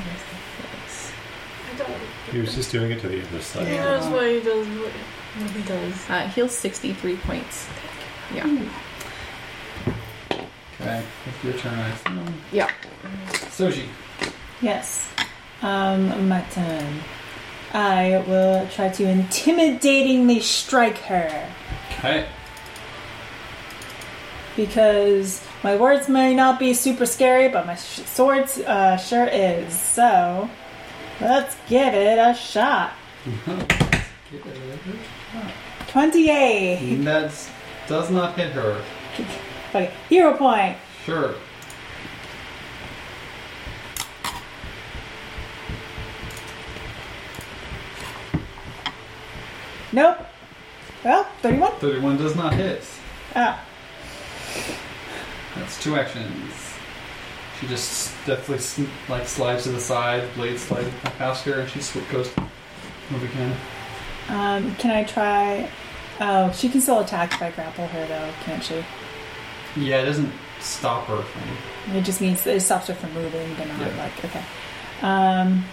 B: I don't.
E: He was just doing it to the other side.
B: He knows why he does what what he does.
F: Uh, heal sixty-three points. Yeah.
D: Okay, it's your turn. I assume.
F: Yeah.
D: Soji.
C: Yes. Um, my turn. I will try to intimidatingly strike her
M: Okay.
C: because my words may not be super scary, but my sh- sword uh, sure is. So let's give it a shot. Twenty-eight.
D: That does not hit her.
C: Okay, hero point.
D: Sure.
C: Nope. Well, thirty-one.
D: 31 does not hit.
C: Ah,
D: That's two actions. She just definitely sn- like slides to the side, blade slides past her, and she sw- goes move again.
C: um, can I try? Oh, she can still attack if I grapple her, though, can't she?
D: Yeah, it doesn't stop her from.
C: It just means it stops her from moving, but not
D: Yeah.
C: like okay. Um,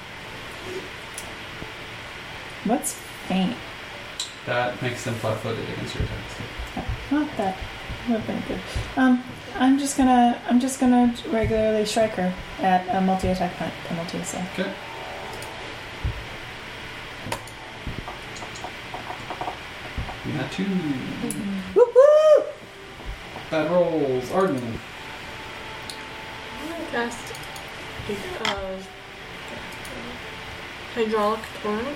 C: what's faint?
D: That makes them flat-footed against your attacks.
C: Not that. Not that good. Um, I'm just gonna I'm just gonna regularly strike her at a multi attack penalty. So
D: Okay. Not two.
C: woo woo!
D: Bad rolls. Arden.
B: I'm gonna cast uh, hydraulic torrent.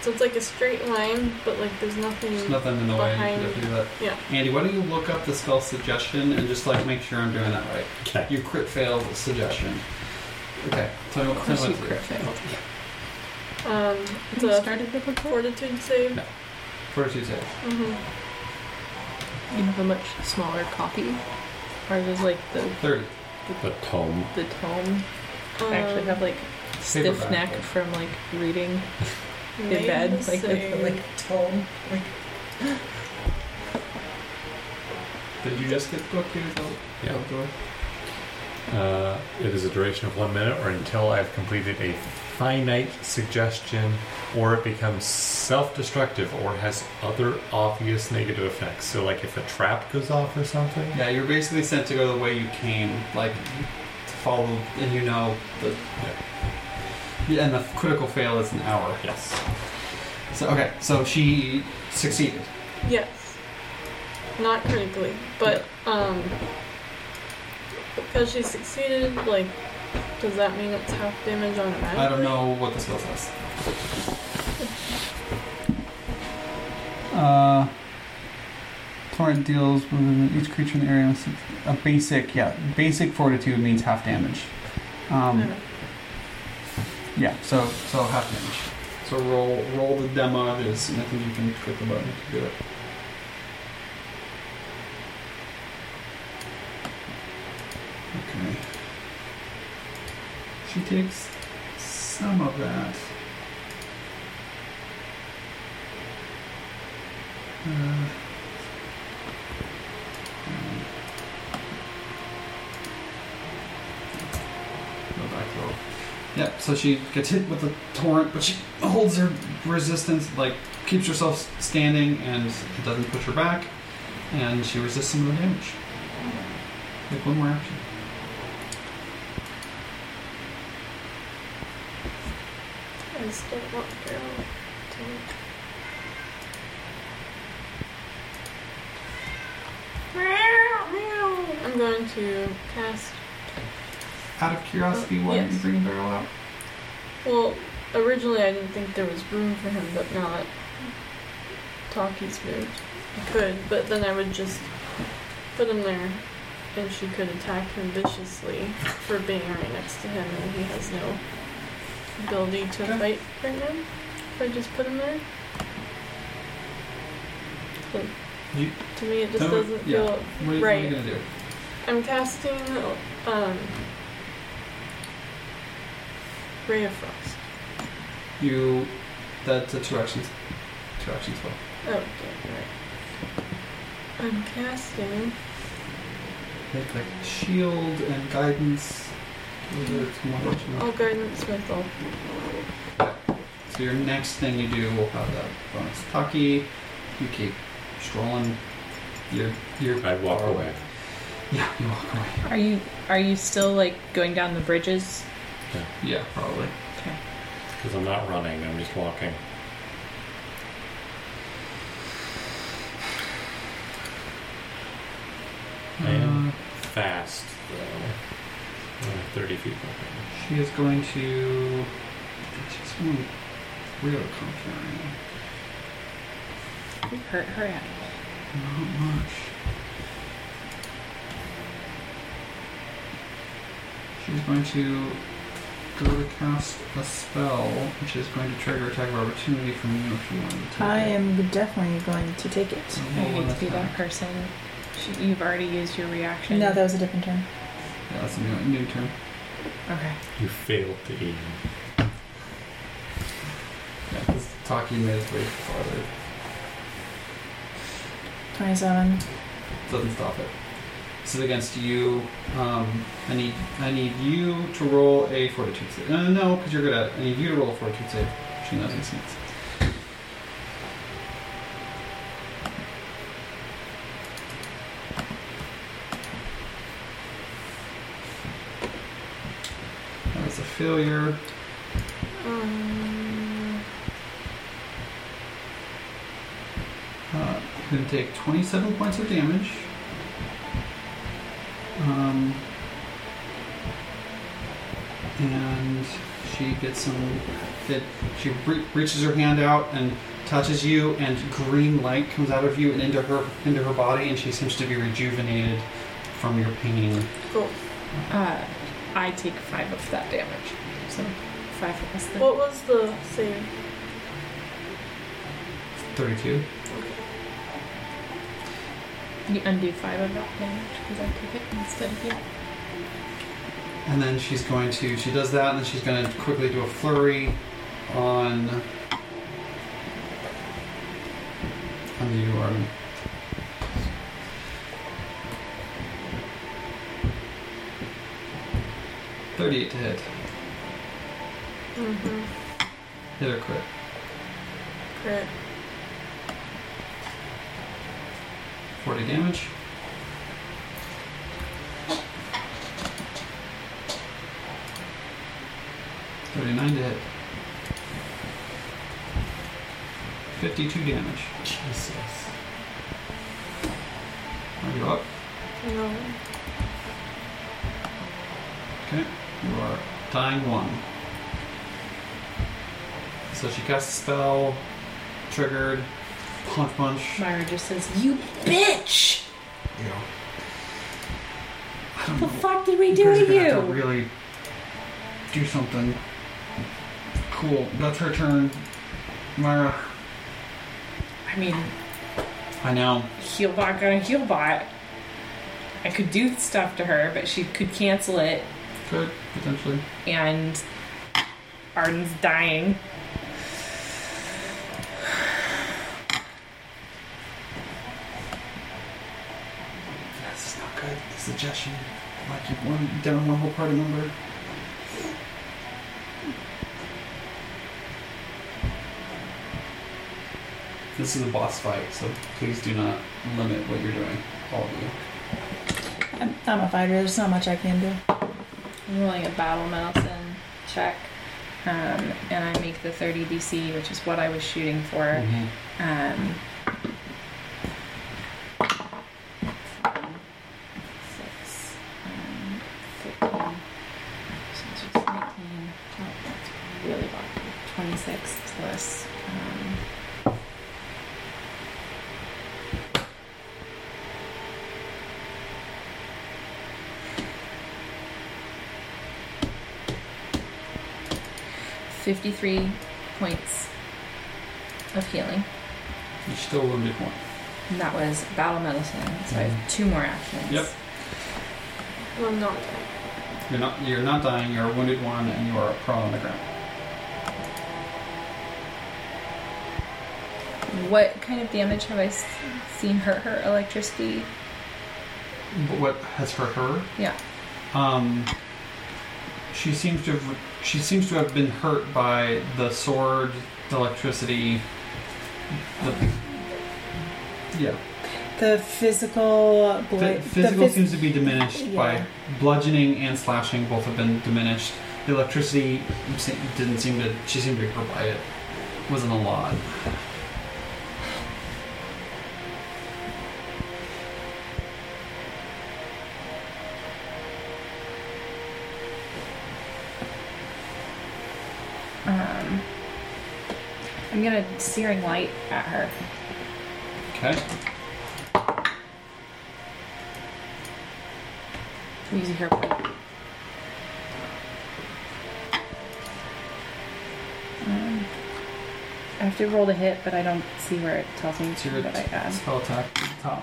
B: So it's like a straight line, but like there's nothing.
D: There's nothing in the way. You
B: Mm. Behind.
D: can definitely do that.
B: Yeah.
D: Andy, why don't you look up the spell suggestion and just like make sure I'm doing that right?
E: Okay.
D: You crit failed suggestion. Okay. Tell me what tell me what to do.
B: Um, it's
G: You
B: a
G: started the report.
B: fortitude save.
D: No. Fortitude save.
B: hmm
G: You have a much smaller copy. Ours is like the
D: Thirty.
E: The tome.
G: the tome. I actually
B: Um,
G: have like stiff
D: Paperback.
G: neck from like reading
B: in
G: in bed. Like the, the like tome. Like
D: Did you just get the book? Here's the-
E: Yeah.
D: the door.
E: Uh, it is a duration of one minute or until I've completed a finite suggestion or it becomes self destructive or has other obvious negative effects. So, like if a trap goes off or something.
D: Yeah, you're basically sent to go the way you came, like to follow, and you know the. Yeah, and the critical fail is an hour.
E: Yes.
D: So okay, so she succeeded.
B: Yes. Not critically, but um, because she succeeded, like, does that mean it's half damage on automatically?
D: I don't know what the spell says. Uh, torrent deals with each creature in the area must a basic, yeah, basic fortitude means half damage. Um,
B: Okay.
D: yeah, so so half damage. So roll roll the demo. There's nothing you can click the button to do it. Okay. She takes some of that. Uh, um, Go back a little. Yep, so she gets hit with the torrent, but she holds her resistance, like, keeps herself standing and it doesn't push her back, and she resists some of the damage. Like, one more action.
B: I just don't want to go to. I'm going to cast.
D: Out of curiosity, why did you
B: Yes.
D: bring Beryl out?
B: Well, originally I didn't think there was room for him, but now that Talkie's moved, I could. But then I would just put him there, and she could attack him viciously for being right next to him, and he has no ability to
D: Okay.
B: fight right now. If I just put him there. So,
D: You-
B: to me, it just
D: Tell me-
B: doesn't
D: yeah.
B: feel
D: What are,
B: Right.
D: you- what are you gonna do?
B: I'm casting um, Ray of Frost.
D: You. That's a two actions. Two actions spell.
B: Oh, okay, right. I'm casting.
D: Make like shield and guidance. Those are two more actions.
B: I'll guidance myself.
D: So your next thing you do will have that bonus. Taki, you keep strolling. You're you're
E: I walk
D: far
E: away.
D: Yeah, you walk away.
F: Are you are you still like going down the bridges?
D: Yeah, probably.
F: Okay.
E: Because I'm not running, I'm just walking.
D: Uh,
E: I am fast, though. I'm 30 feet walking.
D: She is going to. She's going real comfortable.
F: Hurt her out.
D: Not much. She's going to go to cast a spell, which is going to trigger attack of opportunity from you if you want to take
C: I
D: it.
C: am definitely going to take it.
D: So
F: I
D: roll an
F: hate to be that
D: attack.
F: person. Sh- You've already used your reaction.
C: No, that was a different turn.
D: Yeah, that's a new, new turn.
F: Okay.
E: You failed to aim.
D: Yeah, this Taki made his way farther.
C: 27.
D: Doesn't stop it. This is against you. Um, I need I need you to roll a fortitude save. No, no, because you're good at it. I need you to roll a fortitude save. She knows these things. That was a failure.
B: Um,
D: Uh, you can take 27 points of damage. Um, and she gets some. It, she re- reaches her hand out and touches you, and green light comes out of you and into her into her body, and she seems to be rejuvenated from your pain.
B: cool.
F: Uh, I take five of that damage. So five of us.
B: What was the save?
D: 32.
F: You undo five of that damage because I took it instead of you.
D: And then she's going to. She does that, and then she's going to quickly do a flurry on. On you, Arden. Thirty-eight to hit.
B: Mm-hmm.
D: Hit or crit.
B: Crit.
D: Forty damage. Thirty-nine to hit. Fifty-two damage.
E: Jesus.
D: Are you up?
B: No.
D: You are dying one. So she casts a spell, triggered, punch punch.
F: Myra just says, "You bitch!
D: Yeah. I don't
F: The
D: know.
F: fuck did we
D: You
F: do
D: guys are
F: to
D: gonna have to
F: you?"
D: really do something. Cool. That's her turn. Myra.
F: I mean,
D: I know.
F: Healbot got a Healbot. I could do stuff to her, but she could cancel it,
D: Could potentially.
F: and Arden's dying.
D: This is not good. The suggestion. Like you one down one whole party member. This is a boss fight, so please do not limit what you're doing, all of you.
C: I'm, I'm a fighter. There's not much I can do.
F: I'm rolling a battle medicine check, um, and I make the 30 DC, which is what I was shooting for. Um, six, um, 15, so it's just 19, oh, that's really bad. 26 plus, um, Fifty-three points of healing.
D: You're still wounded one.
F: And that was battle medicine, so I have two more actions.
D: Yep.
B: Well, I'm not.
D: You're not you're not dying, you're a wounded one and you are prone on the ground.
F: What kind of damage have I s- seen hurt her? Electricity?
D: But what has hurt her?
F: Yeah.
D: Um, she seems to have she seems to have been hurt by the sword, the electricity. The, yeah,
C: The physical.
D: the
C: Bla-
D: physical
C: the phys-
D: seems to be diminished
C: yeah.
D: by bludgeoning and slashing. Both have been diminished. The electricity se- didn't seem to. She seemed to go by it. Wasn't a lot.
F: Um, I'm gonna searing light at her.
D: Okay.
F: I'm using her point. Um, I have to roll to hit, but I don't see where it tells me
D: So your
F: that I add.
D: spell attack at the top.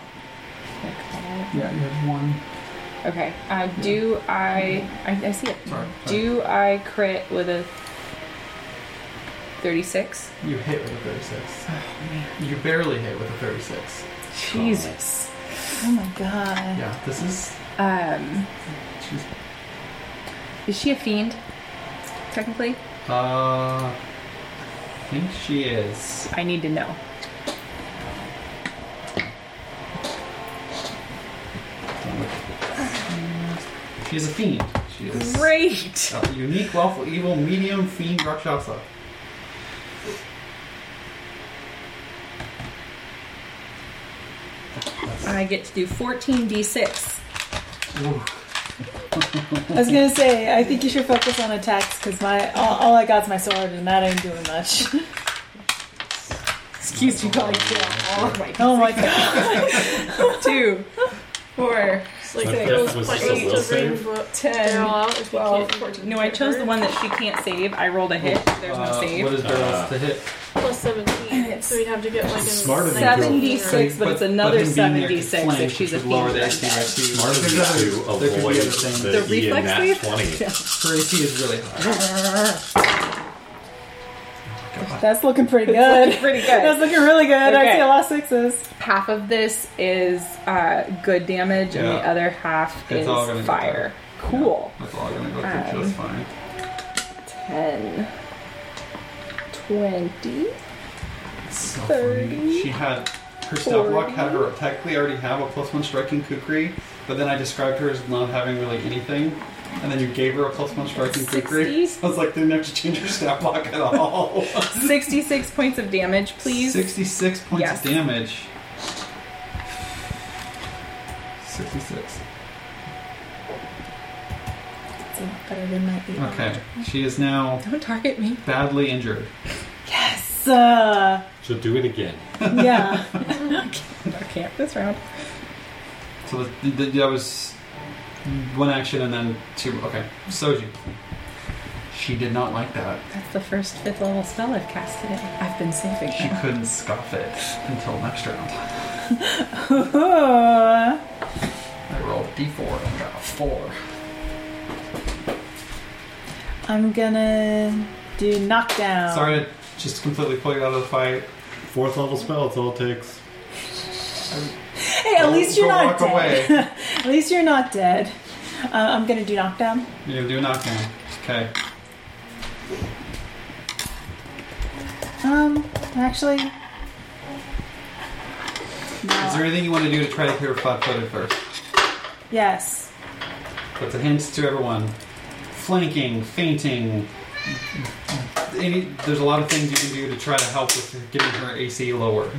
F: Click on it.
D: Yeah, you have one.
F: Okay. Uh, do I, I? I see it.
D: Sorry, sorry.
F: Do I crit with a thirty-six?
D: You hit with a 36.
F: Oh,
D: You barely hit with a 36.
F: Jesus.
C: Oh my god.
D: Yeah, this is.
F: Um,
D: She's.
F: is she a fiend? Technically,
D: Uh. I think she is.
F: I need to know.
D: She is a fiend. She is.
F: Great.
D: a unique, lawful, evil, medium, fiend, rakshasa. Oh.
F: I get to do fourteen d6.
C: I was gonna say, I think you should focus on attacks because my all, all I got's my sword, and that ain't doing much.
F: Excuse me, God. Oh my
C: Oh my god.
F: Two, four,
B: It's like
E: Like,
B: those
E: that was
B: points
E: just a will
B: to bring
E: save?
B: bro-
F: Ten,
B: Daryl out if you
F: twelve,
B: can't
F: fourteen. No, I chose the one that she can't save. I rolled a hit. There's no
D: Uh,
F: save.
D: What is Beryl's to hit?
B: plus seventeen. So we'd have to get like a
E: Smarter than
F: Seven
E: Seventy
F: d six, but it's another
D: him being
F: seven
D: there
F: d
D: could
F: six
D: flank,
F: if she's a
D: which would Lower
F: fiend.
D: the AC by two.
E: Smarter
D: There's
E: than to
D: other- there could be
E: avoid
D: other things.
E: the,
F: The
E: E and
F: reflex
E: nat
F: save?
E: 20.
D: Her AC is really high.
C: That's looking pretty good.
F: Pretty
C: That's
F: good.
C: looking really good. I
F: Okay.
C: see a lot of sixes.
F: Half of this is uh, good damage, and the
D: Yeah.
F: other half
D: It's all gonna
F: is
D: get
F: fire. Cool.
D: That's all gonna go through just fine.
F: 10, 20.
D: So funny. She had her stealth block had her technically already have a plus one striking kukri, but then I described her as not having really anything. And then you gave her a plus one striking kukri.
F: 60?
D: I was like, didn't have to change her stat block at all.
F: 66 points of damage, please.
D: 66 points
F: Yes.
D: of damage. 66.
C: It's better than my eight.
D: Okay. She is now
F: Don't target me.
D: badly injured.
C: Yes. Uh,
E: So do it again.
C: yeah.
F: I can't this round.
D: So the, the, that was one action and then two. Okay. Soji. She did not like that.
F: That's the first fifth level spell I've cast today. I've been saving
D: She
F: it.
D: couldn't scoff it until next round.
C: Ooh.
D: I rolled d4 and got a 4.
C: I'm gonna do knockdown.
D: Sorry to just completely pull you out of the fight.
E: Fourth level spell, it's all it takes.
C: Hey, at
D: Go-
C: least you're
D: go
C: not
D: walk
C: dead.
D: away.
C: at least you're not dead. Uh, I'm gonna do knockdown.
D: You're gonna do a knockdown. Okay.
C: Um, actually. No.
D: Is there anything you want to do to try to clear flat footed first?
C: yes.
D: That's a hint to everyone. Flanking, fainting. Any, there's a lot of things you can do to try to help with getting her AC lower.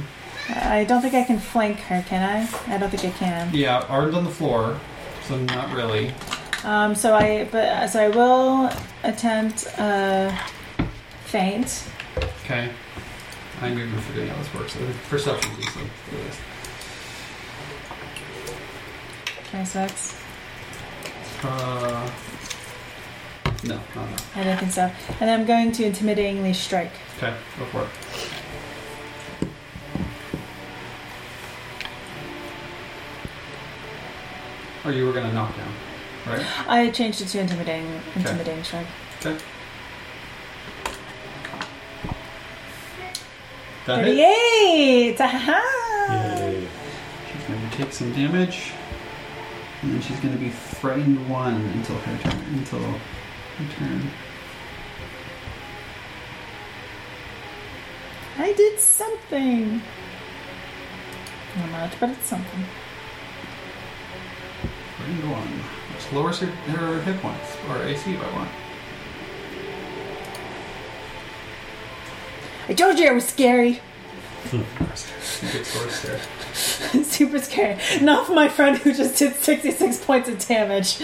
C: I don't think I can flank her, can I? I don't think I can.
D: Yeah, armed on the floor, so not really.
C: Um, so I, but so I will attempt uh, faint.
D: Okay. I'm even forgetting how this works. Uh, Perception, please.
C: Okay, so that's
D: Uh, no, no, no.
C: I don't think so. And I'm going to intimidatingly strike.
D: Okay, go for it. Or Oh, you were gonna knock down, right?
C: I changed it to intimidating, intimidating strike.
D: Okay. That hit.
C: Thirty-eight. Ha
E: Yay.
D: She's going to take some damage, and then she's going to be frightened one until her turn. Until her turn.
C: I did something. Not much, but it's something.
D: Frightened one, which lowers her, her hit points or AC by one.
C: I told you it was scary.
D: Gets worse there.
C: Super scary. Not for my friend who just did 66 points of damage.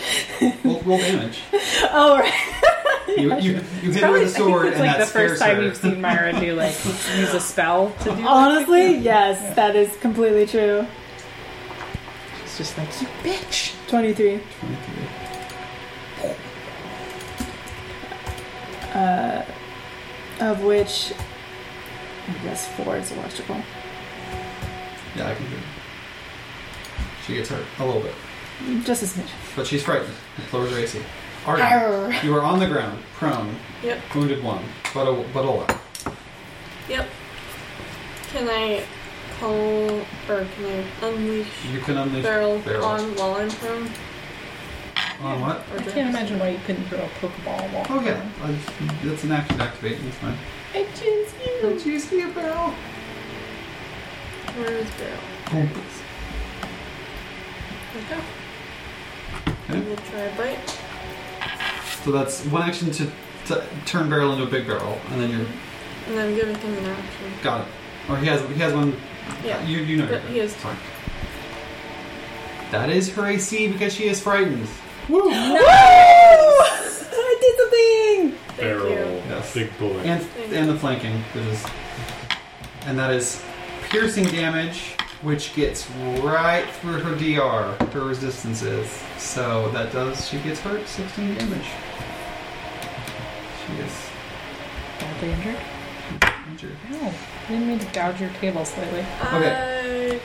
D: Roll, roll damage.
C: Oh, right.
D: You, you, you hit her with a sword,
G: it's
D: and
G: like
D: that
G: the first
D: scares
G: time
D: her.
G: you've seen Myra do like use a spell to do.
C: Honestly, yes, that is completely true.
G: It's just like you bitch.
C: 23. Uh, of which, I guess four is electrical.
D: Yeah, I can do it. She gets hurt a little bit,
C: Just as much.
D: but she's frightened. It lowers her AC. Arden,
C: Arr.
D: you are on the ground, prone,
B: Yep.
D: wounded one, but, a, but alive.
B: Yep. Can I call or can I unleash
D: You can unleash
B: barrel
D: barrels.
B: on while I'm prone?
D: On what?
B: Or
G: I
B: do-
G: can't imagine why you couldn't throw a pokeball. While
D: Oh yeah, I- that's an action to activate. That's fine.
G: I choose you.
D: choose me a barrel.
B: Where is barrel?
D: Boom.
B: Okay.
D: Okay.
B: I'm gonna try a bite.
D: So that's one action to, to turn barrel into a big barrel, and then you're
B: And then giving him an action.
D: got it. Or he has he has one.
B: Yeah.
D: You you know.
B: But he is-
D: Sorry. That is her AC because she is frightened.
C: I did something!
E: Barrel,
B: you.
D: Yes.
E: big boy.
D: and and the flanking, which is, and that is piercing damage, which gets right through her DR, her resistance is. So that does she gets hurt, sixteen damage. She is
G: Badly injured.
D: injured.
G: No, I didn't mean to gouge your table slightly.
B: Uh, Okay.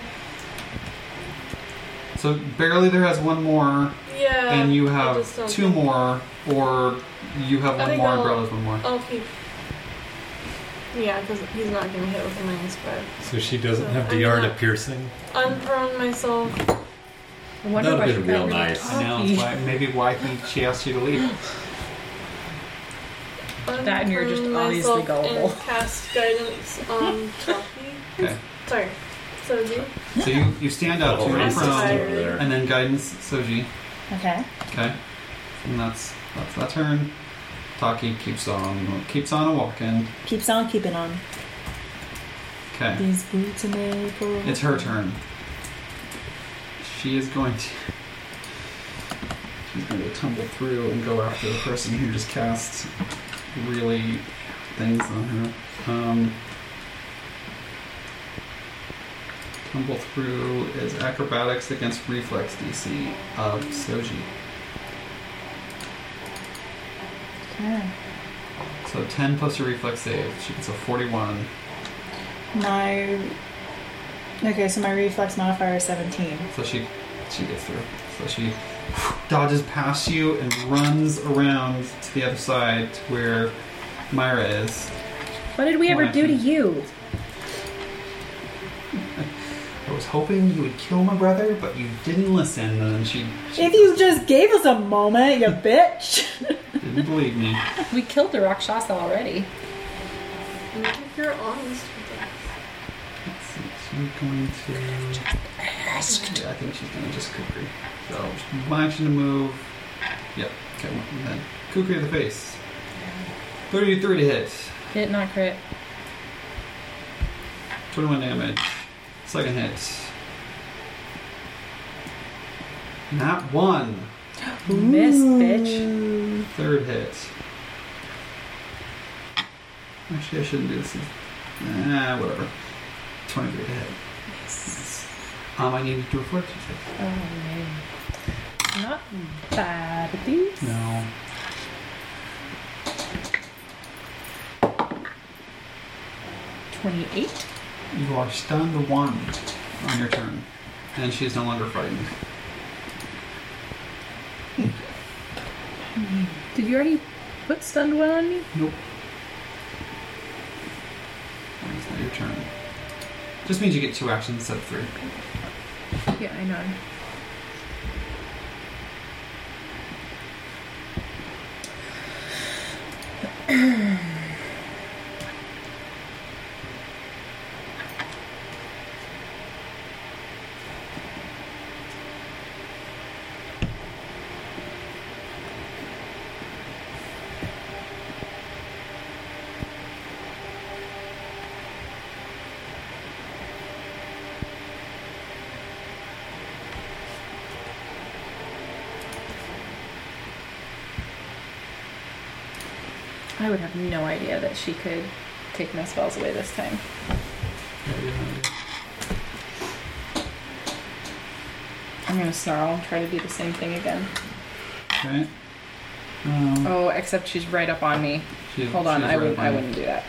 D: So barely there has one more,
B: I, yeah.
D: and you
B: I
D: have
B: just don't
D: two
B: think-
D: more, or you have
B: I
D: one
B: think
D: more, and
B: I'll-
D: Brella's one more.
B: I'll keep. Yeah, because he's not gonna hit with a minus five.
E: So she doesn't
B: So
E: have
B: I'm
E: DR to
B: not-
E: piercing.
B: Unprone myself.
F: I wonder
E: That
F: why
E: would've
F: you
E: been real
F: got rid of
E: nice.
D: I know, it's why, maybe why he, she asked you to leave.
G: That and you're just
B: Unprone
G: obviously
B: myself
G: gullible.
B: And cast guidance on Toffee.
D: Okay.
B: Sorry. So do
D: So you, you stand up,
E: Double
D: two
E: raise
D: and
E: system
D: prone,
E: over there.
D: and then guidance, Soji.
C: Okay.
D: Okay, and that's that's that turn. Taki keeps on keeps on walking.
C: Keeps on keeping on.
D: Okay,
C: These boots are made for.
D: it's her turn. She is going to. She's going to tumble through and go after the person who just cast really things on her. Um, tumble through is acrobatics against reflex DC of Soji.
C: Okay.
D: So 10 plus her reflex save. She gets a 41.
C: My. Okay, so my reflex modifier is 17.
D: So she she gets through. So she dodges past you and runs around to the other side to where Myra is.
F: What did we ever do to you?
D: I was hoping you would kill my brother, but you didn't listen. And then she, she
C: If you just gave us a moment, you bitch!
D: didn't believe me.
G: We killed the Rakshasa already.
B: you. If you're honest with that.
D: Let's see, she's going to. Yeah, I think she's going to just kukri. So my action to move. Yep. Okay. And then kukri to the face. Thirty-three to hit.
G: Hit not crit.
D: 21 damage. Second hit. Not one.
G: Miss bitch.
C: Hmm.
D: Third hit. Actually, I shouldn't do this. Ah, whatever. 23 to hit. Um, I need to do a fortitude check.
G: Oh man. Not bad at these.
D: No.
G: Twenty-eight.
D: You are stunned to one on your turn, and she's no longer frightened.
G: Did you already put stunned one on me?
D: Nope. And It's not your turn. Just means you get two actions instead of three.
G: Yeah, I know.
F: I would have no idea that she could take my spells away this time. I'm gonna snarl and try to do the same thing again.
D: Okay. Um,
F: Oh, except she's right up on me.
D: she-
F: Hold on,
D: she's
F: I
D: right
F: wouldn't. I
D: behind.
F: wouldn't do that.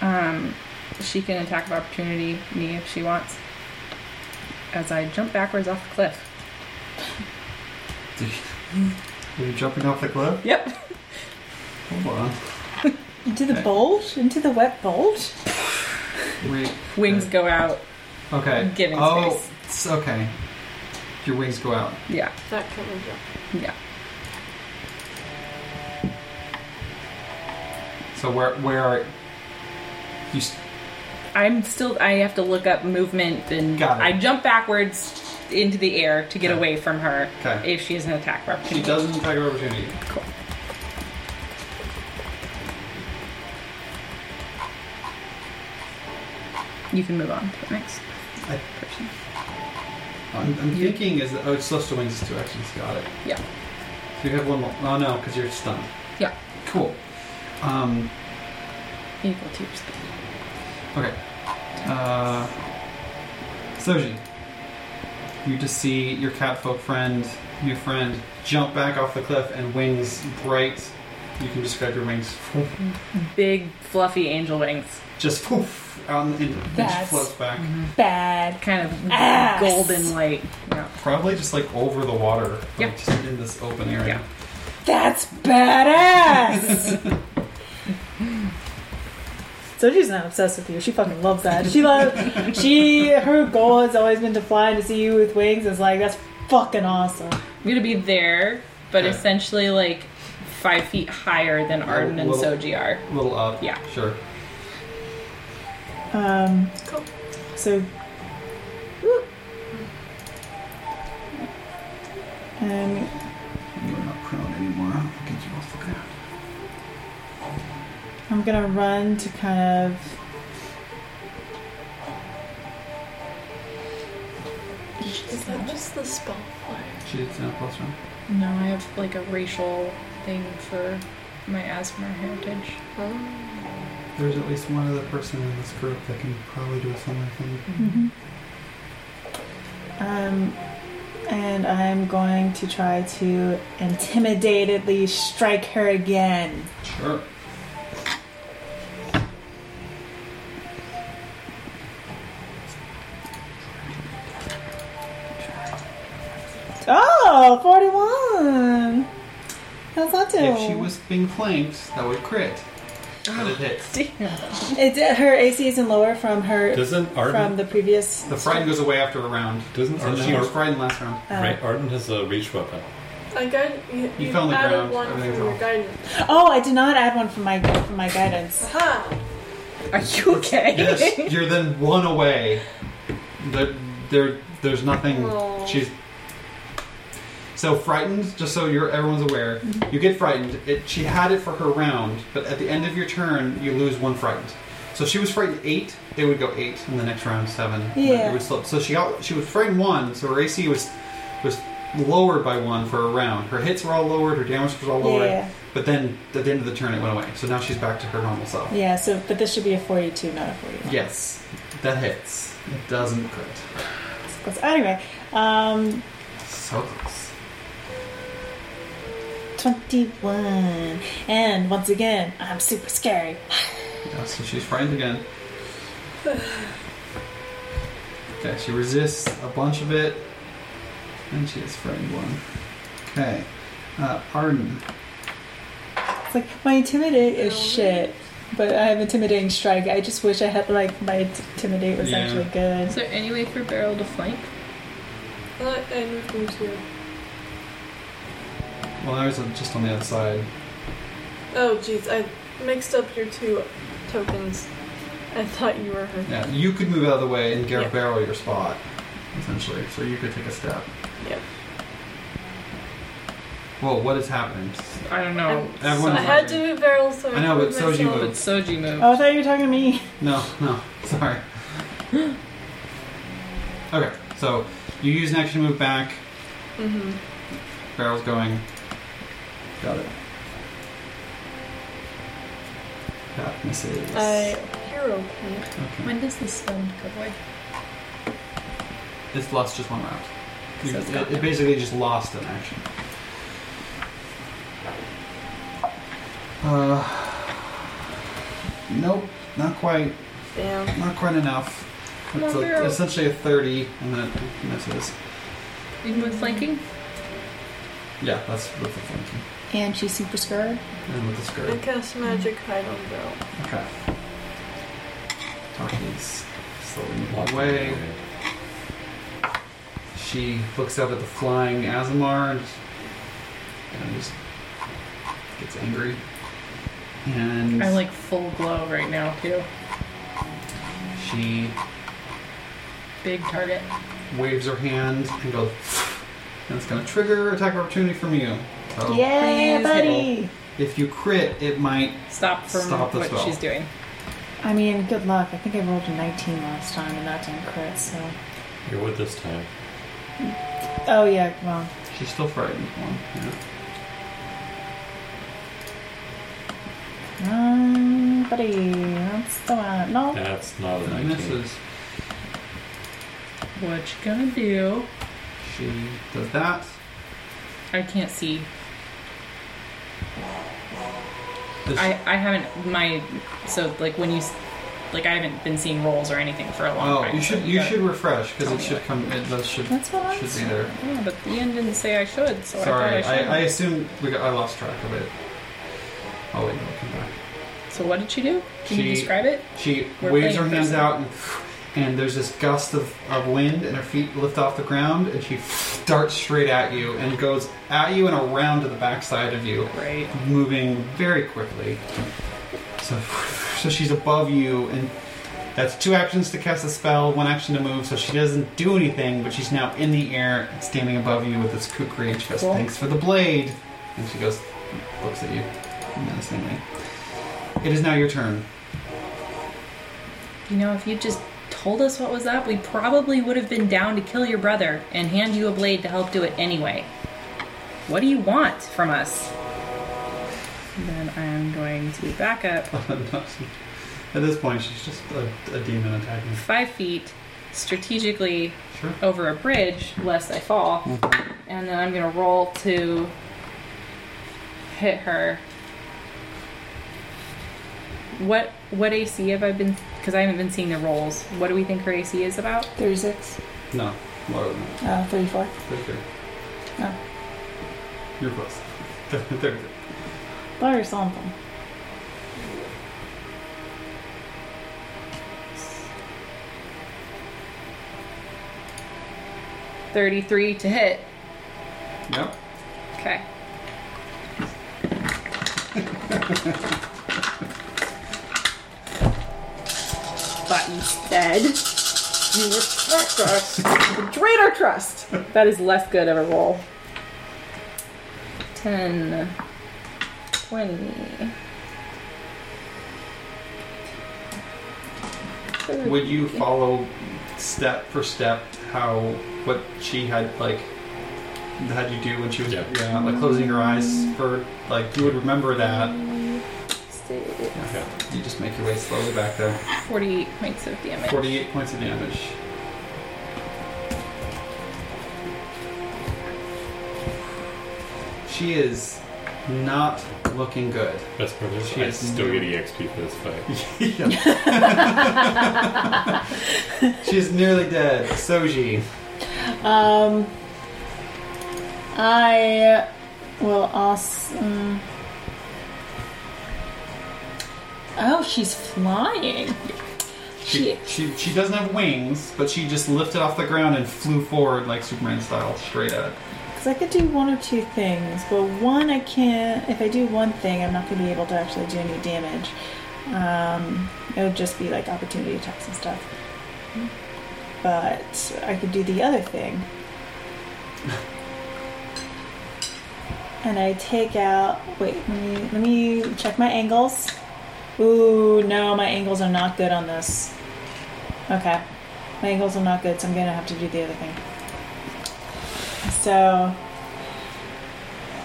F: Um, she can attack of opportunity me if she wants. As I jump backwards off the cliff.
M: Are you jumping off the cliff?
F: Yep.
D: Hold on.
C: Into the bulge? Into the wet bulge?
D: Wait.
F: Wings go out.
D: Okay.
F: Giving
D: oh,
F: space.
D: it's okay. Your wings go out.
F: Yeah,
B: That covers up.
F: yeah.
D: So where where are you? s-
F: I'm still. I have to look up movement, and
D: Got it.
F: I jump backwards into the air to get
D: Okay.
F: away from her
D: Okay.
F: if she is an attack of
D: She
F: opportunity.
D: doesn't attack of opportunity.
F: Cool. You can move on to the next
D: I-
F: person.
D: I'm, I'm thinking is that, oh, it's celestial wings is two actions. Got it.
F: Yeah.
D: So you have one more. Oh no, because you're stunned.
F: Yeah.
D: Cool. Um.
F: Equal to your speed.
D: Okay. Uh, Soji, you just see your catfolk friend, new friend, jump back off the cliff and wings bright. You can describe your wings
F: Big fluffy angel wings,
D: just poof out in the and she
C: That's-
D: floats back.
F: Mm-hmm.
C: Bad.
F: kind of
C: Ass.
F: golden light. Yeah.
D: Probably just like over the water, like
F: Yeah.
D: just in this open area.
C: That's badass. So she's not obsessed with you. She fucking loves that. She loves. She her goal has always been to fly and to see you with wings. Is like that's fucking awesome.
F: I'm gonna be there, but
D: Okay.
F: essentially like five feet higher than Arden and
D: little-
F: Soji are.
D: A little up.
F: Yeah.
D: Sure.
C: Um,
B: Cool.
C: So. Um,
D: You're not prone anymore. I'll get you off the ground.
C: I'm gonna run to kind of.
B: Is that just the spell flyer?
D: She did sound plus one.
F: No, I have like a racial thing for my asthma heritage.
D: There's at least one other person in this group that can probably do a similar thing.
F: Mm-hmm.
C: Mm-hmm. Um, and I'm going to try to intimidatedly strike her again.
D: Sure.
C: Oh, 41! How's that do?
D: If she was being flanked, that would crit. But it hits.
C: It did, her AC isn't lower from her
E: Doesn't
C: from
E: Arden?
C: the previous.
D: The frighten goes away after a round.
E: Doesn't
D: So
E: Arden?
D: she was frightened last round.
C: uh,
E: right, Arden has a reach weapon.
B: I guide. You,
D: You
B: you
D: fell on the
B: added
D: ground,
B: one from
D: everything's
B: your
D: wrong.
B: guidance.
C: Oh, I did not add one from my from my guidance.
B: Ha!
F: Are you okay?
D: Yes, you're then one away. There, there, there's nothing.
B: Aw.
D: She's so frightened. Just so you're everyone's aware,
C: Mm-hmm.
D: you get frightened. It, she had it for her round, but at the end of your turn, you lose one frightened. So she was frightened eight. It would go eight in the next round, seven. and then
C: Yeah.
D: It would slip. So she got she was frightened one. So her AC was was lowered by one for a round. Her hits were all lowered. Her damage was all lowered.
C: Yeah.
D: But then at the end of the turn, it went away. So now she's back to her normal self.
C: Yeah, so but this should be a 42, not a 41.
D: Yes, that hits. It doesn't crit.
C: Close. Anyway, um,
D: So close.
C: 21. And once again, I'm super scary.
D: Yeah, so she's frightened again. Okay, she resists a bunch of it, and she is frightened one. Okay, uh, Arden.
C: It's like my intimidate is shit, but I have intimidating strike. I just wish I had like my intimidate was
D: Yeah.
C: actually good.
F: Is there any way for Beryl to flank?
B: That and me too.
D: Well, I was just on the other side.
B: Oh, jeez, I mixed up your two tokens. I thought you were her.
D: Yeah, you could move out of the way and give
B: Yeah.
D: Barrel your spot, essentially. So you could take a step.
B: Yep.
D: Well, what has happened?
F: I don't know.
D: Everyone-
B: I had to move barrel so
D: I know, but
B: moved
D: so you
B: myself.
C: Uh.
F: But Soji moved.
C: Oh, I thought you were talking to me.
D: No, no, sorry. Okay, so you use an action to move back.
B: Mm-hmm.
D: Barrel's going.
N: Got it.
D: That misses.
B: I hero point.
D: Okay.
O: Uh, When does this spell go away?
D: It's lost just one round. You-
P: So it's got
D: it, it basically just lost an action. Uh, nope, not quite.
B: Damn.
D: Not quite enough. It's
P: Come on,
D: a-
P: Barrel.
D: essentially a 30, and then it misses.
P: Even with flanking?
D: Yeah, that's with the flanking.
C: And she's super scared.
D: And with the
B: I
D: skirt.
B: cast magic hide on barrel.
D: Okay. Tarki's slowly moving away. She looks up at the flying Azamar and, and just gets angry. And
F: I'm like full glow right now too.
D: she
F: Big target.
D: waves her hand and goes, and it's going to trigger attack of opportunity from you. So
C: Yay,
F: Please.
C: buddy!
D: if you crit, it might.
F: Stop from
D: Stop the
F: what
D: spell.
F: she's doing.
C: I mean, good luck. I think I rolled a 19 last time, and that didn't crit. So,
E: You're with this time.
C: oh yeah, well,
D: She's still frightened. One, yeah.
C: um, buddy, that's the one. No,
E: That's not a
D: That
E: 19.
D: misses.
F: What you gonna do?
D: She does that.
F: I can't see.
D: Does
F: I I haven't my so like when you s- like I haven't been seeing rolls or anything for a long
D: Oh,
F: time.
D: you
F: so
D: should you
F: gotta-
D: should refresh because
F: tell
D: it
F: me
D: should
F: what-
D: come. It does should
C: that's what I'm
D: should be there.
F: Yeah, but the end didn't say I should, so I
D: Sorry,
F: thought I should.
D: I, I assume we got, I lost track of it. Oh wait, no, it came back.
F: So what did she do? Can you
D: She-
F: describe it?
D: She
F: We're
D: waves
F: playing
D: her hands
F: first.
D: out and. And there's this gust of, of wind, and her feet lift off the ground, and she darts straight at you and goes at you and around to the backside of you,
F: Right.
D: moving very quickly. So, so she's above you, and that's two actions to cast a spell, one action to move. So she doesn't do anything, but she's now in the air, standing above you with this kook rage. She goes,
F: Cool.
D: "Thanks for the blade," and she goes, looks at you menacingly. It is now your turn.
F: You know, if you just told us what was up, we probably would have been down to kill your brother and hand you a blade to help do it anyway. What do you want from us? And then I'm going to back up
D: at this point, she's just a, a demon attacking.
F: five feet strategically
D: Sure.
F: over a bridge lest I fall. And then I'm going to roll to hit her. What what AC have I been? Because I haven't been seeing the rolls. What do we think her AC is about?
C: 36,
D: No, lower than that.
C: uh, 34.
D: Thirty three.
C: No.
D: You're close. Thirty three.
C: What or something?
F: Thirty three to hit.
D: Yep.
F: Okay. but instead, you respect us, betrayed our trust. That is less good of a roll. 10, 20. 30.
D: Would you follow step for step how what she had like had you do when she was
E: Yeah.
D: like closing her eyes for like you would remember that.
E: Yeah.
D: You just make your way slowly back there.
F: 48 points of damage.
D: Forty eight points of damage. She is not looking good.
E: Best part is
D: She
E: I
D: has
E: still
D: no-
E: get EXP for this fight.
D: She is nearly dead. Soji.
C: Um, I will also. Um, oh, she's flying.
D: She, she she doesn't have wings, but she just lifted off the ground and flew forward like Superman style, straight at it.
C: Because I could do one or two things. Well, one, I can't. If I do one thing, I'm not going to be able to actually do any damage. Um, it would just be like opportunity attacks and stuff. But I could do the other thing. and I take out. Wait, let me, let me check my angles. Ooh, no, my angles are not good on this. Okay. My ankles are not good, so I'm gonna have to do the other thing. So,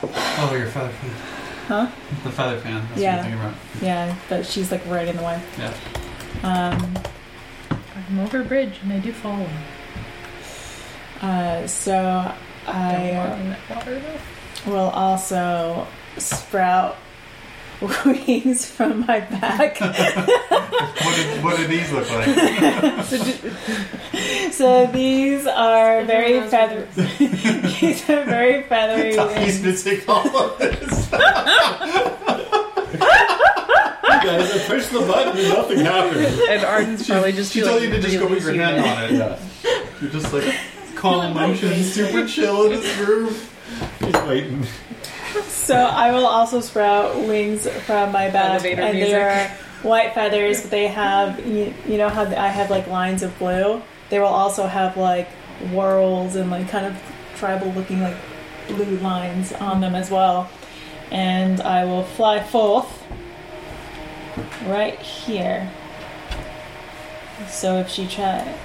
D: Oh, your feather fan.
C: huh?
D: The feather fan. That's
C: Yeah.
D: what I'm
C: Yeah, but she's like right in the way.
D: Yeah.
C: Um,
F: I'm over a bridge and I do fall in.
C: uh, so I.
F: Don't walk in that water though.
C: will also sprout wings from my back.
Q: What did, what did these look like?
C: so these are very feather. these are very feathery
Q: He's
C: wings.
Q: been sick all of this. you guys, I pushed the button and nothing happened.
F: And Arden's probably just
D: She
F: be,
D: told
F: like,
D: you to just go
F: really
D: put your hand
F: human.
D: on it. You're just like calm
Q: He's
D: motions.
Q: super chill in his room. He's waiting.
C: So I will also sprout wings from my back,
F: Elevator
C: and
F: music.
C: they are white feathers. But they have you, you know how I have like lines of blue. They will also have like whorls and like kind of tribal looking like blue lines on them as well. And I will fly forth right here. So if she try,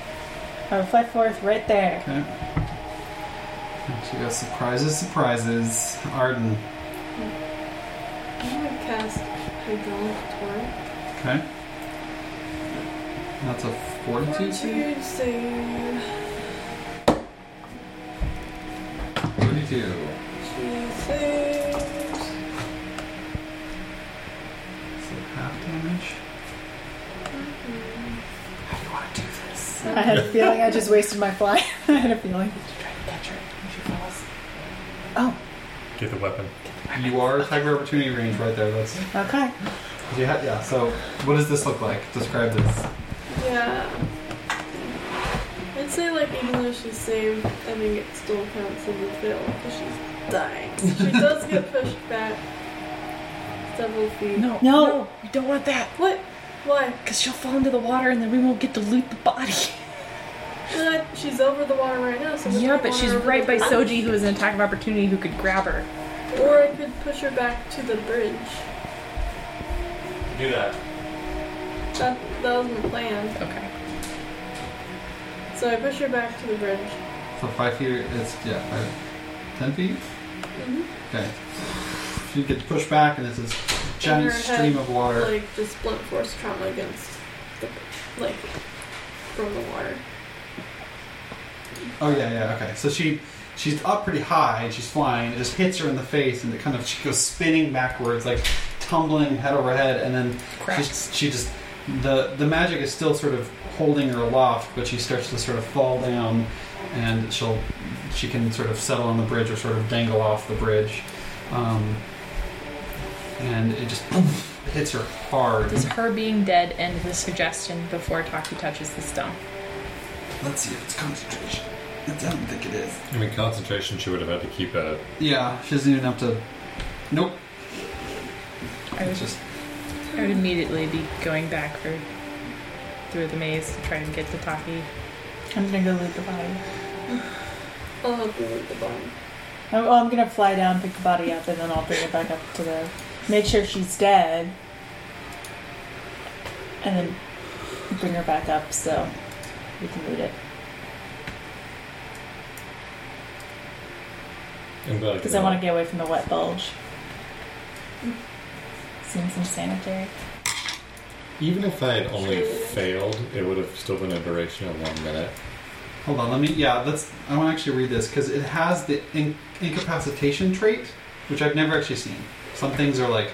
C: I will fly forth right there.
D: Okay. She goes surprises, surprises. Arden.
B: I'm gonna cast hydraulic
D: Okay. That's a
B: torque.
D: fortitude save.
B: Fortitude save.
D: Forty-two.
B: She saves.
D: So half damage. How do you want to do this?
C: I had a feeling I just wasted my fly. I had a feeling.
E: Get the weapon.
D: You are tiger opportunity range right there. That's
C: Okay.
D: you ha- yeah. So what does this look like? Describe this.
B: Yeah. I'd say, like, even though she's saved, I think it still counts as a fail because she's dying. So she does get pushed back several feet.
F: No,
C: No.
F: we don't want that.
B: What? Why?
F: Because she'll fall into the water and then we won't get to loot the body.
B: Well, I- she's over the water right now, so we can
F: yeah, but
B: run
F: she's
B: her over
F: right by
B: the-
F: Soji, who is an attack of opportunity who could grab her.
B: Or I could push her back to the bridge.
E: Do that.
B: That, that wasn't planned.
F: Okay.
B: So I push her back to the bridge.
D: So five feet. It's yeah, five, ten feet.
B: Mm-hmm.
D: Okay. She gets pushed back, and there's this giant
B: her head,
D: stream of water.
B: Like just blunt force trauma against the like from the water.
D: Oh yeah, yeah. Okay. So she she's up pretty high and she's flying. It just hits her in the face, and it kind of she goes spinning backwards, like tumbling head over head, and then she's, she just the the magic is still sort of holding her aloft, but she starts to sort of fall down, and she'll she can sort of settle on the bridge or sort of dangle off the bridge, um, and it just hits her hard.
F: Does her being dead end the suggestion before Taki touches the stone?
D: Let's see if it's concentration. I don't think it is.
E: I mean, concentration, she would have had to keep at it.
D: Yeah, she doesn't even have to. Nope.
F: I would,
D: It's just
F: I would immediately be going back for through the maze to try and get to Taki.
C: I'm gonna go loot the body.
B: I'll help you with the bomb.
C: I'm, well, I'm gonna fly down, pick the body up, and then I'll bring it back up to the. Make sure she's dead. And then bring her back up so we can loot it.
E: I'm glad I
C: Because
E: could
C: I want
E: help.
C: to get away from the wet bulge. Seems insanitary.
E: Even if I had only failed, it would have still been a duration of one minute.
D: Hold on, let me. Yeah, let's. I want to actually read this because it has the in, incapacitation trait, which I've never actually seen. Some things are like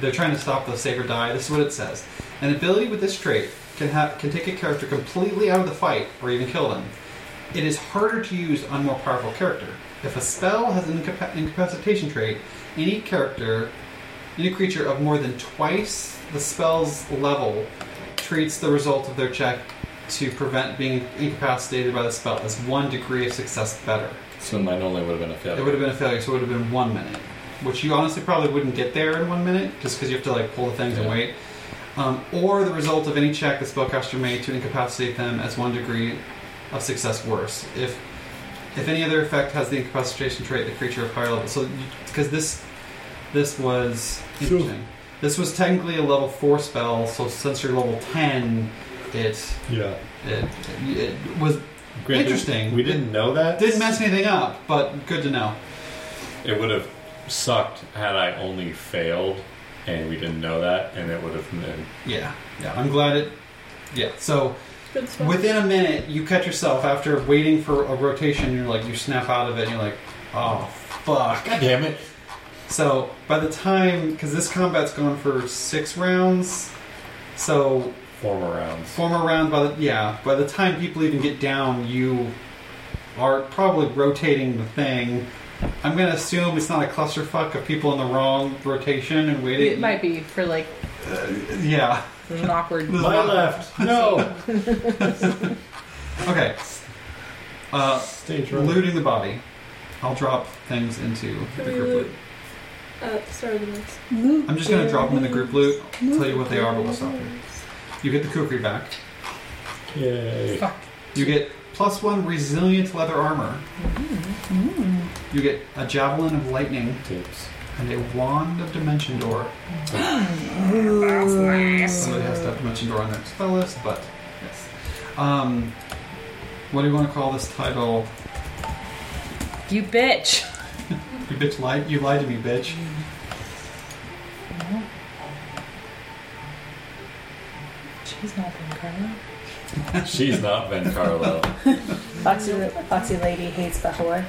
D: they're trying to stop the save or die. This is what it says: an ability with this trait can ha- can take a character completely out of the fight or even kill them. It is harder to use on more powerful character. If a spell has an incapa- incapacitation trait, any character, any creature of more than twice the spell's level treats the result of their check to prevent being incapacitated by the spell as one degree of success better.
E: So mine only would have been a failure.
D: It would have been a failure, so it would have been one minute, which you honestly probably wouldn't get there in one minute, just because you have to like pull the things and
E: Yeah.
D: wait. Um, or the result of any check the spellcaster made to incapacitate them as one degree of success worse. If if any other effect has the incapacitation trait, the creature of higher level. So because this this was
E: Sure.
D: interesting. This was technically a level four spell, so since you're level ten, it
Q: Yeah.
D: it, it was
Q: Granted,
D: interesting.
Q: We didn't know that.
D: Didn't mess anything up, but good to know.
E: It would have sucked had I only failed and we didn't know that, and it would have been.
D: Yeah, yeah. I'm glad it. Yeah. So
B: Good stuff.
D: within a minute, you catch yourself after waiting for a rotation. You're like, you snap out of it, and you're like, oh fuck,
Q: damn it.
D: So by the time, because this combat's gone for six rounds, so
E: Former rounds.
D: former round by the yeah by the time people even get down you are probably rotating the thing i'm going to assume it's not a clusterfuck of people in the wrong rotation and waiting
G: It might be for like
D: yeah
G: there's an awkward.
D: There's
Q: My
D: not-
Q: left. No.
D: okay uh,
Q: Stage right.
D: looting the body i'll drop things into the
B: we
D: group
B: loot
D: loot
B: at the start of Uh, the next?
D: i'm just going to drop them in the group loot I'll tell you what they are but we'll stop here you get the kukri back
Q: Yay.
D: you get plus one resilient leather armor you get a javelin of lightning
E: Tips.
D: and a wand of dimension door. Somebody has to have dimension door on their spell list, but yes. Um, what do you want to call this title?
F: You bitch.
D: You bitch lied. You lied to me, bitch.
F: She's not been Carla.
E: She's not Ben Carlo.
C: Foxy, Foxy Lady hates the whore.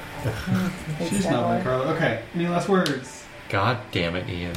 C: hates
D: She's
C: that
D: not
C: whore.
D: Carla. Okay. Any last words?
E: God damn it, Ian.